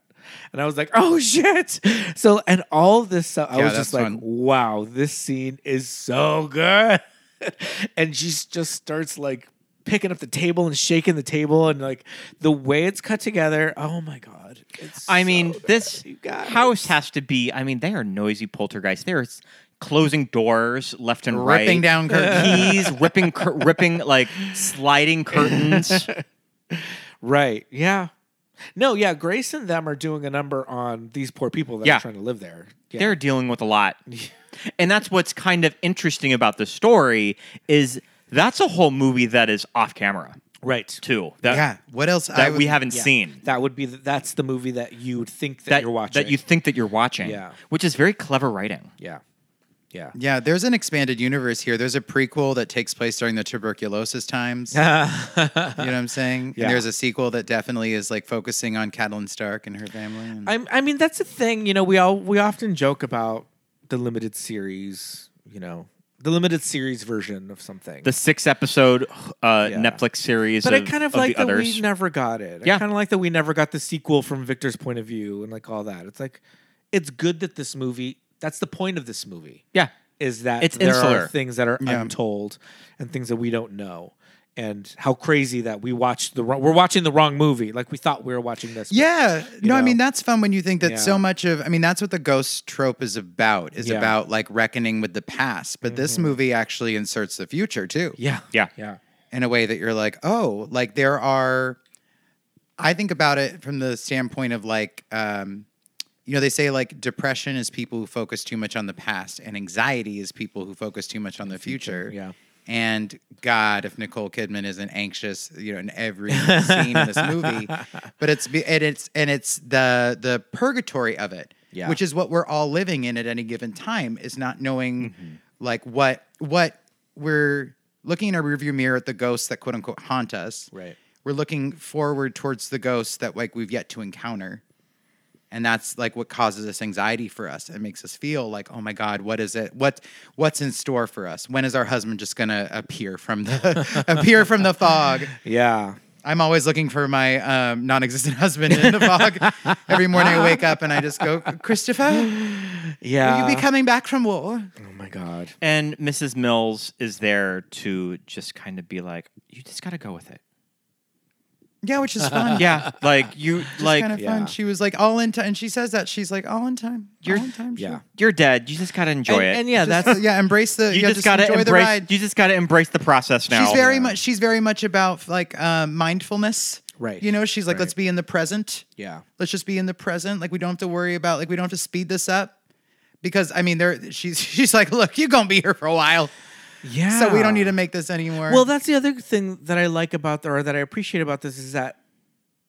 Speaker 3: And I was like, "Oh shit!" So and all this stuff, I
Speaker 5: Yeah,
Speaker 3: was
Speaker 5: that's
Speaker 3: just like,
Speaker 5: fun.
Speaker 3: "Wow, this scene is so good." and she just starts like picking up the table and shaking the table and like the way it's cut together. Oh my god! It's
Speaker 4: I
Speaker 3: so
Speaker 4: mean,
Speaker 3: good,
Speaker 4: this
Speaker 3: you guys.
Speaker 4: house has to be. I mean, they are noisy poltergeists. They're s- closing doors left and right,
Speaker 5: Ripping down curtains.
Speaker 4: keys, ripping, cur- ripping like sliding curtains.
Speaker 3: Right. Yeah. No, yeah, Grace and them are doing a number on these poor people that
Speaker 4: Yeah.
Speaker 3: are trying to live there. Yeah.
Speaker 4: They're dealing with a lot. and that's what's kind of interesting about the story is that's a whole movie that is off camera
Speaker 3: right.
Speaker 4: too. That,
Speaker 5: yeah. What else?
Speaker 4: that we
Speaker 5: would-
Speaker 4: haven't
Speaker 3: Yeah.
Speaker 4: seen.
Speaker 3: That would be the, that's the movie that you would think that,
Speaker 4: That
Speaker 3: you're watching.
Speaker 4: That you think that you're watching.
Speaker 3: Yeah.
Speaker 4: Which is very clever writing.
Speaker 3: yeah, yeah.
Speaker 5: Yeah, there's an expanded universe here. There's a prequel that takes place during the tuberculosis times. you know what I'm saying?
Speaker 3: Yeah.
Speaker 5: And there's a sequel that definitely is like focusing on Catelyn Stark and her family. and-
Speaker 3: I'm, I mean, that's the thing. You know, we all we often joke about the limited series. You know, the limited series version of something.
Speaker 4: The six episode uh,
Speaker 3: Yeah.
Speaker 4: Netflix series.
Speaker 3: but
Speaker 4: of,
Speaker 3: I kind of
Speaker 4: the
Speaker 3: like that
Speaker 4: others.
Speaker 3: we never got it. I
Speaker 4: Yeah.
Speaker 3: kind of like that we never got the sequel from Victor's point of view and like all that. It's like it's good that this movie. That's the point of this movie.
Speaker 4: yeah.
Speaker 3: is that
Speaker 4: It's
Speaker 3: there are
Speaker 4: insular.
Speaker 3: things that are
Speaker 5: Yeah.
Speaker 3: untold and things that we don't know. And how crazy that we watched the wrong, we're watching the wrong movie. Like we thought we were watching this.
Speaker 5: Yeah. No, I
Speaker 3: know?
Speaker 5: mean that's fun when you think that
Speaker 3: Yeah.
Speaker 5: so much of I mean that's what the ghost trope is about is
Speaker 3: Yeah. Mm-hmm.
Speaker 5: about like reckoning with the past, but this movie actually inserts the future too
Speaker 3: yeah,
Speaker 4: Yeah.
Speaker 3: yeah,
Speaker 5: in a way that you're like, "Oh, like there are I think about it from the standpoint of like um you know, they say like depression is people who focus too much on the past and anxiety is people who focus too much on the future.
Speaker 3: yeah.
Speaker 5: And God, if Nicole Kidman isn't anxious, you know, in every scene in this movie, but it's be- and it's and it's the the purgatory of it,
Speaker 3: Yeah.
Speaker 5: which is what we're all living in at any given time, is not knowing
Speaker 3: Mm-hmm.
Speaker 5: like what what we're looking in our rearview mirror at the ghosts that quote unquote haunt us.
Speaker 3: Right.
Speaker 5: We're looking forward towards the ghosts that like we've yet to encounter. And that's like what causes this anxiety for us. It makes us feel like, oh my God, what is it? What what's in store for us? When is our husband just gonna appear from the appear from the fog?
Speaker 3: yeah.
Speaker 5: I'm always looking for my um, non-existent husband in the fog. Every morning I wake up and I just go, Christopher, will
Speaker 3: Yeah.
Speaker 5: you be coming back from war?
Speaker 3: oh my god.
Speaker 4: And Mrs. Mills is there to just kind of be like, you just got to go with it.
Speaker 5: Yeah, which is fun.
Speaker 4: Yeah. Like, you, like,
Speaker 5: kind of
Speaker 3: yeah.
Speaker 5: fun. She was like all in time, and she says that she's like all in time.
Speaker 4: You're-
Speaker 5: all in time.
Speaker 3: Yeah.
Speaker 4: you're dead. You just got to enjoy
Speaker 3: And,
Speaker 4: it.
Speaker 3: and yeah,
Speaker 5: Just-
Speaker 3: that's
Speaker 5: yeah. Embrace the.
Speaker 4: you
Speaker 5: yeah,
Speaker 4: just, got to
Speaker 5: enjoy
Speaker 4: embrace.
Speaker 5: the ride.
Speaker 4: You just got to embrace the process now.
Speaker 5: she's very much. She's very much about like um, mindfulness.
Speaker 3: Right.
Speaker 5: You know, she's like,
Speaker 3: Right.
Speaker 5: let's be in the present.
Speaker 3: yeah.
Speaker 5: Let's just be in the present. Like we don't have to worry about. Like we don't have to speed this up. Because I mean, there she's she's like, look, you're gonna be here for a while,
Speaker 3: Yeah.
Speaker 5: so we don't need to make this anymore.
Speaker 3: Well, that's the other thing that I like about or that I appreciate about this is that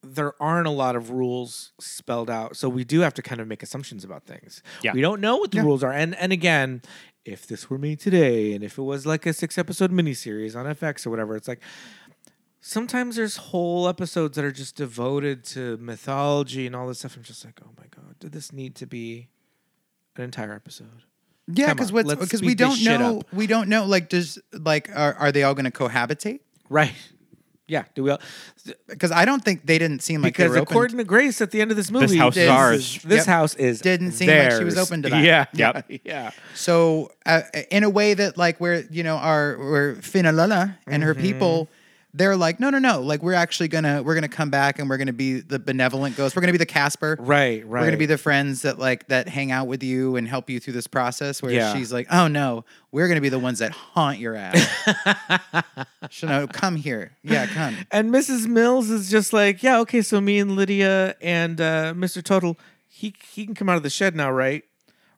Speaker 3: there aren't a lot of rules spelled out, so we do have to kind of make assumptions about things.
Speaker 4: Yeah.
Speaker 3: We don't know what the rules are, and and again, if this were made today, and if it was like a six episode miniseries on FX or whatever, it's like sometimes there's whole episodes that are just devoted to mythology and all this stuff. I'm just like, oh my god, did this need to be an entire episode?
Speaker 5: yeah,
Speaker 3: come
Speaker 5: because
Speaker 3: on,
Speaker 5: what's
Speaker 3: let's
Speaker 5: because
Speaker 3: speed
Speaker 5: we
Speaker 3: this
Speaker 5: don't
Speaker 3: shit
Speaker 5: know
Speaker 3: up.
Speaker 5: we don't know like does like are, are they all gonna cohabitate?
Speaker 3: Right. Yeah. Do we all?
Speaker 5: Because I don't think they didn't seem like they
Speaker 3: because
Speaker 5: were open to-
Speaker 3: according to Grace, at the end of this movie,
Speaker 4: house is ours.
Speaker 3: This
Speaker 5: Yep.
Speaker 3: house is
Speaker 5: Didn't seem like she was
Speaker 3: theirs.
Speaker 5: open to that.
Speaker 3: Yeah,
Speaker 4: Yep.
Speaker 3: yeah, yeah.
Speaker 5: So uh, in a way that like where you know our where Finalala and
Speaker 3: Mm-hmm.
Speaker 5: her people they're like no no no like we're actually gonna we're gonna come back and we're gonna be the benevolent ghost we're gonna be the Casper
Speaker 3: Right, right.
Speaker 5: we're gonna be the friends that like that hang out with you and help you through this process where
Speaker 3: Yeah.
Speaker 5: she's like oh no we're gonna be the ones that haunt your ass so no come here yeah come
Speaker 3: and Mrs. Mills is just like, yeah, okay. So me and Lydia and uh, Mr. Total, he he can come out of the shed now, right?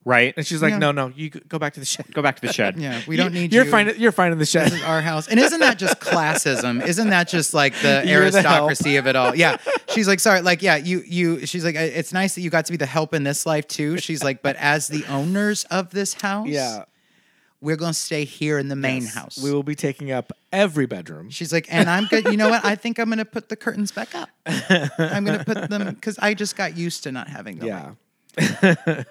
Speaker 4: right.
Speaker 3: And she's like,
Speaker 5: Yeah.
Speaker 3: no, no, you go back to the shed.
Speaker 4: Go back to the shed.
Speaker 5: yeah we don't need
Speaker 3: You're
Speaker 5: you.
Speaker 3: fine. You're fine in the shed.
Speaker 5: This is our house. And isn't that just classism? Isn't that just like the
Speaker 3: You're the help.
Speaker 5: aristocracy of it all? Yeah. She's like, sorry, like, yeah, you, you, she's like, it's nice that you got to be the help in this life too. She's like, but as the owners of this house,
Speaker 3: yeah,
Speaker 5: we're going to stay here in the main
Speaker 3: Yes.
Speaker 5: house.
Speaker 3: We will be taking up every bedroom.
Speaker 5: She's like, and I'm good. You know what? I think I'm going to put the curtains back up. I'm going to put them because I just got used to not having them.
Speaker 3: Yeah,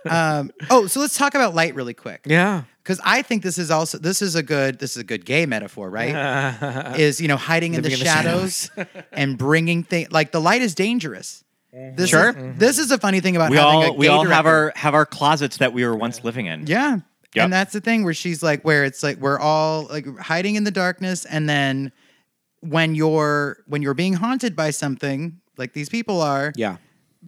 Speaker 5: Um, oh, so let's talk about light really quick.
Speaker 3: yeah,
Speaker 5: because I think this is also this is a good this is a good gay metaphor, right? is you know hiding in the,
Speaker 3: Living in the
Speaker 5: shadows and bringing things like the light is dangerous.
Speaker 3: Mm-hmm.
Speaker 5: This
Speaker 4: Sure.
Speaker 5: is, this is a funny thing about
Speaker 4: We
Speaker 5: having
Speaker 4: all
Speaker 5: a
Speaker 4: we
Speaker 5: gay
Speaker 4: all have
Speaker 5: director.
Speaker 4: our have our closets that we were once living in.
Speaker 5: yeah.
Speaker 4: Yep.
Speaker 5: And that's the thing where she's like, where it's like we're all like hiding in the darkness, and then when you're when you're being haunted by something like these people are,
Speaker 3: yeah.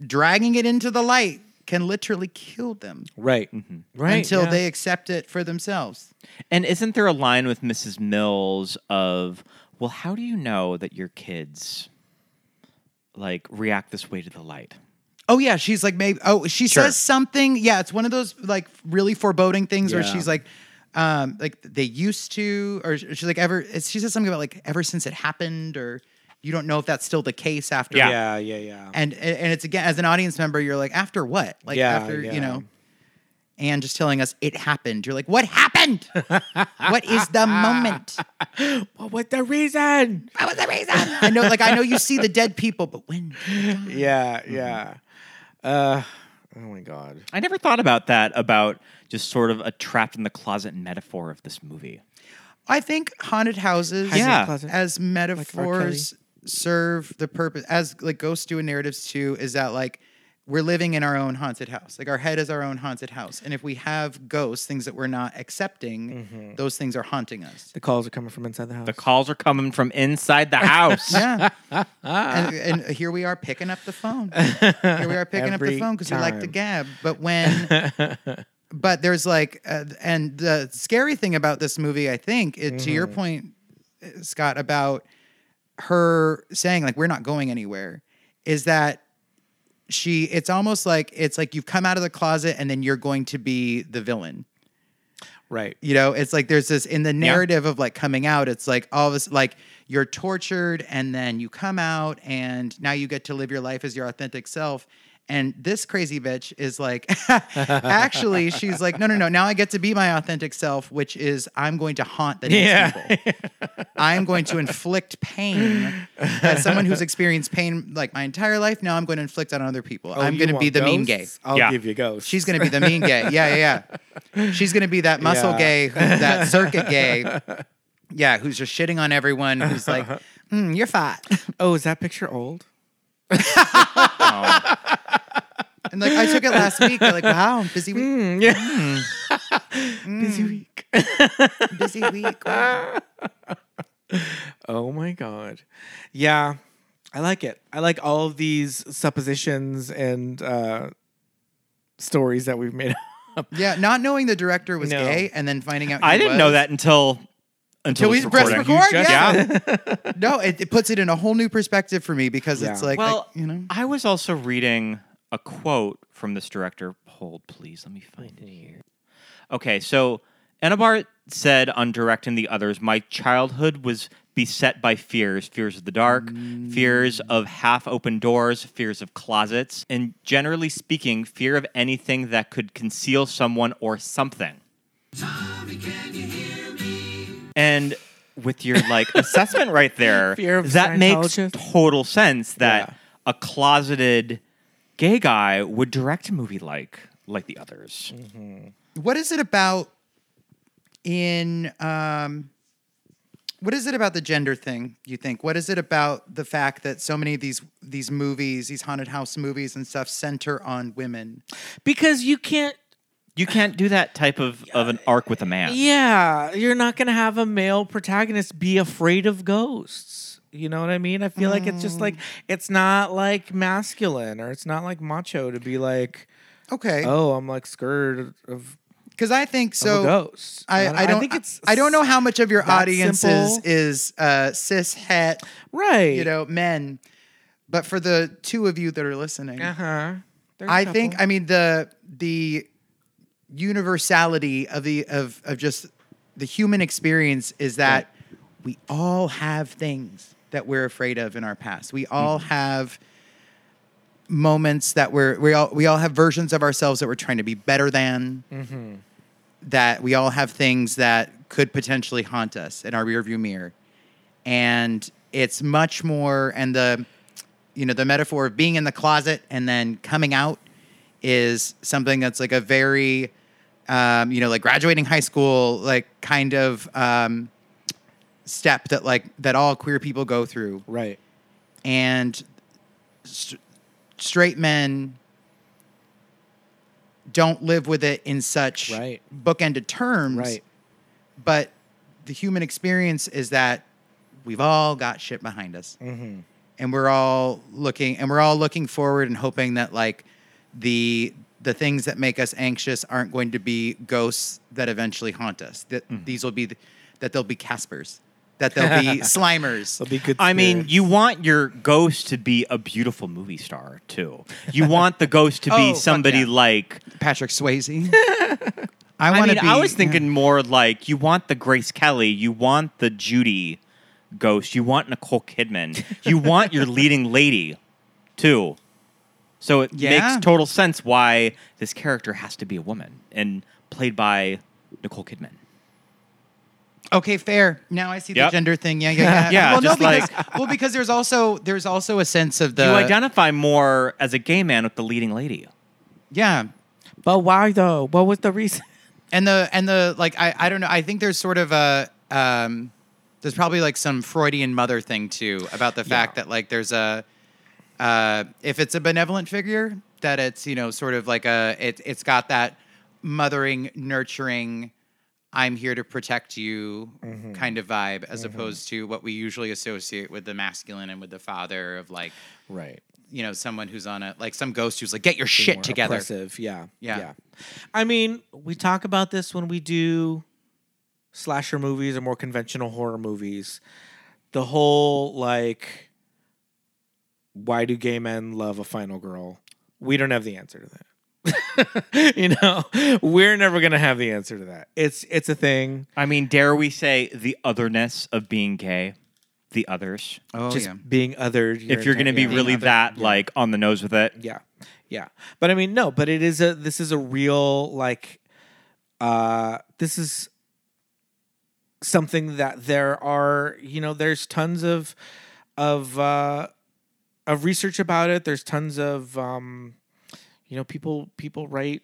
Speaker 5: dragging it into the light can literally kill them
Speaker 3: Right, right.
Speaker 5: Mm-hmm. until
Speaker 3: yeah.
Speaker 5: they accept it for themselves.
Speaker 4: And isn't there a line with Mrs. Mills of, well, how do you know that your kids like react this way to the light.
Speaker 5: Oh yeah, she's like maybe. Oh, she
Speaker 4: Sure.
Speaker 5: says something. Yeah, it's one of those like really foreboding things where
Speaker 4: Yeah.
Speaker 5: she's like, um, like they used to, or she's like ever. She says something about like ever since it happened, or you don't know if that's still the case after.
Speaker 3: Yeah, yeah, yeah.
Speaker 5: And and it's again as an audience member, you're like after what? Like
Speaker 3: Yeah,
Speaker 5: after
Speaker 3: yeah.
Speaker 5: you know. And just telling us it happened. You're like, what happened? what is the moment?
Speaker 3: What was the reason?
Speaker 5: What was the reason? I know, like I know you see the dead people, but when?
Speaker 3: Yeah, yeah. Uh, oh my god.
Speaker 4: I never thought about that about just sort of a trapped in the closet metaphor of this movie.
Speaker 5: I think haunted houses,
Speaker 4: Hiding in the Yeah.
Speaker 3: closet,
Speaker 5: as metaphors serve the purpose as like ghosts do in narratives too. Is that like we're living in our own haunted house, like our head is our own haunted house, and if we have ghosts, things that we're not accepting, those things are haunting us.
Speaker 3: The calls are coming from inside the house.
Speaker 4: The calls are coming from inside the house.
Speaker 5: Yeah, and, and here we are picking up the phone. Here we are picking up
Speaker 3: Every
Speaker 5: the phone because we like to
Speaker 3: time.
Speaker 5: gab, but when but there's like uh, and the scary thing about this movie i think is to
Speaker 3: Mm-hmm.
Speaker 5: your point uh, scott about her saying like we're not going anywhere is that she it's almost like it's like you've come out of the closet and then you're going to be the villain
Speaker 3: right.
Speaker 5: you know it's like there's this in the narrative of like coming out it's like all of this like you're tortured and then you come out and now you get to live your life as your authentic self and this crazy bitch is like actually she's like no no no now i get to be my authentic self which is i'm going to haunt the next people i'm going to inflict pain as someone who's experienced pain like my entire life now i'm going to inflict on other people
Speaker 3: Oh,
Speaker 5: i'm
Speaker 3: you
Speaker 5: going to be
Speaker 3: want
Speaker 5: the mean gay
Speaker 3: ghosts? I'll
Speaker 4: Yeah.
Speaker 3: give you ghosts.
Speaker 5: She's gonna be the mean gay. Yeah, yeah, yeah. She's gonna be that muscle
Speaker 3: Yeah.
Speaker 5: gay, who, that circuit gay. Yeah, who's just shitting on everyone. Who's like, mm, you're fat.
Speaker 3: Oh, is that picture old?
Speaker 5: And like, I took it last week. They're like, wow, busy week,
Speaker 3: Busy week.
Speaker 5: busy week. Wow.
Speaker 3: Oh my god. Yeah. I like it. I like all of these suppositions and uh stories that we've made up.
Speaker 5: Yeah, not knowing the director was
Speaker 3: No.
Speaker 5: gay and then finding out.
Speaker 4: I
Speaker 5: he
Speaker 4: didn't
Speaker 5: was.
Speaker 4: know that until until
Speaker 5: Till we
Speaker 4: this
Speaker 5: press
Speaker 4: recording.
Speaker 5: record,
Speaker 3: You just-
Speaker 5: yeah. No, it, it puts it in a whole new perspective for me because it's
Speaker 3: Yeah.
Speaker 5: like,
Speaker 4: Well,
Speaker 5: I- you know,
Speaker 4: I was also reading a quote from this director. Hold, please. Let me find it here. Okay, so Anabar said on directing the others, "My childhood was beset by fears: fears of the dark,
Speaker 5: Mm.
Speaker 4: fears of half-open doors, fears of closets, and generally speaking, fear of anything that could conceal someone or something." And with your like assessment right there,
Speaker 3: Fear of
Speaker 4: that makes
Speaker 3: Scientologist.
Speaker 4: total sense that
Speaker 3: Yeah.
Speaker 4: a closeted gay guy would direct a movie like like the others.
Speaker 3: Mm.
Speaker 5: what is it about in um what is it about the gender thing you think what is it about the fact that so many of these these movies these haunted house movies and stuff center on women
Speaker 3: Because you can't
Speaker 4: You can't do that type of of an arc with a man.
Speaker 3: Yeah, you're not going to have a male protagonist be afraid of ghosts. You know what I mean? I feel like it's just
Speaker 5: Mm.
Speaker 3: like it's not like masculine or it's not like macho to be like,
Speaker 5: okay
Speaker 3: "Oh, I'm like scared of
Speaker 5: because i think
Speaker 3: of a
Speaker 5: so
Speaker 3: ghost."
Speaker 5: I, I don't I,
Speaker 3: think it's
Speaker 5: I don't know how much of your
Speaker 3: that
Speaker 5: audience is,
Speaker 3: simple.
Speaker 5: is uh cis het
Speaker 3: right.
Speaker 5: you know men but for the two of you that are listening
Speaker 3: Uh-huh. There's a
Speaker 5: I think
Speaker 3: couple.
Speaker 5: I mean the the universality of the of of just the human experience is that we all have things that we're afraid of in our past. We all have moments that we're we all we all have versions of ourselves that we're trying to be better than. That we all have things that could potentially haunt us in our rearview mirror, and it's much more and the you know the metaphor of being in the closet and then coming out is something that's like a very um, you know like graduating high school like kind of um, step that like that all queer people go through
Speaker 3: right.
Speaker 5: and st- straight men don't live with it in such
Speaker 3: Right.
Speaker 5: bookended terms
Speaker 3: Right.
Speaker 5: but the human experience is that we've all got shit behind us
Speaker 3: Mm-hmm.
Speaker 5: and we're all looking and we're all looking forward and hoping that like the the things that make us anxious aren't
Speaker 3: Mm-hmm.
Speaker 5: going to be ghosts that eventually haunt us that these will be the, that they'll be caspers that they'll be slimers.
Speaker 3: It'll be good.
Speaker 4: I mean,
Speaker 3: spirits.
Speaker 4: you want your ghost to be a beautiful movie star too. You want the ghost to
Speaker 5: Oh,
Speaker 4: be
Speaker 5: fuck
Speaker 4: somebody
Speaker 5: yeah.
Speaker 4: like.
Speaker 5: Patrick Swayze.
Speaker 4: I,
Speaker 5: wanna
Speaker 4: mean, I was
Speaker 5: yeah.
Speaker 4: thinking more like you want the Grace Kelly, you want the Judy ghost, you want Nicole Kidman, you want your leading lady too. So it
Speaker 5: Yeah.
Speaker 4: makes total sense why this character has to be a woman and played by Nicole Kidman.
Speaker 5: Okay, fair. Now I see
Speaker 4: Yep.
Speaker 5: the gender thing. Yeah, yeah, yeah.
Speaker 4: Yeah,
Speaker 5: well,
Speaker 4: just
Speaker 5: no, because,
Speaker 4: like-
Speaker 5: well, because there's also there's also a sense of the
Speaker 4: you identify more as a gay man with the leading lady.
Speaker 5: yeah,
Speaker 3: but why though? What was the reason?
Speaker 5: and the and the like. I I don't know. I think there's sort of a um, there's probably like some Freudian mother thing too about the fact that like there's a uh, if it's a benevolent figure that it's you know sort of like a it it's got that mothering nurturing i'm here to protect you
Speaker 3: Mm-hmm.
Speaker 5: kind of vibe as opposed to what we usually associate with the masculine and with the father of like
Speaker 3: Right.
Speaker 5: you know, someone who's on a like some ghost who's like, get your shit
Speaker 3: more
Speaker 5: together.
Speaker 3: oppressive, Yeah,
Speaker 5: Yeah.
Speaker 3: I mean, we talk about this when we do slasher movies or more conventional horror movies. The whole like, why do gay men love a final girl? We don't have the answer to that. you know, we're never gonna have the answer to that. It's it's a thing.
Speaker 4: I mean, dare we say the otherness of being gay, the others.
Speaker 5: Oh
Speaker 3: just being othered.
Speaker 4: if you're going to
Speaker 3: enti-
Speaker 4: be
Speaker 3: yeah.
Speaker 4: really that like on the nose with it,
Speaker 3: Yeah. Yeah. But I mean, no, but it is a this is a real like uh this is something that there are, you know, there's tons of of uh of research about it. There's tons of um you know, people people write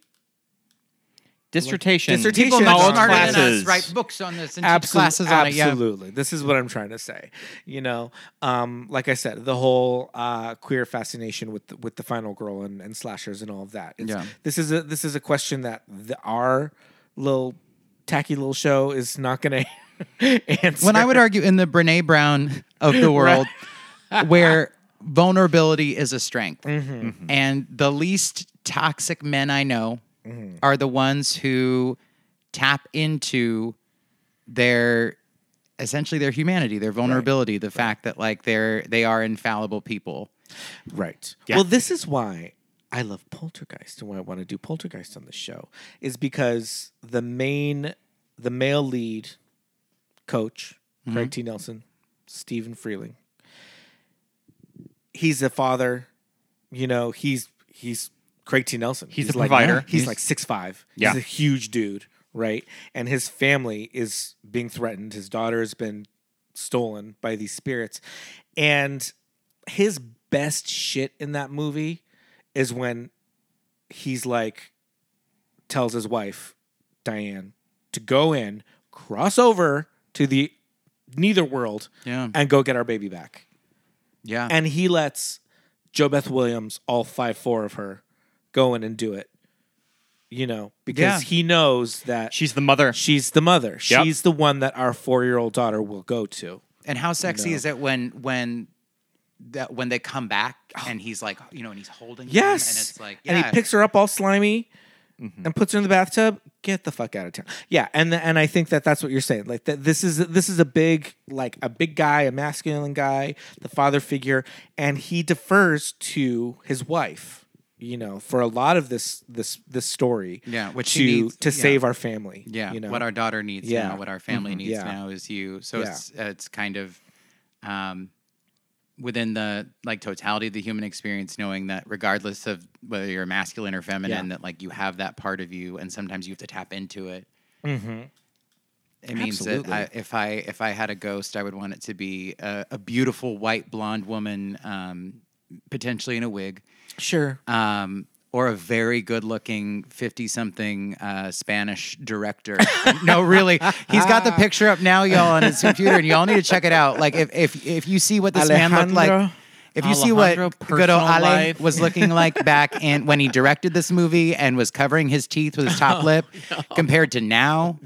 Speaker 4: dissertation,
Speaker 3: Dissertation.
Speaker 5: People much
Speaker 3: Knowledge
Speaker 5: smarter than us
Speaker 4: classes.
Speaker 5: write books on this and teach
Speaker 3: Absol-
Speaker 5: classes on it. Yeah.
Speaker 3: absolutely. This is what I'm trying to say. You know, um, like I said, the whole uh, queer fascination with the, with the final girl and, and slashers and all of that. It's-
Speaker 5: Yeah.
Speaker 3: This is a this is a question that the, our little tacky little show is not going to answer.
Speaker 5: When I would argue in the Brene Brown of the world, where vulnerability is a strength, and the least toxic men I know are the ones who tap into their essentially their humanity, their vulnerability, the fact that like they're they are infallible people.
Speaker 3: Right. Well, this is why I love Poltergeist and why I want to do Poltergeist on the show is because the main, the male lead coach,
Speaker 4: Mm-hmm.
Speaker 3: Craig T. Nelson, Stephen Freeling, he's a father. You know, he's he's Craig T. Nelson.
Speaker 4: He's the
Speaker 3: like,
Speaker 4: provider.
Speaker 3: He's,
Speaker 4: He's-
Speaker 3: like six five.
Speaker 4: Yeah.
Speaker 3: He's a huge dude, right? And his family is being threatened. His daughter has been stolen by these spirits. And his best shit in that movie is when he's like tells his wife Diane to go in, cross over to the neither world,
Speaker 5: Yeah.
Speaker 3: and go get our baby back.
Speaker 5: Yeah.
Speaker 3: And he lets Jo Beth Williams, all five four of her, go in and do it. You know, because
Speaker 5: Yeah.
Speaker 3: he knows that
Speaker 4: She's the mother.
Speaker 3: she's the mother.
Speaker 4: Yep.
Speaker 3: She's the one that our four year old daughter will go to.
Speaker 5: And how sexy is it when when that when they come back and he's like you know and he's holding them,
Speaker 3: Oh. Yes.
Speaker 5: and it's like
Speaker 3: And
Speaker 5: yeah Mm-hmm.
Speaker 3: he picks her up all slimy and puts her in the bathtub. Get the fuck out of town. Yeah, and and I think that that's what you're saying. Like that this is this is a big like a big guy, a masculine guy, the father figure, and he defers to his wife. You know, for a lot of this this this story.
Speaker 5: Yeah, what
Speaker 3: to
Speaker 5: she needs-
Speaker 3: to
Speaker 5: yeah.
Speaker 3: save our family.
Speaker 5: yeah
Speaker 3: you know
Speaker 5: what our daughter needs
Speaker 3: Yeah. Mm-hmm.
Speaker 5: now what our family needs
Speaker 3: Yeah.
Speaker 5: now is you so
Speaker 3: Yeah.
Speaker 5: it's it's kind of um within the like totality of the human experience knowing that regardless of whether you're masculine or feminine that like you have that part of you and sometimes you have to tap into it It means
Speaker 3: Mm-hmm. Absolutely.
Speaker 5: that I, if I if I had a ghost, I would want it to be a, a beautiful white blonde woman, um, potentially in a wig,
Speaker 3: sure.
Speaker 5: um, or a very good looking fifty something uh, Spanish director. no, really, he's got the picture up now, y'all, on his computer, and y'all need to check it out. Like if if if you see what this man looked like.
Speaker 3: Alejandro-
Speaker 5: If you see what
Speaker 4: Alejandro
Speaker 5: good
Speaker 4: personal
Speaker 5: old Ale
Speaker 4: life.
Speaker 5: was looking like back in when he directed this movie and was covering his teeth with his
Speaker 4: Oh,
Speaker 5: top lip compared to now,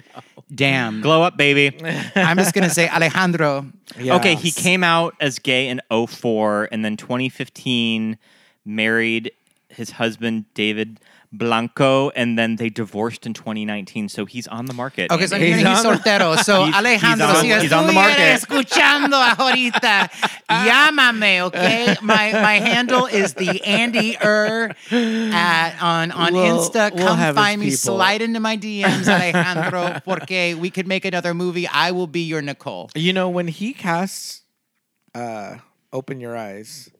Speaker 5: damn.
Speaker 4: Glow up, baby.
Speaker 5: I'm just gonna say Alejandro.
Speaker 4: Okay, he came out as gay in 04 and then 2015 married his husband David Blanco, and then they divorced in 2019. So he's on the market.
Speaker 5: Okay, so I'm hearing
Speaker 3: He's
Speaker 5: he's
Speaker 3: on-
Speaker 5: soltero. So
Speaker 4: He's-
Speaker 5: Alejandro,
Speaker 4: he's on-
Speaker 5: si
Speaker 4: he's on the
Speaker 5: estuviera
Speaker 4: market.
Speaker 5: escuchando ahorita, llámame, okay? My my handle is the Andy Er at, on on
Speaker 3: We'll-
Speaker 5: Insta.
Speaker 3: we'll
Speaker 5: Come
Speaker 3: have his
Speaker 5: find me.
Speaker 3: people.
Speaker 5: Slide into my DMs, Alejandro, porque we could make another movie. I will be your Nicole.
Speaker 3: You know, when he casts uh Open Your Eyes,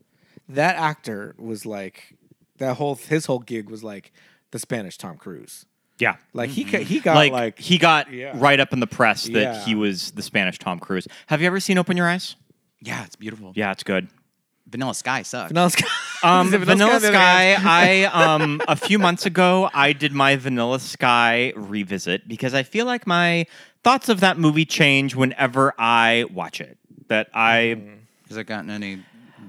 Speaker 3: that actor was like that whole his whole gig was like the Spanish Tom Cruise.
Speaker 4: Yeah.
Speaker 3: Like he ca- he got
Speaker 4: Mm-hmm. Like,
Speaker 3: like,
Speaker 4: he got
Speaker 3: Yeah.
Speaker 4: right up in the press that
Speaker 3: Yeah.
Speaker 4: he was the Spanish Tom Cruise. Have you ever seen Open Your Eyes?
Speaker 5: Yeah, it's beautiful.
Speaker 4: Yeah, it's good.
Speaker 5: Vanilla Sky sucks.
Speaker 3: Vanilla Sky.
Speaker 4: Um,
Speaker 3: Is it
Speaker 4: Vanilla
Speaker 3: on the other hand?
Speaker 4: Sky. I um a few months ago I did my Vanilla Sky revisit because I feel like my thoughts of that movie change whenever I watch it. That I
Speaker 5: Has it gotten any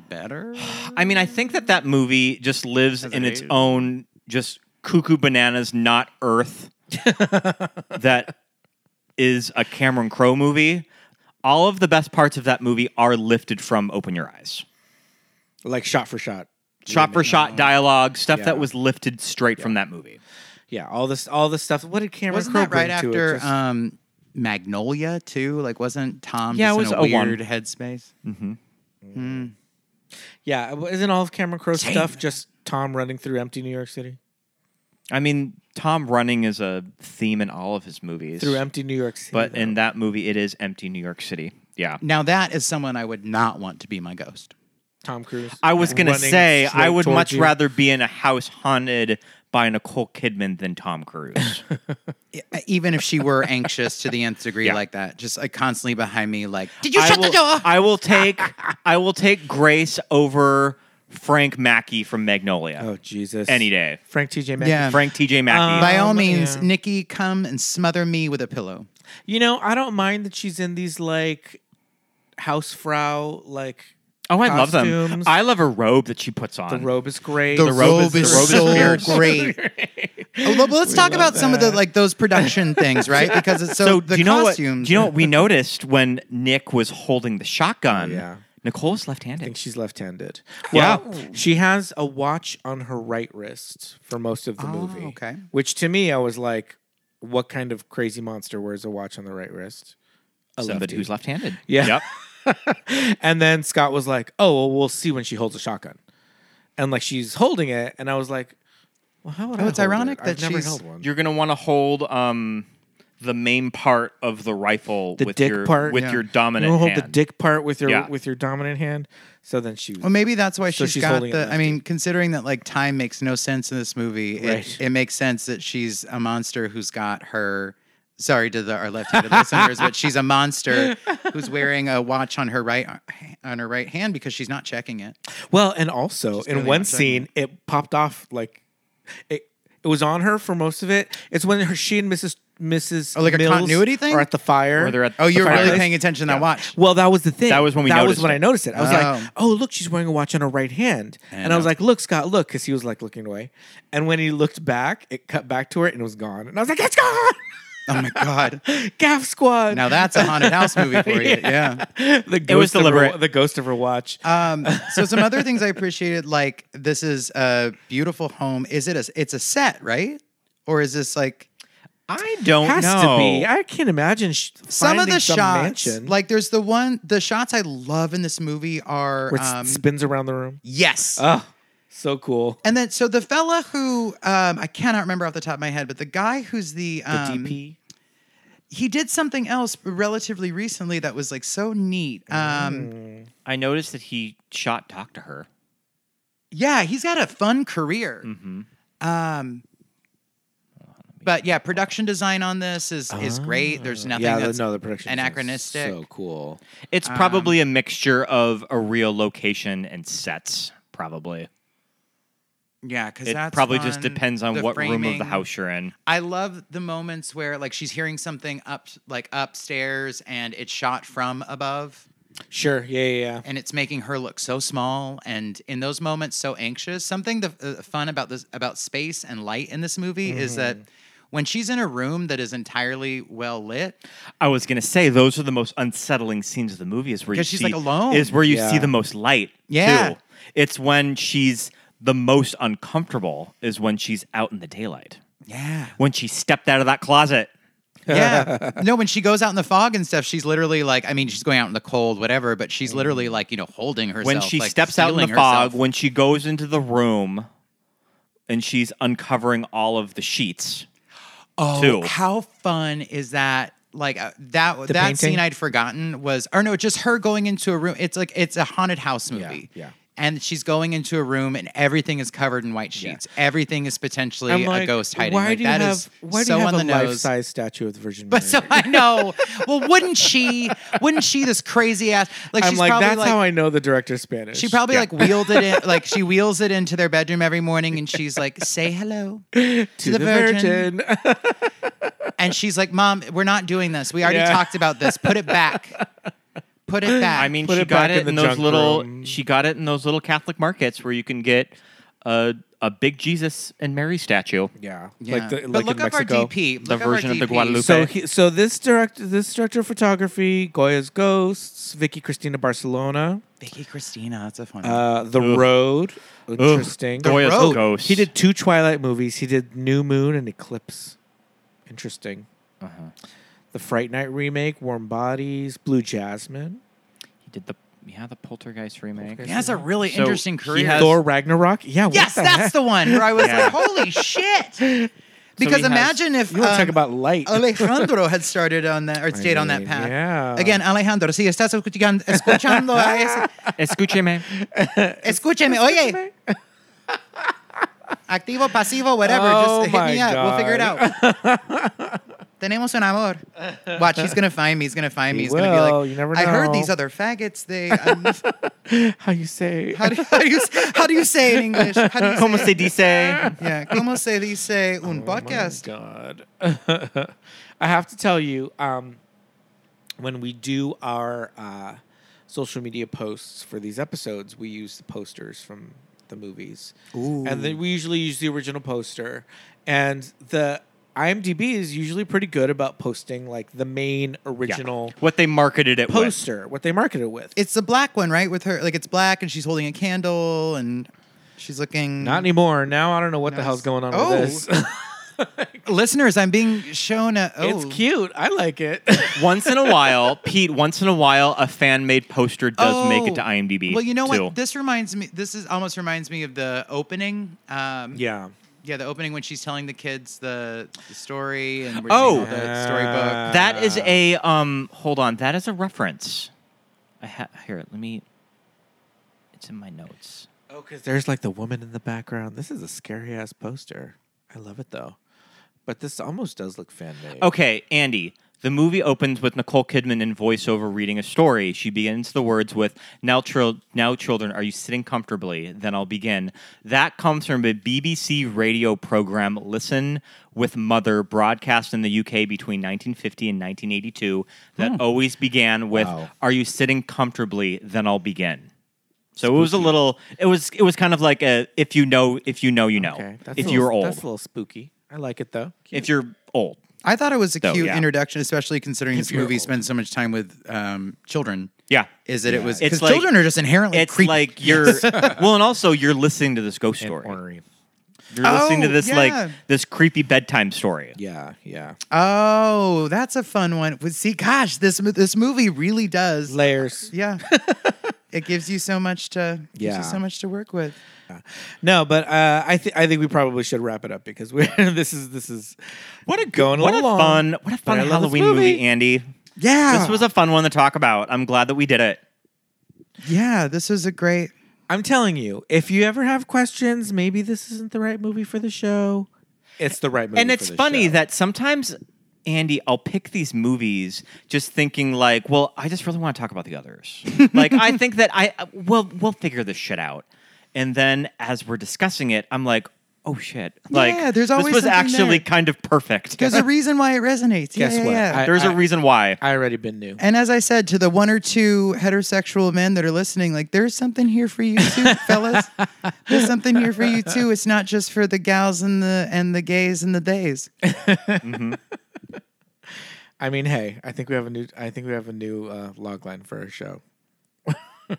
Speaker 5: better?
Speaker 4: I mean, I think that that movie just lives in its
Speaker 3: aged.
Speaker 4: own just cuckoo bananas, not Earth. that is a Cameron Crowe movie. All of the best parts of that movie are lifted from Open Your Eyes.
Speaker 3: Like shot for shot.
Speaker 4: Shot for shot dialogue, stuff that
Speaker 3: Yeah.
Speaker 4: was lifted straight from that movie.
Speaker 3: Yeah, all this all this stuff. What did Cameron
Speaker 5: Wasn't
Speaker 3: Crowe
Speaker 5: that right
Speaker 3: bring to it?
Speaker 5: after
Speaker 3: Just-
Speaker 5: um, Magnolia too? Like, wasn't Tom
Speaker 4: Yeah,
Speaker 5: just
Speaker 4: it was
Speaker 5: in a,
Speaker 4: a one.
Speaker 5: weird headspace?
Speaker 3: yeah, isn't all of Cameron Crowe's stuff just Tom running through empty New York City?
Speaker 4: I mean, Tom running is a theme in all of his movies.
Speaker 3: Through empty New York City.
Speaker 4: but
Speaker 3: though.
Speaker 4: in that movie, it is empty New York City. Yeah.
Speaker 5: Now that is someone I would not want to be my ghost.
Speaker 3: Tom Cruise.
Speaker 4: I was going to
Speaker 3: running
Speaker 4: say, I
Speaker 3: straight
Speaker 4: would
Speaker 3: towards
Speaker 4: much
Speaker 3: you.
Speaker 4: rather be in a house haunted by Nicole Kidman than Tom Cruise.
Speaker 5: Even if she were anxious to the nth degree like that, just like constantly behind me, like, did you
Speaker 4: I
Speaker 5: shut
Speaker 4: will,
Speaker 5: the door?
Speaker 4: I will take I will take Grace over Frank Mackey from Magnolia.
Speaker 3: Oh Jesus.
Speaker 4: Any day.
Speaker 3: Frank TJ Maxx.
Speaker 5: Yeah.
Speaker 4: Frank TJ Mackey.
Speaker 5: By all
Speaker 3: Um,
Speaker 5: means,
Speaker 3: yeah.
Speaker 5: Nikki, come and smother me with a pillow.
Speaker 3: You know, I don't mind that she's in these like housefrau like
Speaker 4: oh, I love them.
Speaker 3: costumes.
Speaker 4: I love a robe that she puts on.
Speaker 3: the robe is great.
Speaker 4: robe is- the robe is
Speaker 5: so great. Oh, well, let's talk about some of the like those production things, right? Because it's so,
Speaker 4: So
Speaker 5: the
Speaker 4: do you know what? Do
Speaker 5: costumes.
Speaker 4: you know what we noticed when Nick was holding the shotgun?
Speaker 3: Oh, yeah.
Speaker 4: Nicole's
Speaker 3: I
Speaker 4: left-handed.
Speaker 3: think she's left-handed.
Speaker 4: Yeah.
Speaker 3: Well, she has a watch on her right wrist for most of the
Speaker 4: Oh,
Speaker 3: movie.
Speaker 5: okay.
Speaker 3: Which to me, I was like, what kind of crazy monster wears a watch on the right wrist? A
Speaker 4: Somebody
Speaker 3: lefty.
Speaker 4: who's left-handed.
Speaker 3: Yeah.
Speaker 4: Yep.
Speaker 3: and then Scott was like, "Oh, well, we'll see when she holds a shotgun," and like she's holding it, and I was like, "Well, how would
Speaker 4: Oh,
Speaker 3: I?"
Speaker 5: it's
Speaker 3: hold
Speaker 5: ironic
Speaker 3: it?
Speaker 5: that
Speaker 3: I've never
Speaker 5: she's-
Speaker 3: held one.
Speaker 4: You're gonna want to hold um, the main part of the rifle
Speaker 3: The
Speaker 4: with
Speaker 3: dick
Speaker 4: your
Speaker 3: part?
Speaker 4: with
Speaker 3: Yeah.
Speaker 4: your
Speaker 3: You
Speaker 4: dominant
Speaker 3: don't hold
Speaker 4: hand.
Speaker 3: the dick part with your
Speaker 4: Yeah.
Speaker 3: with your dominant hand. So then she.
Speaker 5: Well, maybe that's why
Speaker 3: So
Speaker 5: she's
Speaker 3: she's
Speaker 5: got
Speaker 3: holding it
Speaker 5: the. I
Speaker 3: lefty.
Speaker 5: mean, considering that like time makes no sense in this movie,
Speaker 3: Right.
Speaker 5: it, it makes sense that she's a monster who's got her. Sorry to the, our left-handed listeners, but she's a monster who's wearing a watch on her right on her right hand because she's not checking it.
Speaker 3: Well, and also in
Speaker 5: really
Speaker 3: one
Speaker 5: upset.
Speaker 3: scene, it popped off like it. It was on her for most of it. It's when her, she and Mrs. Mrs.
Speaker 5: Oh, like a
Speaker 3: Mills
Speaker 5: continuity thing?
Speaker 3: are at the fire.
Speaker 4: Or they're at
Speaker 5: Oh,
Speaker 4: the
Speaker 5: you're really
Speaker 4: fireplace.
Speaker 5: paying attention to that watch.
Speaker 3: Well, that was the thing.
Speaker 4: That was when we
Speaker 3: That
Speaker 4: noticed
Speaker 3: was when
Speaker 4: it.
Speaker 3: I noticed it. I was
Speaker 5: Oh.
Speaker 3: like, "Oh, look, she's wearing a watch on her right hand," and, I was like, "Look, Scott, look," because he was like looking away. And when he looked back, it cut back to her and it was gone. And I was like, "It's gone."
Speaker 5: Oh my god!
Speaker 3: Gaff Squad.
Speaker 5: Now that's a haunted house movie for you. Yeah.
Speaker 3: the ghost
Speaker 4: was
Speaker 3: of her-
Speaker 4: deliberate.
Speaker 3: the ghost of her watch.
Speaker 5: Um, so some other things I appreciated, like this is a beautiful home. Is it a? It's a set, right? Or is this like?
Speaker 4: I don't
Speaker 3: Has
Speaker 4: know.
Speaker 3: to be. I can't imagine sh-
Speaker 5: some of
Speaker 3: finding
Speaker 5: the
Speaker 3: some
Speaker 5: shots
Speaker 3: mansion
Speaker 5: like there's the one the shots i love in this movie are
Speaker 3: where it
Speaker 5: um,
Speaker 3: spins around the room.
Speaker 5: yes
Speaker 3: Oh, so cool.
Speaker 5: and then so the fella who um, i cannot remember off the top of my head but the guy who's the,
Speaker 3: The
Speaker 5: um,
Speaker 3: DP.
Speaker 5: he did something else relatively recently that was like so neat um,
Speaker 4: I noticed that he shot talk to her.
Speaker 5: yeah he's got a fun career um, but yeah production design on this is is great there's nothing
Speaker 3: Yeah, the,
Speaker 5: that's
Speaker 3: no, the production design is
Speaker 5: anachronistic.
Speaker 3: So cool.
Speaker 4: It's probably a mixture of a real location and sets. Probably.
Speaker 5: yeah because
Speaker 4: It probably just depends on what room of the house you're in.
Speaker 5: I love the moments where like she's hearing something up like upstairs and it's shot from above
Speaker 3: Sure. Yeah, yeah, yeah.
Speaker 5: and it's making her look so small and in those moments so anxious. Something the uh, fun about this about space and light in this movie
Speaker 4: Mm-hmm.
Speaker 5: is that when she's in a room that is entirely well lit,
Speaker 4: I was gonna say those are the most unsettling scenes of the movie. Is where you
Speaker 5: 'Cause she's,
Speaker 4: see,
Speaker 5: like, alone.
Speaker 4: Is where you see
Speaker 3: Yeah.
Speaker 4: the most light.
Speaker 5: Yeah.
Speaker 4: too. it's when she's the most uncomfortable is when she's out in the daylight.
Speaker 5: Yeah.
Speaker 4: When she stepped out of that closet.
Speaker 5: Yeah. no, when she goes out in the fog and stuff, she's literally like, I mean, she's going out in the cold, whatever, but she's literally like, you know, holding herself.
Speaker 4: Mm-hmm. When she
Speaker 5: like,
Speaker 4: steps out in the
Speaker 5: steeling
Speaker 4: fog,
Speaker 5: herself.
Speaker 4: when she goes into the room and she's uncovering all of the sheets.
Speaker 5: Oh,
Speaker 4: too.
Speaker 5: how fun is that? Like uh, that that
Speaker 3: painting?
Speaker 5: scene I'd forgotten was or no, just her going into a room. It's like it's a haunted house movie.
Speaker 3: yeah.
Speaker 5: And she's going into a room and everything is covered in white sheets. Everything is potentially
Speaker 3: I'm
Speaker 5: a
Speaker 3: like,
Speaker 5: ghost hiding.
Speaker 3: Why
Speaker 5: like,
Speaker 3: do you
Speaker 5: that
Speaker 3: have
Speaker 5: is
Speaker 3: why do
Speaker 5: so
Speaker 3: you have
Speaker 5: on
Speaker 3: a
Speaker 5: the
Speaker 3: life
Speaker 5: nose.
Speaker 3: size statue of the Virgin Mary?
Speaker 5: But so I know. Well, wouldn't she? Wouldn't she? This crazy ass. Like
Speaker 3: I'm
Speaker 5: she's
Speaker 3: like
Speaker 5: probably
Speaker 3: that's
Speaker 5: like,
Speaker 3: how I know the director's Spanish.
Speaker 5: She probably like wheeled it in, like she wheels it into their bedroom every morning, and she's like, "Say hello to,
Speaker 3: to
Speaker 5: the, virgin.
Speaker 3: virgin.
Speaker 5: And she's like, "Mom, we're not doing this. We already
Speaker 3: Yeah.
Speaker 5: talked about this. Put it back. Put it back."
Speaker 4: I mean,
Speaker 3: Put
Speaker 4: she
Speaker 3: it
Speaker 4: got
Speaker 3: back
Speaker 4: it
Speaker 3: in
Speaker 4: in,
Speaker 3: the
Speaker 4: those
Speaker 3: junk
Speaker 4: little.
Speaker 3: room.
Speaker 4: She got it in those little Catholic markets where you can get a a big Jesus and Mary statue.
Speaker 3: yeah.
Speaker 5: Yeah.
Speaker 3: Like the,
Speaker 5: but
Speaker 3: like
Speaker 5: look
Speaker 3: in
Speaker 5: up
Speaker 3: Mexico.
Speaker 5: our DP,
Speaker 4: the
Speaker 5: Look up our
Speaker 4: version of the
Speaker 5: DP.
Speaker 4: Guadalupe.
Speaker 3: So he, so this direct this director of photography, Goya's Ghosts, Vicky Cristina Barcelona,
Speaker 5: Vicky Cristina, that's a fun. one.
Speaker 3: uh, The Road, interesting. Oh,
Speaker 4: Goya's
Speaker 5: The road.
Speaker 4: ghost.
Speaker 3: He did two Twilight movies. He did New Moon and Eclipse. Interesting.
Speaker 5: Uh-huh.
Speaker 3: The Fright Night remake, Warm Bodies, Blue Jasmine,
Speaker 4: He did the yeah the Poltergeist remake.
Speaker 5: yeah, that's a really
Speaker 4: So
Speaker 5: interesting
Speaker 4: he
Speaker 5: career.
Speaker 4: has-
Speaker 3: Thor Ragnarok. Yeah. what
Speaker 5: yes,
Speaker 3: the
Speaker 5: that's
Speaker 3: heck?
Speaker 5: the one where I was
Speaker 4: Yeah.
Speaker 5: like, "Holy shit!" Because
Speaker 4: he has-
Speaker 5: imagine if
Speaker 3: You want to
Speaker 5: um,
Speaker 3: talk about light?
Speaker 5: Alejandro had started on that or stayed on that
Speaker 3: mean,
Speaker 5: path.
Speaker 3: yeah.
Speaker 5: Again, Alejandro, si estás escuchan- escuchando a ese,
Speaker 4: Escúcheme.
Speaker 5: escúcheme, oye. Activo, pasivo, whatever.
Speaker 3: Oh
Speaker 5: Just hit me
Speaker 3: my
Speaker 5: up. We'll figure it
Speaker 3: God.
Speaker 5: out. Tenemos un amor. Watch, he's gonna find me. He's gonna find me.
Speaker 3: He
Speaker 5: He's gonna be
Speaker 3: will,
Speaker 5: like,
Speaker 3: you never
Speaker 5: I heard
Speaker 3: know."
Speaker 5: these other faggots. They. um,
Speaker 3: How you say?
Speaker 5: how, do, how, do you, how do you say in English? How do you
Speaker 4: Como
Speaker 5: say?
Speaker 4: se dice?
Speaker 5: Yeah, como se dice un podcast?
Speaker 3: Oh God. I have to tell you, um, when we do our uh, social media posts for these episodes, we use the posters from the movies. And then we usually use the original poster. And the IMDb is usually pretty good about posting like the main
Speaker 4: Yeah.
Speaker 3: original
Speaker 4: What they marketed it with.
Speaker 3: poster, what they market it with.
Speaker 5: It's the black one, right? With her, like it's black, and she's holding a candle, and she's looking.
Speaker 3: Not anymore. Now I don't know what the
Speaker 5: Nice.
Speaker 3: hell's going on
Speaker 5: Oh.
Speaker 3: with this.
Speaker 5: listeners. I'm being shown a. Oh,
Speaker 3: It's cute. I like it.
Speaker 4: Once in a while, Pete. Once in a while, a fan made poster does make it to
Speaker 5: Oh.
Speaker 4: IMDb.
Speaker 5: Well, you know
Speaker 4: too.
Speaker 5: what? This reminds me. This is almost reminds me of the opening. Um,
Speaker 3: yeah.
Speaker 5: yeah, the opening when she's telling the kids the, the story and we're
Speaker 4: Oh.
Speaker 5: seeing all the storybook.
Speaker 4: That is a um. Hold on, that is a reference. I ha- here. Let me. It's in my notes.
Speaker 3: Oh, because there's like the woman in the background. This is a scary ass poster. I love it though. But this almost does look fan made.
Speaker 4: Okay, Andy. The movie opens with Nicole Kidman in voiceover reading a story. She begins the words with "Now, chil- now, children, are you sitting comfortably? Then I'll begin." That comes from a BBC radio program, "Listen with Mother," broadcast in the UK between 1950 and 1982.
Speaker 3: Hmm.
Speaker 4: That always began with "Are you sitting comfortably? Then I'll begin." So it was a little. It was. It was kind of like a if you know, if you know, you know.
Speaker 3: Okay. That's a
Speaker 4: if
Speaker 3: little-
Speaker 4: you're
Speaker 3: That's a
Speaker 4: old,
Speaker 3: little spooky. I like it though.
Speaker 4: if you're old.
Speaker 5: I thought it was a
Speaker 4: So,
Speaker 5: cute
Speaker 4: Oh, yeah.
Speaker 5: introduction, especially considering this
Speaker 3: you're
Speaker 5: movie
Speaker 3: old.
Speaker 5: spends so much time with um, children.
Speaker 4: Yeah.
Speaker 5: Is that it was
Speaker 4: It's
Speaker 5: because
Speaker 4: like-
Speaker 5: children are just inherently
Speaker 4: it's
Speaker 5: creepy.
Speaker 4: like you're well, and also you're listening to this ghost story. You're listening to
Speaker 5: Oh,
Speaker 4: this
Speaker 5: yeah.
Speaker 4: like this creepy bedtime story.
Speaker 3: Yeah, yeah.
Speaker 5: oh, that's a fun one. Well, See, gosh, this mo- this movie really does.
Speaker 3: Layers.
Speaker 5: yeah, it gives you so much to gives
Speaker 3: Yeah.
Speaker 5: you so much to work with.
Speaker 3: No, but uh, I think I think we probably should wrap it up because we this is this is what a going
Speaker 4: What a
Speaker 3: along.
Speaker 4: fun, what a
Speaker 3: But I
Speaker 4: fun
Speaker 3: love this
Speaker 4: Halloween movie. Andy.
Speaker 5: Yeah,
Speaker 4: This was a fun one to talk about. I'm glad that we did it.
Speaker 5: yeah. This was a great.
Speaker 3: I'm telling you, if you ever have questions, maybe this isn't the right movie for the show. It's the right movie.
Speaker 4: and
Speaker 3: for
Speaker 4: it's
Speaker 3: the
Speaker 4: funny
Speaker 3: show.
Speaker 4: that sometimes Andy, I'll pick these movies just thinking like, well, I just really want to talk about the others. like I think that I well we'll figure this shit out. And then as we're discussing it, I'm like, oh shit. Like
Speaker 5: Yeah, there's
Speaker 4: this
Speaker 5: always
Speaker 4: was
Speaker 5: something
Speaker 4: actually
Speaker 5: there.
Speaker 4: kind of perfect.
Speaker 5: There's a reason why it resonates. Yeah,
Speaker 3: Guess
Speaker 5: yeah,
Speaker 3: what?
Speaker 5: yeah.
Speaker 3: I-
Speaker 4: There's a reason why.
Speaker 3: I already been new.
Speaker 5: and as I said to the one or two heterosexual men that are listening, like there's something here for you too, fellas. There's something here for you too. It's not just for the gals and the and the gays and the days.
Speaker 3: I mean, hey, I think we have a new. I think we have a new uh, log line for our show.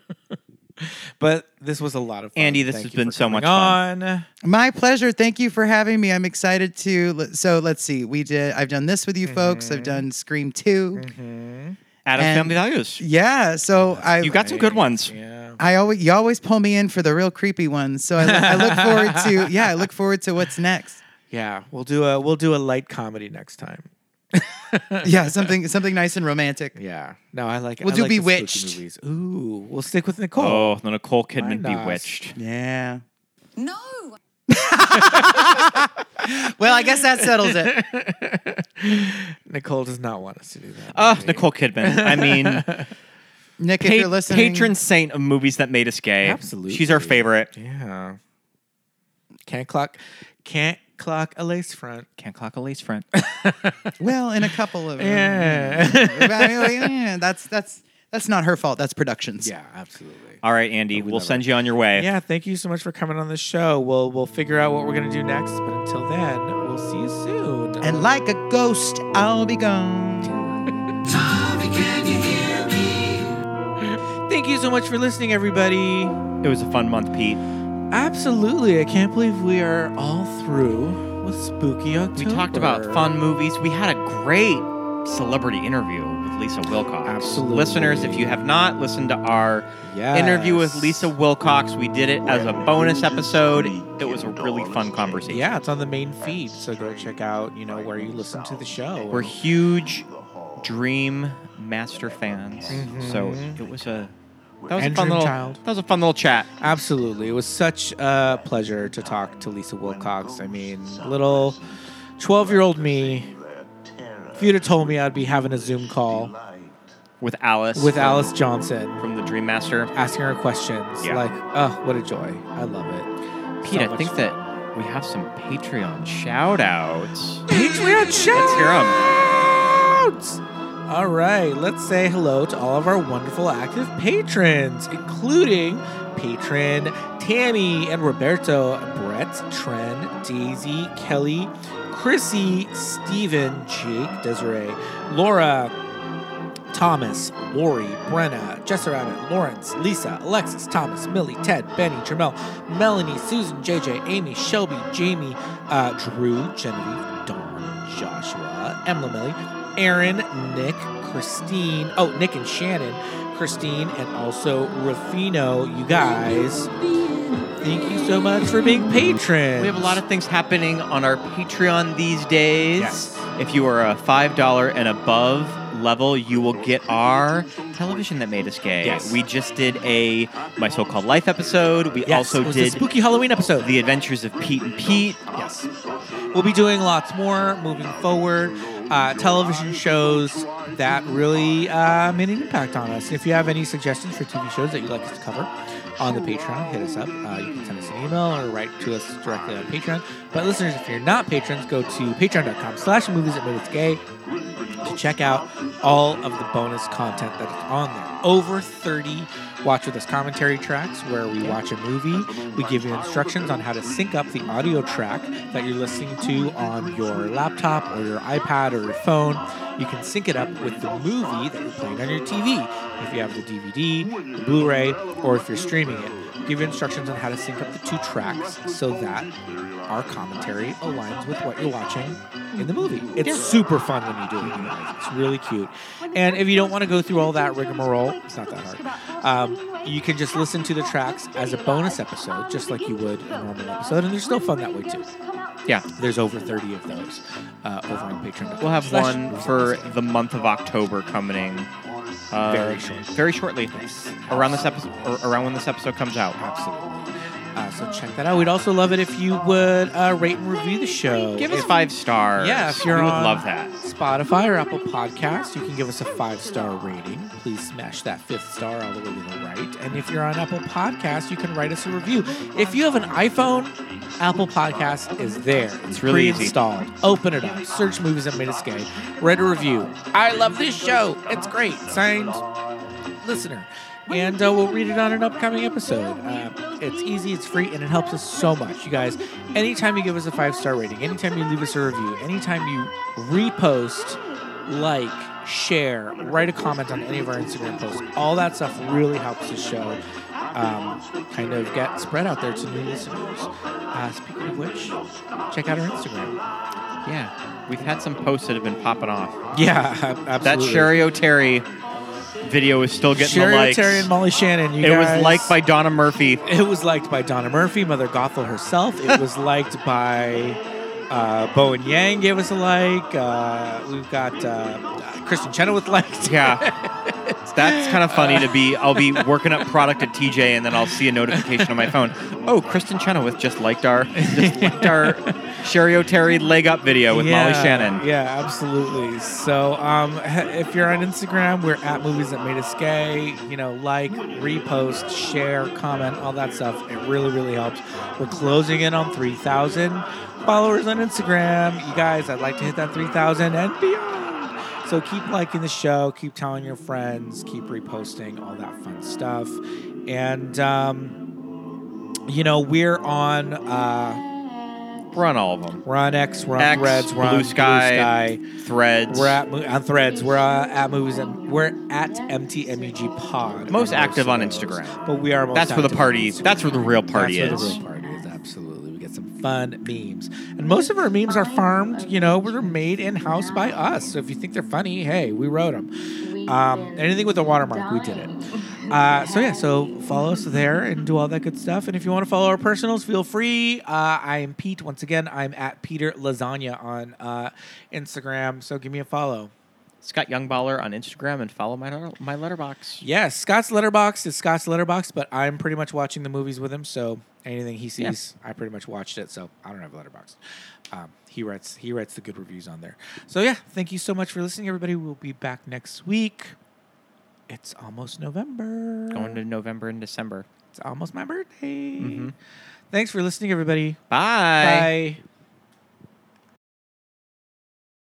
Speaker 3: But this was a lot of fun.
Speaker 4: Andy, this
Speaker 3: Thank
Speaker 4: has
Speaker 3: you
Speaker 4: been
Speaker 3: for
Speaker 4: so much
Speaker 3: coming on.
Speaker 5: My pleasure. Thank you for having me. I'm excited to. So let's see. We did. I've done this with you folks. I've done Scream 2
Speaker 4: Adam's
Speaker 5: And-
Speaker 4: Family Values.
Speaker 5: Yeah. So I.
Speaker 4: You got some good ones.
Speaker 3: Yeah.
Speaker 5: I always you always pull me in for the real creepy ones, so I, look- I look forward to yeah I look forward to what's next.
Speaker 3: Yeah. We'll do a we'll do a light comedy next time.
Speaker 5: Yeah, something something nice and romantic.
Speaker 3: Yeah. No, I like it.
Speaker 5: We'll
Speaker 3: I
Speaker 5: do
Speaker 3: like the spooky
Speaker 5: Bewitched.
Speaker 3: movies. Ooh. We'll stick with Nicole.
Speaker 4: Oh, the Nicole Kidman
Speaker 3: Why not?
Speaker 4: Bewitched.
Speaker 5: Yeah.
Speaker 1: No!
Speaker 5: Well, I guess that settles it.
Speaker 3: Nicole does not want us to do that.
Speaker 4: Uh, Nicole Kidman. I mean,
Speaker 5: Nick, if you're
Speaker 4: pa-
Speaker 5: listening,
Speaker 4: patron saint of movies that made us gay.
Speaker 3: Absolutely.
Speaker 4: She's our favorite.
Speaker 3: yeah. Can't clock can't clock a lace front.
Speaker 4: Can't clock a lace front.
Speaker 5: Well, in a couple of um,
Speaker 3: Yeah.
Speaker 5: yeah, that's that's that's not her fault. That's productions.
Speaker 3: yeah, absolutely.
Speaker 4: All right, Andy, we'll
Speaker 3: love
Speaker 4: send you on your way.
Speaker 3: Yeah, thank you so much for coming on the show. We'll we'll figure out what we're gonna do next, but until then, we'll see you soon.
Speaker 5: And like a ghost, I'll be gone.
Speaker 3: Thank you so much for listening, everybody.
Speaker 4: It was a fun month, Pete.
Speaker 3: Absolutely. I can't believe we are all through with Spooky
Speaker 4: We
Speaker 3: October.
Speaker 4: talked about fun movies. We had a great celebrity interview with Lisa Wilcox.
Speaker 3: Absolutely.
Speaker 4: Listeners, if you have not listened to our
Speaker 3: Yes.
Speaker 4: interview with Lisa Wilcox, we did it as a bonus episode. It was a really fun conversation.
Speaker 3: Yeah, it's on the main feed, so go check out, you know, where you listen to the show.
Speaker 4: We're huge Dream Master fans. So it was a that was
Speaker 3: And
Speaker 4: a fun
Speaker 3: Dream
Speaker 4: little
Speaker 3: Mm-hmm. Child.
Speaker 4: that was a fun little chat.
Speaker 3: Absolutely. It was such a pleasure to talk to Lisa Wilcox. I mean, little 12 year old me, if you'd have told me I'd be having a Zoom call
Speaker 4: with Alice.
Speaker 3: with
Speaker 4: from-
Speaker 3: Alice Johnson,
Speaker 4: from the Dream Master.
Speaker 3: asking her questions,
Speaker 4: Yeah.
Speaker 3: like, oh, what a joy. I love it. So
Speaker 4: Pete, I
Speaker 3: much
Speaker 4: think that we have some Patreon shout outs.
Speaker 3: Patreon
Speaker 4: Let's hear 'em.
Speaker 3: shouts! All right, let's say hello to all of our wonderful active patrons, including patron Tammy and Roberto, Brett, Tren, Daisy, Kelly, Chrissy, Steven, Jake, Desiree, Laura, Thomas, Lori, Brenna, Jessa Rabbit, Lawrence, Lisa, Alexis, Thomas, Millie, Ted, Benny, Jamel, Melanie, Susan, JJ, Amy, Shelby, Jamie, uh, Drew, Genevieve, Dawn, Joshua, Emma Millie, Aaron, Nick, Christine, oh, Nick and Shannon, Christine, and also Rufino. You guys, thank you so much for being patrons.
Speaker 4: We have a lot of things happening on our Patreon these days.
Speaker 3: Yes.
Speaker 4: If you are a $5 and above level, you will get our television that made us gay.
Speaker 3: Yes.
Speaker 4: We just did a My So Called Life episode. We
Speaker 3: Yes,
Speaker 4: also
Speaker 3: it was a
Speaker 4: did
Speaker 3: spooky Halloween episode.
Speaker 4: The Adventures of Pete and Pete.
Speaker 3: Yes. We'll be doing lots more moving forward. Uh, television shows that really uh, made an impact on us. If you have any suggestions for TV shows that you'd like us to cover on the Patreon, hit us up. Uh, you can send us an email or write to us directly on Patreon. But listeners, if you're not patrons, go to patreon.com slash movies that made us gay to check out all of the bonus content that is on there. Over 30 Watch With Us commentary tracks where we watch a movie. We give you instructions on how to sync up the audio track that you're listening to on your laptop or your iPad or your phone. You can sync it up with the movie that you're playing on your TV if you have the DVD, the Blu ray, or if you're streaming it. Give you instructions on how to sync up the two tracks so that our commentary aligns with what you're watching in the movie. It's super fun when you do it. you guys. It's really cute. And if you don't want to go through all that rigmarole, it's not that hard. Um, you can just listen to the tracks as a bonus episode, just like you would a normal episode, and they're still fun that way too.
Speaker 4: Yeah.
Speaker 3: There's over 30 of those uh, over on Patreon.
Speaker 4: We'll have one for the month of October coming. uh,
Speaker 3: Very short.
Speaker 4: Very shortly. Around this episode, or around when this episode comes out.
Speaker 3: Absolutely. Uh, so check that out. We'd also love it if you would uh, rate and review the show.
Speaker 4: Give us
Speaker 3: If-
Speaker 4: five stars.
Speaker 3: Yeah, if you're
Speaker 4: we would
Speaker 3: on
Speaker 4: love that.
Speaker 3: Spotify or Apple Podcasts, you can give us a five star rating. Please smash that fifth star all the way to the right. And if you're on Apple Podcasts, you can write us a review. If you have an iPhone, Apple Podcasts is there. It's
Speaker 4: really easy.
Speaker 3: pre-installed. Open it up. Search movies that made us gay. Write a review. I love this show. It's great. Signed, listener. And uh, we'll read it on an upcoming episode. Uh, it's easy, it's free, and it helps us so much. You guys, anytime you give us a five star rating, anytime you leave us a review, anytime you repost, like, share, write a comment on any of our Instagram posts, all that stuff really helps the show. um, kind of get spread out there to new listeners. Uh, speaking of which, check out our Instagram.
Speaker 4: Yeah, we've had some posts that have been popping off.
Speaker 3: Yeah, absolutely.
Speaker 4: That Sherry O'Terry video is still getting
Speaker 3: Sherry
Speaker 4: the likes.
Speaker 3: Terry and Molly Shannon. You
Speaker 4: it was
Speaker 3: guys-
Speaker 4: liked by Donna Murphy.
Speaker 3: It was liked by Donna Murphy, Mother Gothel herself. It was liked by uh, Bo and Yang gave us a like. Uh, we've got uh, uh, Kristen Chenoweth liked.
Speaker 4: Yeah. That's kind of funny to be. I'll be working up product at TJ, and then I'll see a notification on my phone. Oh, Kristen Chenoweth just liked our just liked our Sherry O'Terry leg up video with Molly Shannon.
Speaker 3: Yeah, absolutely. So um, h- if you're on Instagram, we're at movies that made us gay. You know, like, repost, share, comment, all that stuff. It really, really helps. We're closing in on 3,000 followers on Instagram. You guys, I'd like to hit that 3,000 and beyond. So keep liking the show, keep telling your friends, keep reposting, all that fun stuff. And, um, you know, we're on. Uh,
Speaker 4: We're on all of them.
Speaker 3: we're on X, we're on
Speaker 4: X,
Speaker 3: Reds, we're
Speaker 4: Blue,
Speaker 3: on
Speaker 4: Sky,
Speaker 3: Blue Sky.
Speaker 4: Threads.
Speaker 3: We're at mo- on Threads. We're uh, at movies and we're at MTMUG E Pod.
Speaker 4: Most
Speaker 3: on
Speaker 4: active
Speaker 3: of
Speaker 4: on
Speaker 3: those.
Speaker 4: Instagram.
Speaker 3: but we are most
Speaker 4: That's where the
Speaker 3: active on
Speaker 4: party-
Speaker 3: Instagram.
Speaker 4: that's where the real party
Speaker 3: That's
Speaker 4: is.
Speaker 3: Where the real party is absolutely. We get some fun memes, and most of our memes are farmed. You know, they're made in house by us. So if you think they're funny, hey, we wrote them. Um, anything with a watermark, we did it. Uh, so yeah, so follow us there and do all that good stuff. And if you want to follow our personals, feel free. Uh, I am Pete. Once again, I'm at Peter Lasagna on uh, Instagram. So give me a follow.
Speaker 4: Scott Youngballer on Instagram and follow my my letterbox.
Speaker 3: Yes, Scott's letterbox is Scott's letterbox, but I'm pretty much watching the movies with him. So anything he sees, I pretty much watched it. So I don't have a letterbox. Um, he writes he writes the good reviews on there. So yeah, thank you so much for listening, everybody. We'll be back next week. It's almost November.
Speaker 4: Going to November and December.
Speaker 3: it's almost my birthday. Thanks for listening, everybody.
Speaker 4: Bye.
Speaker 3: Bye.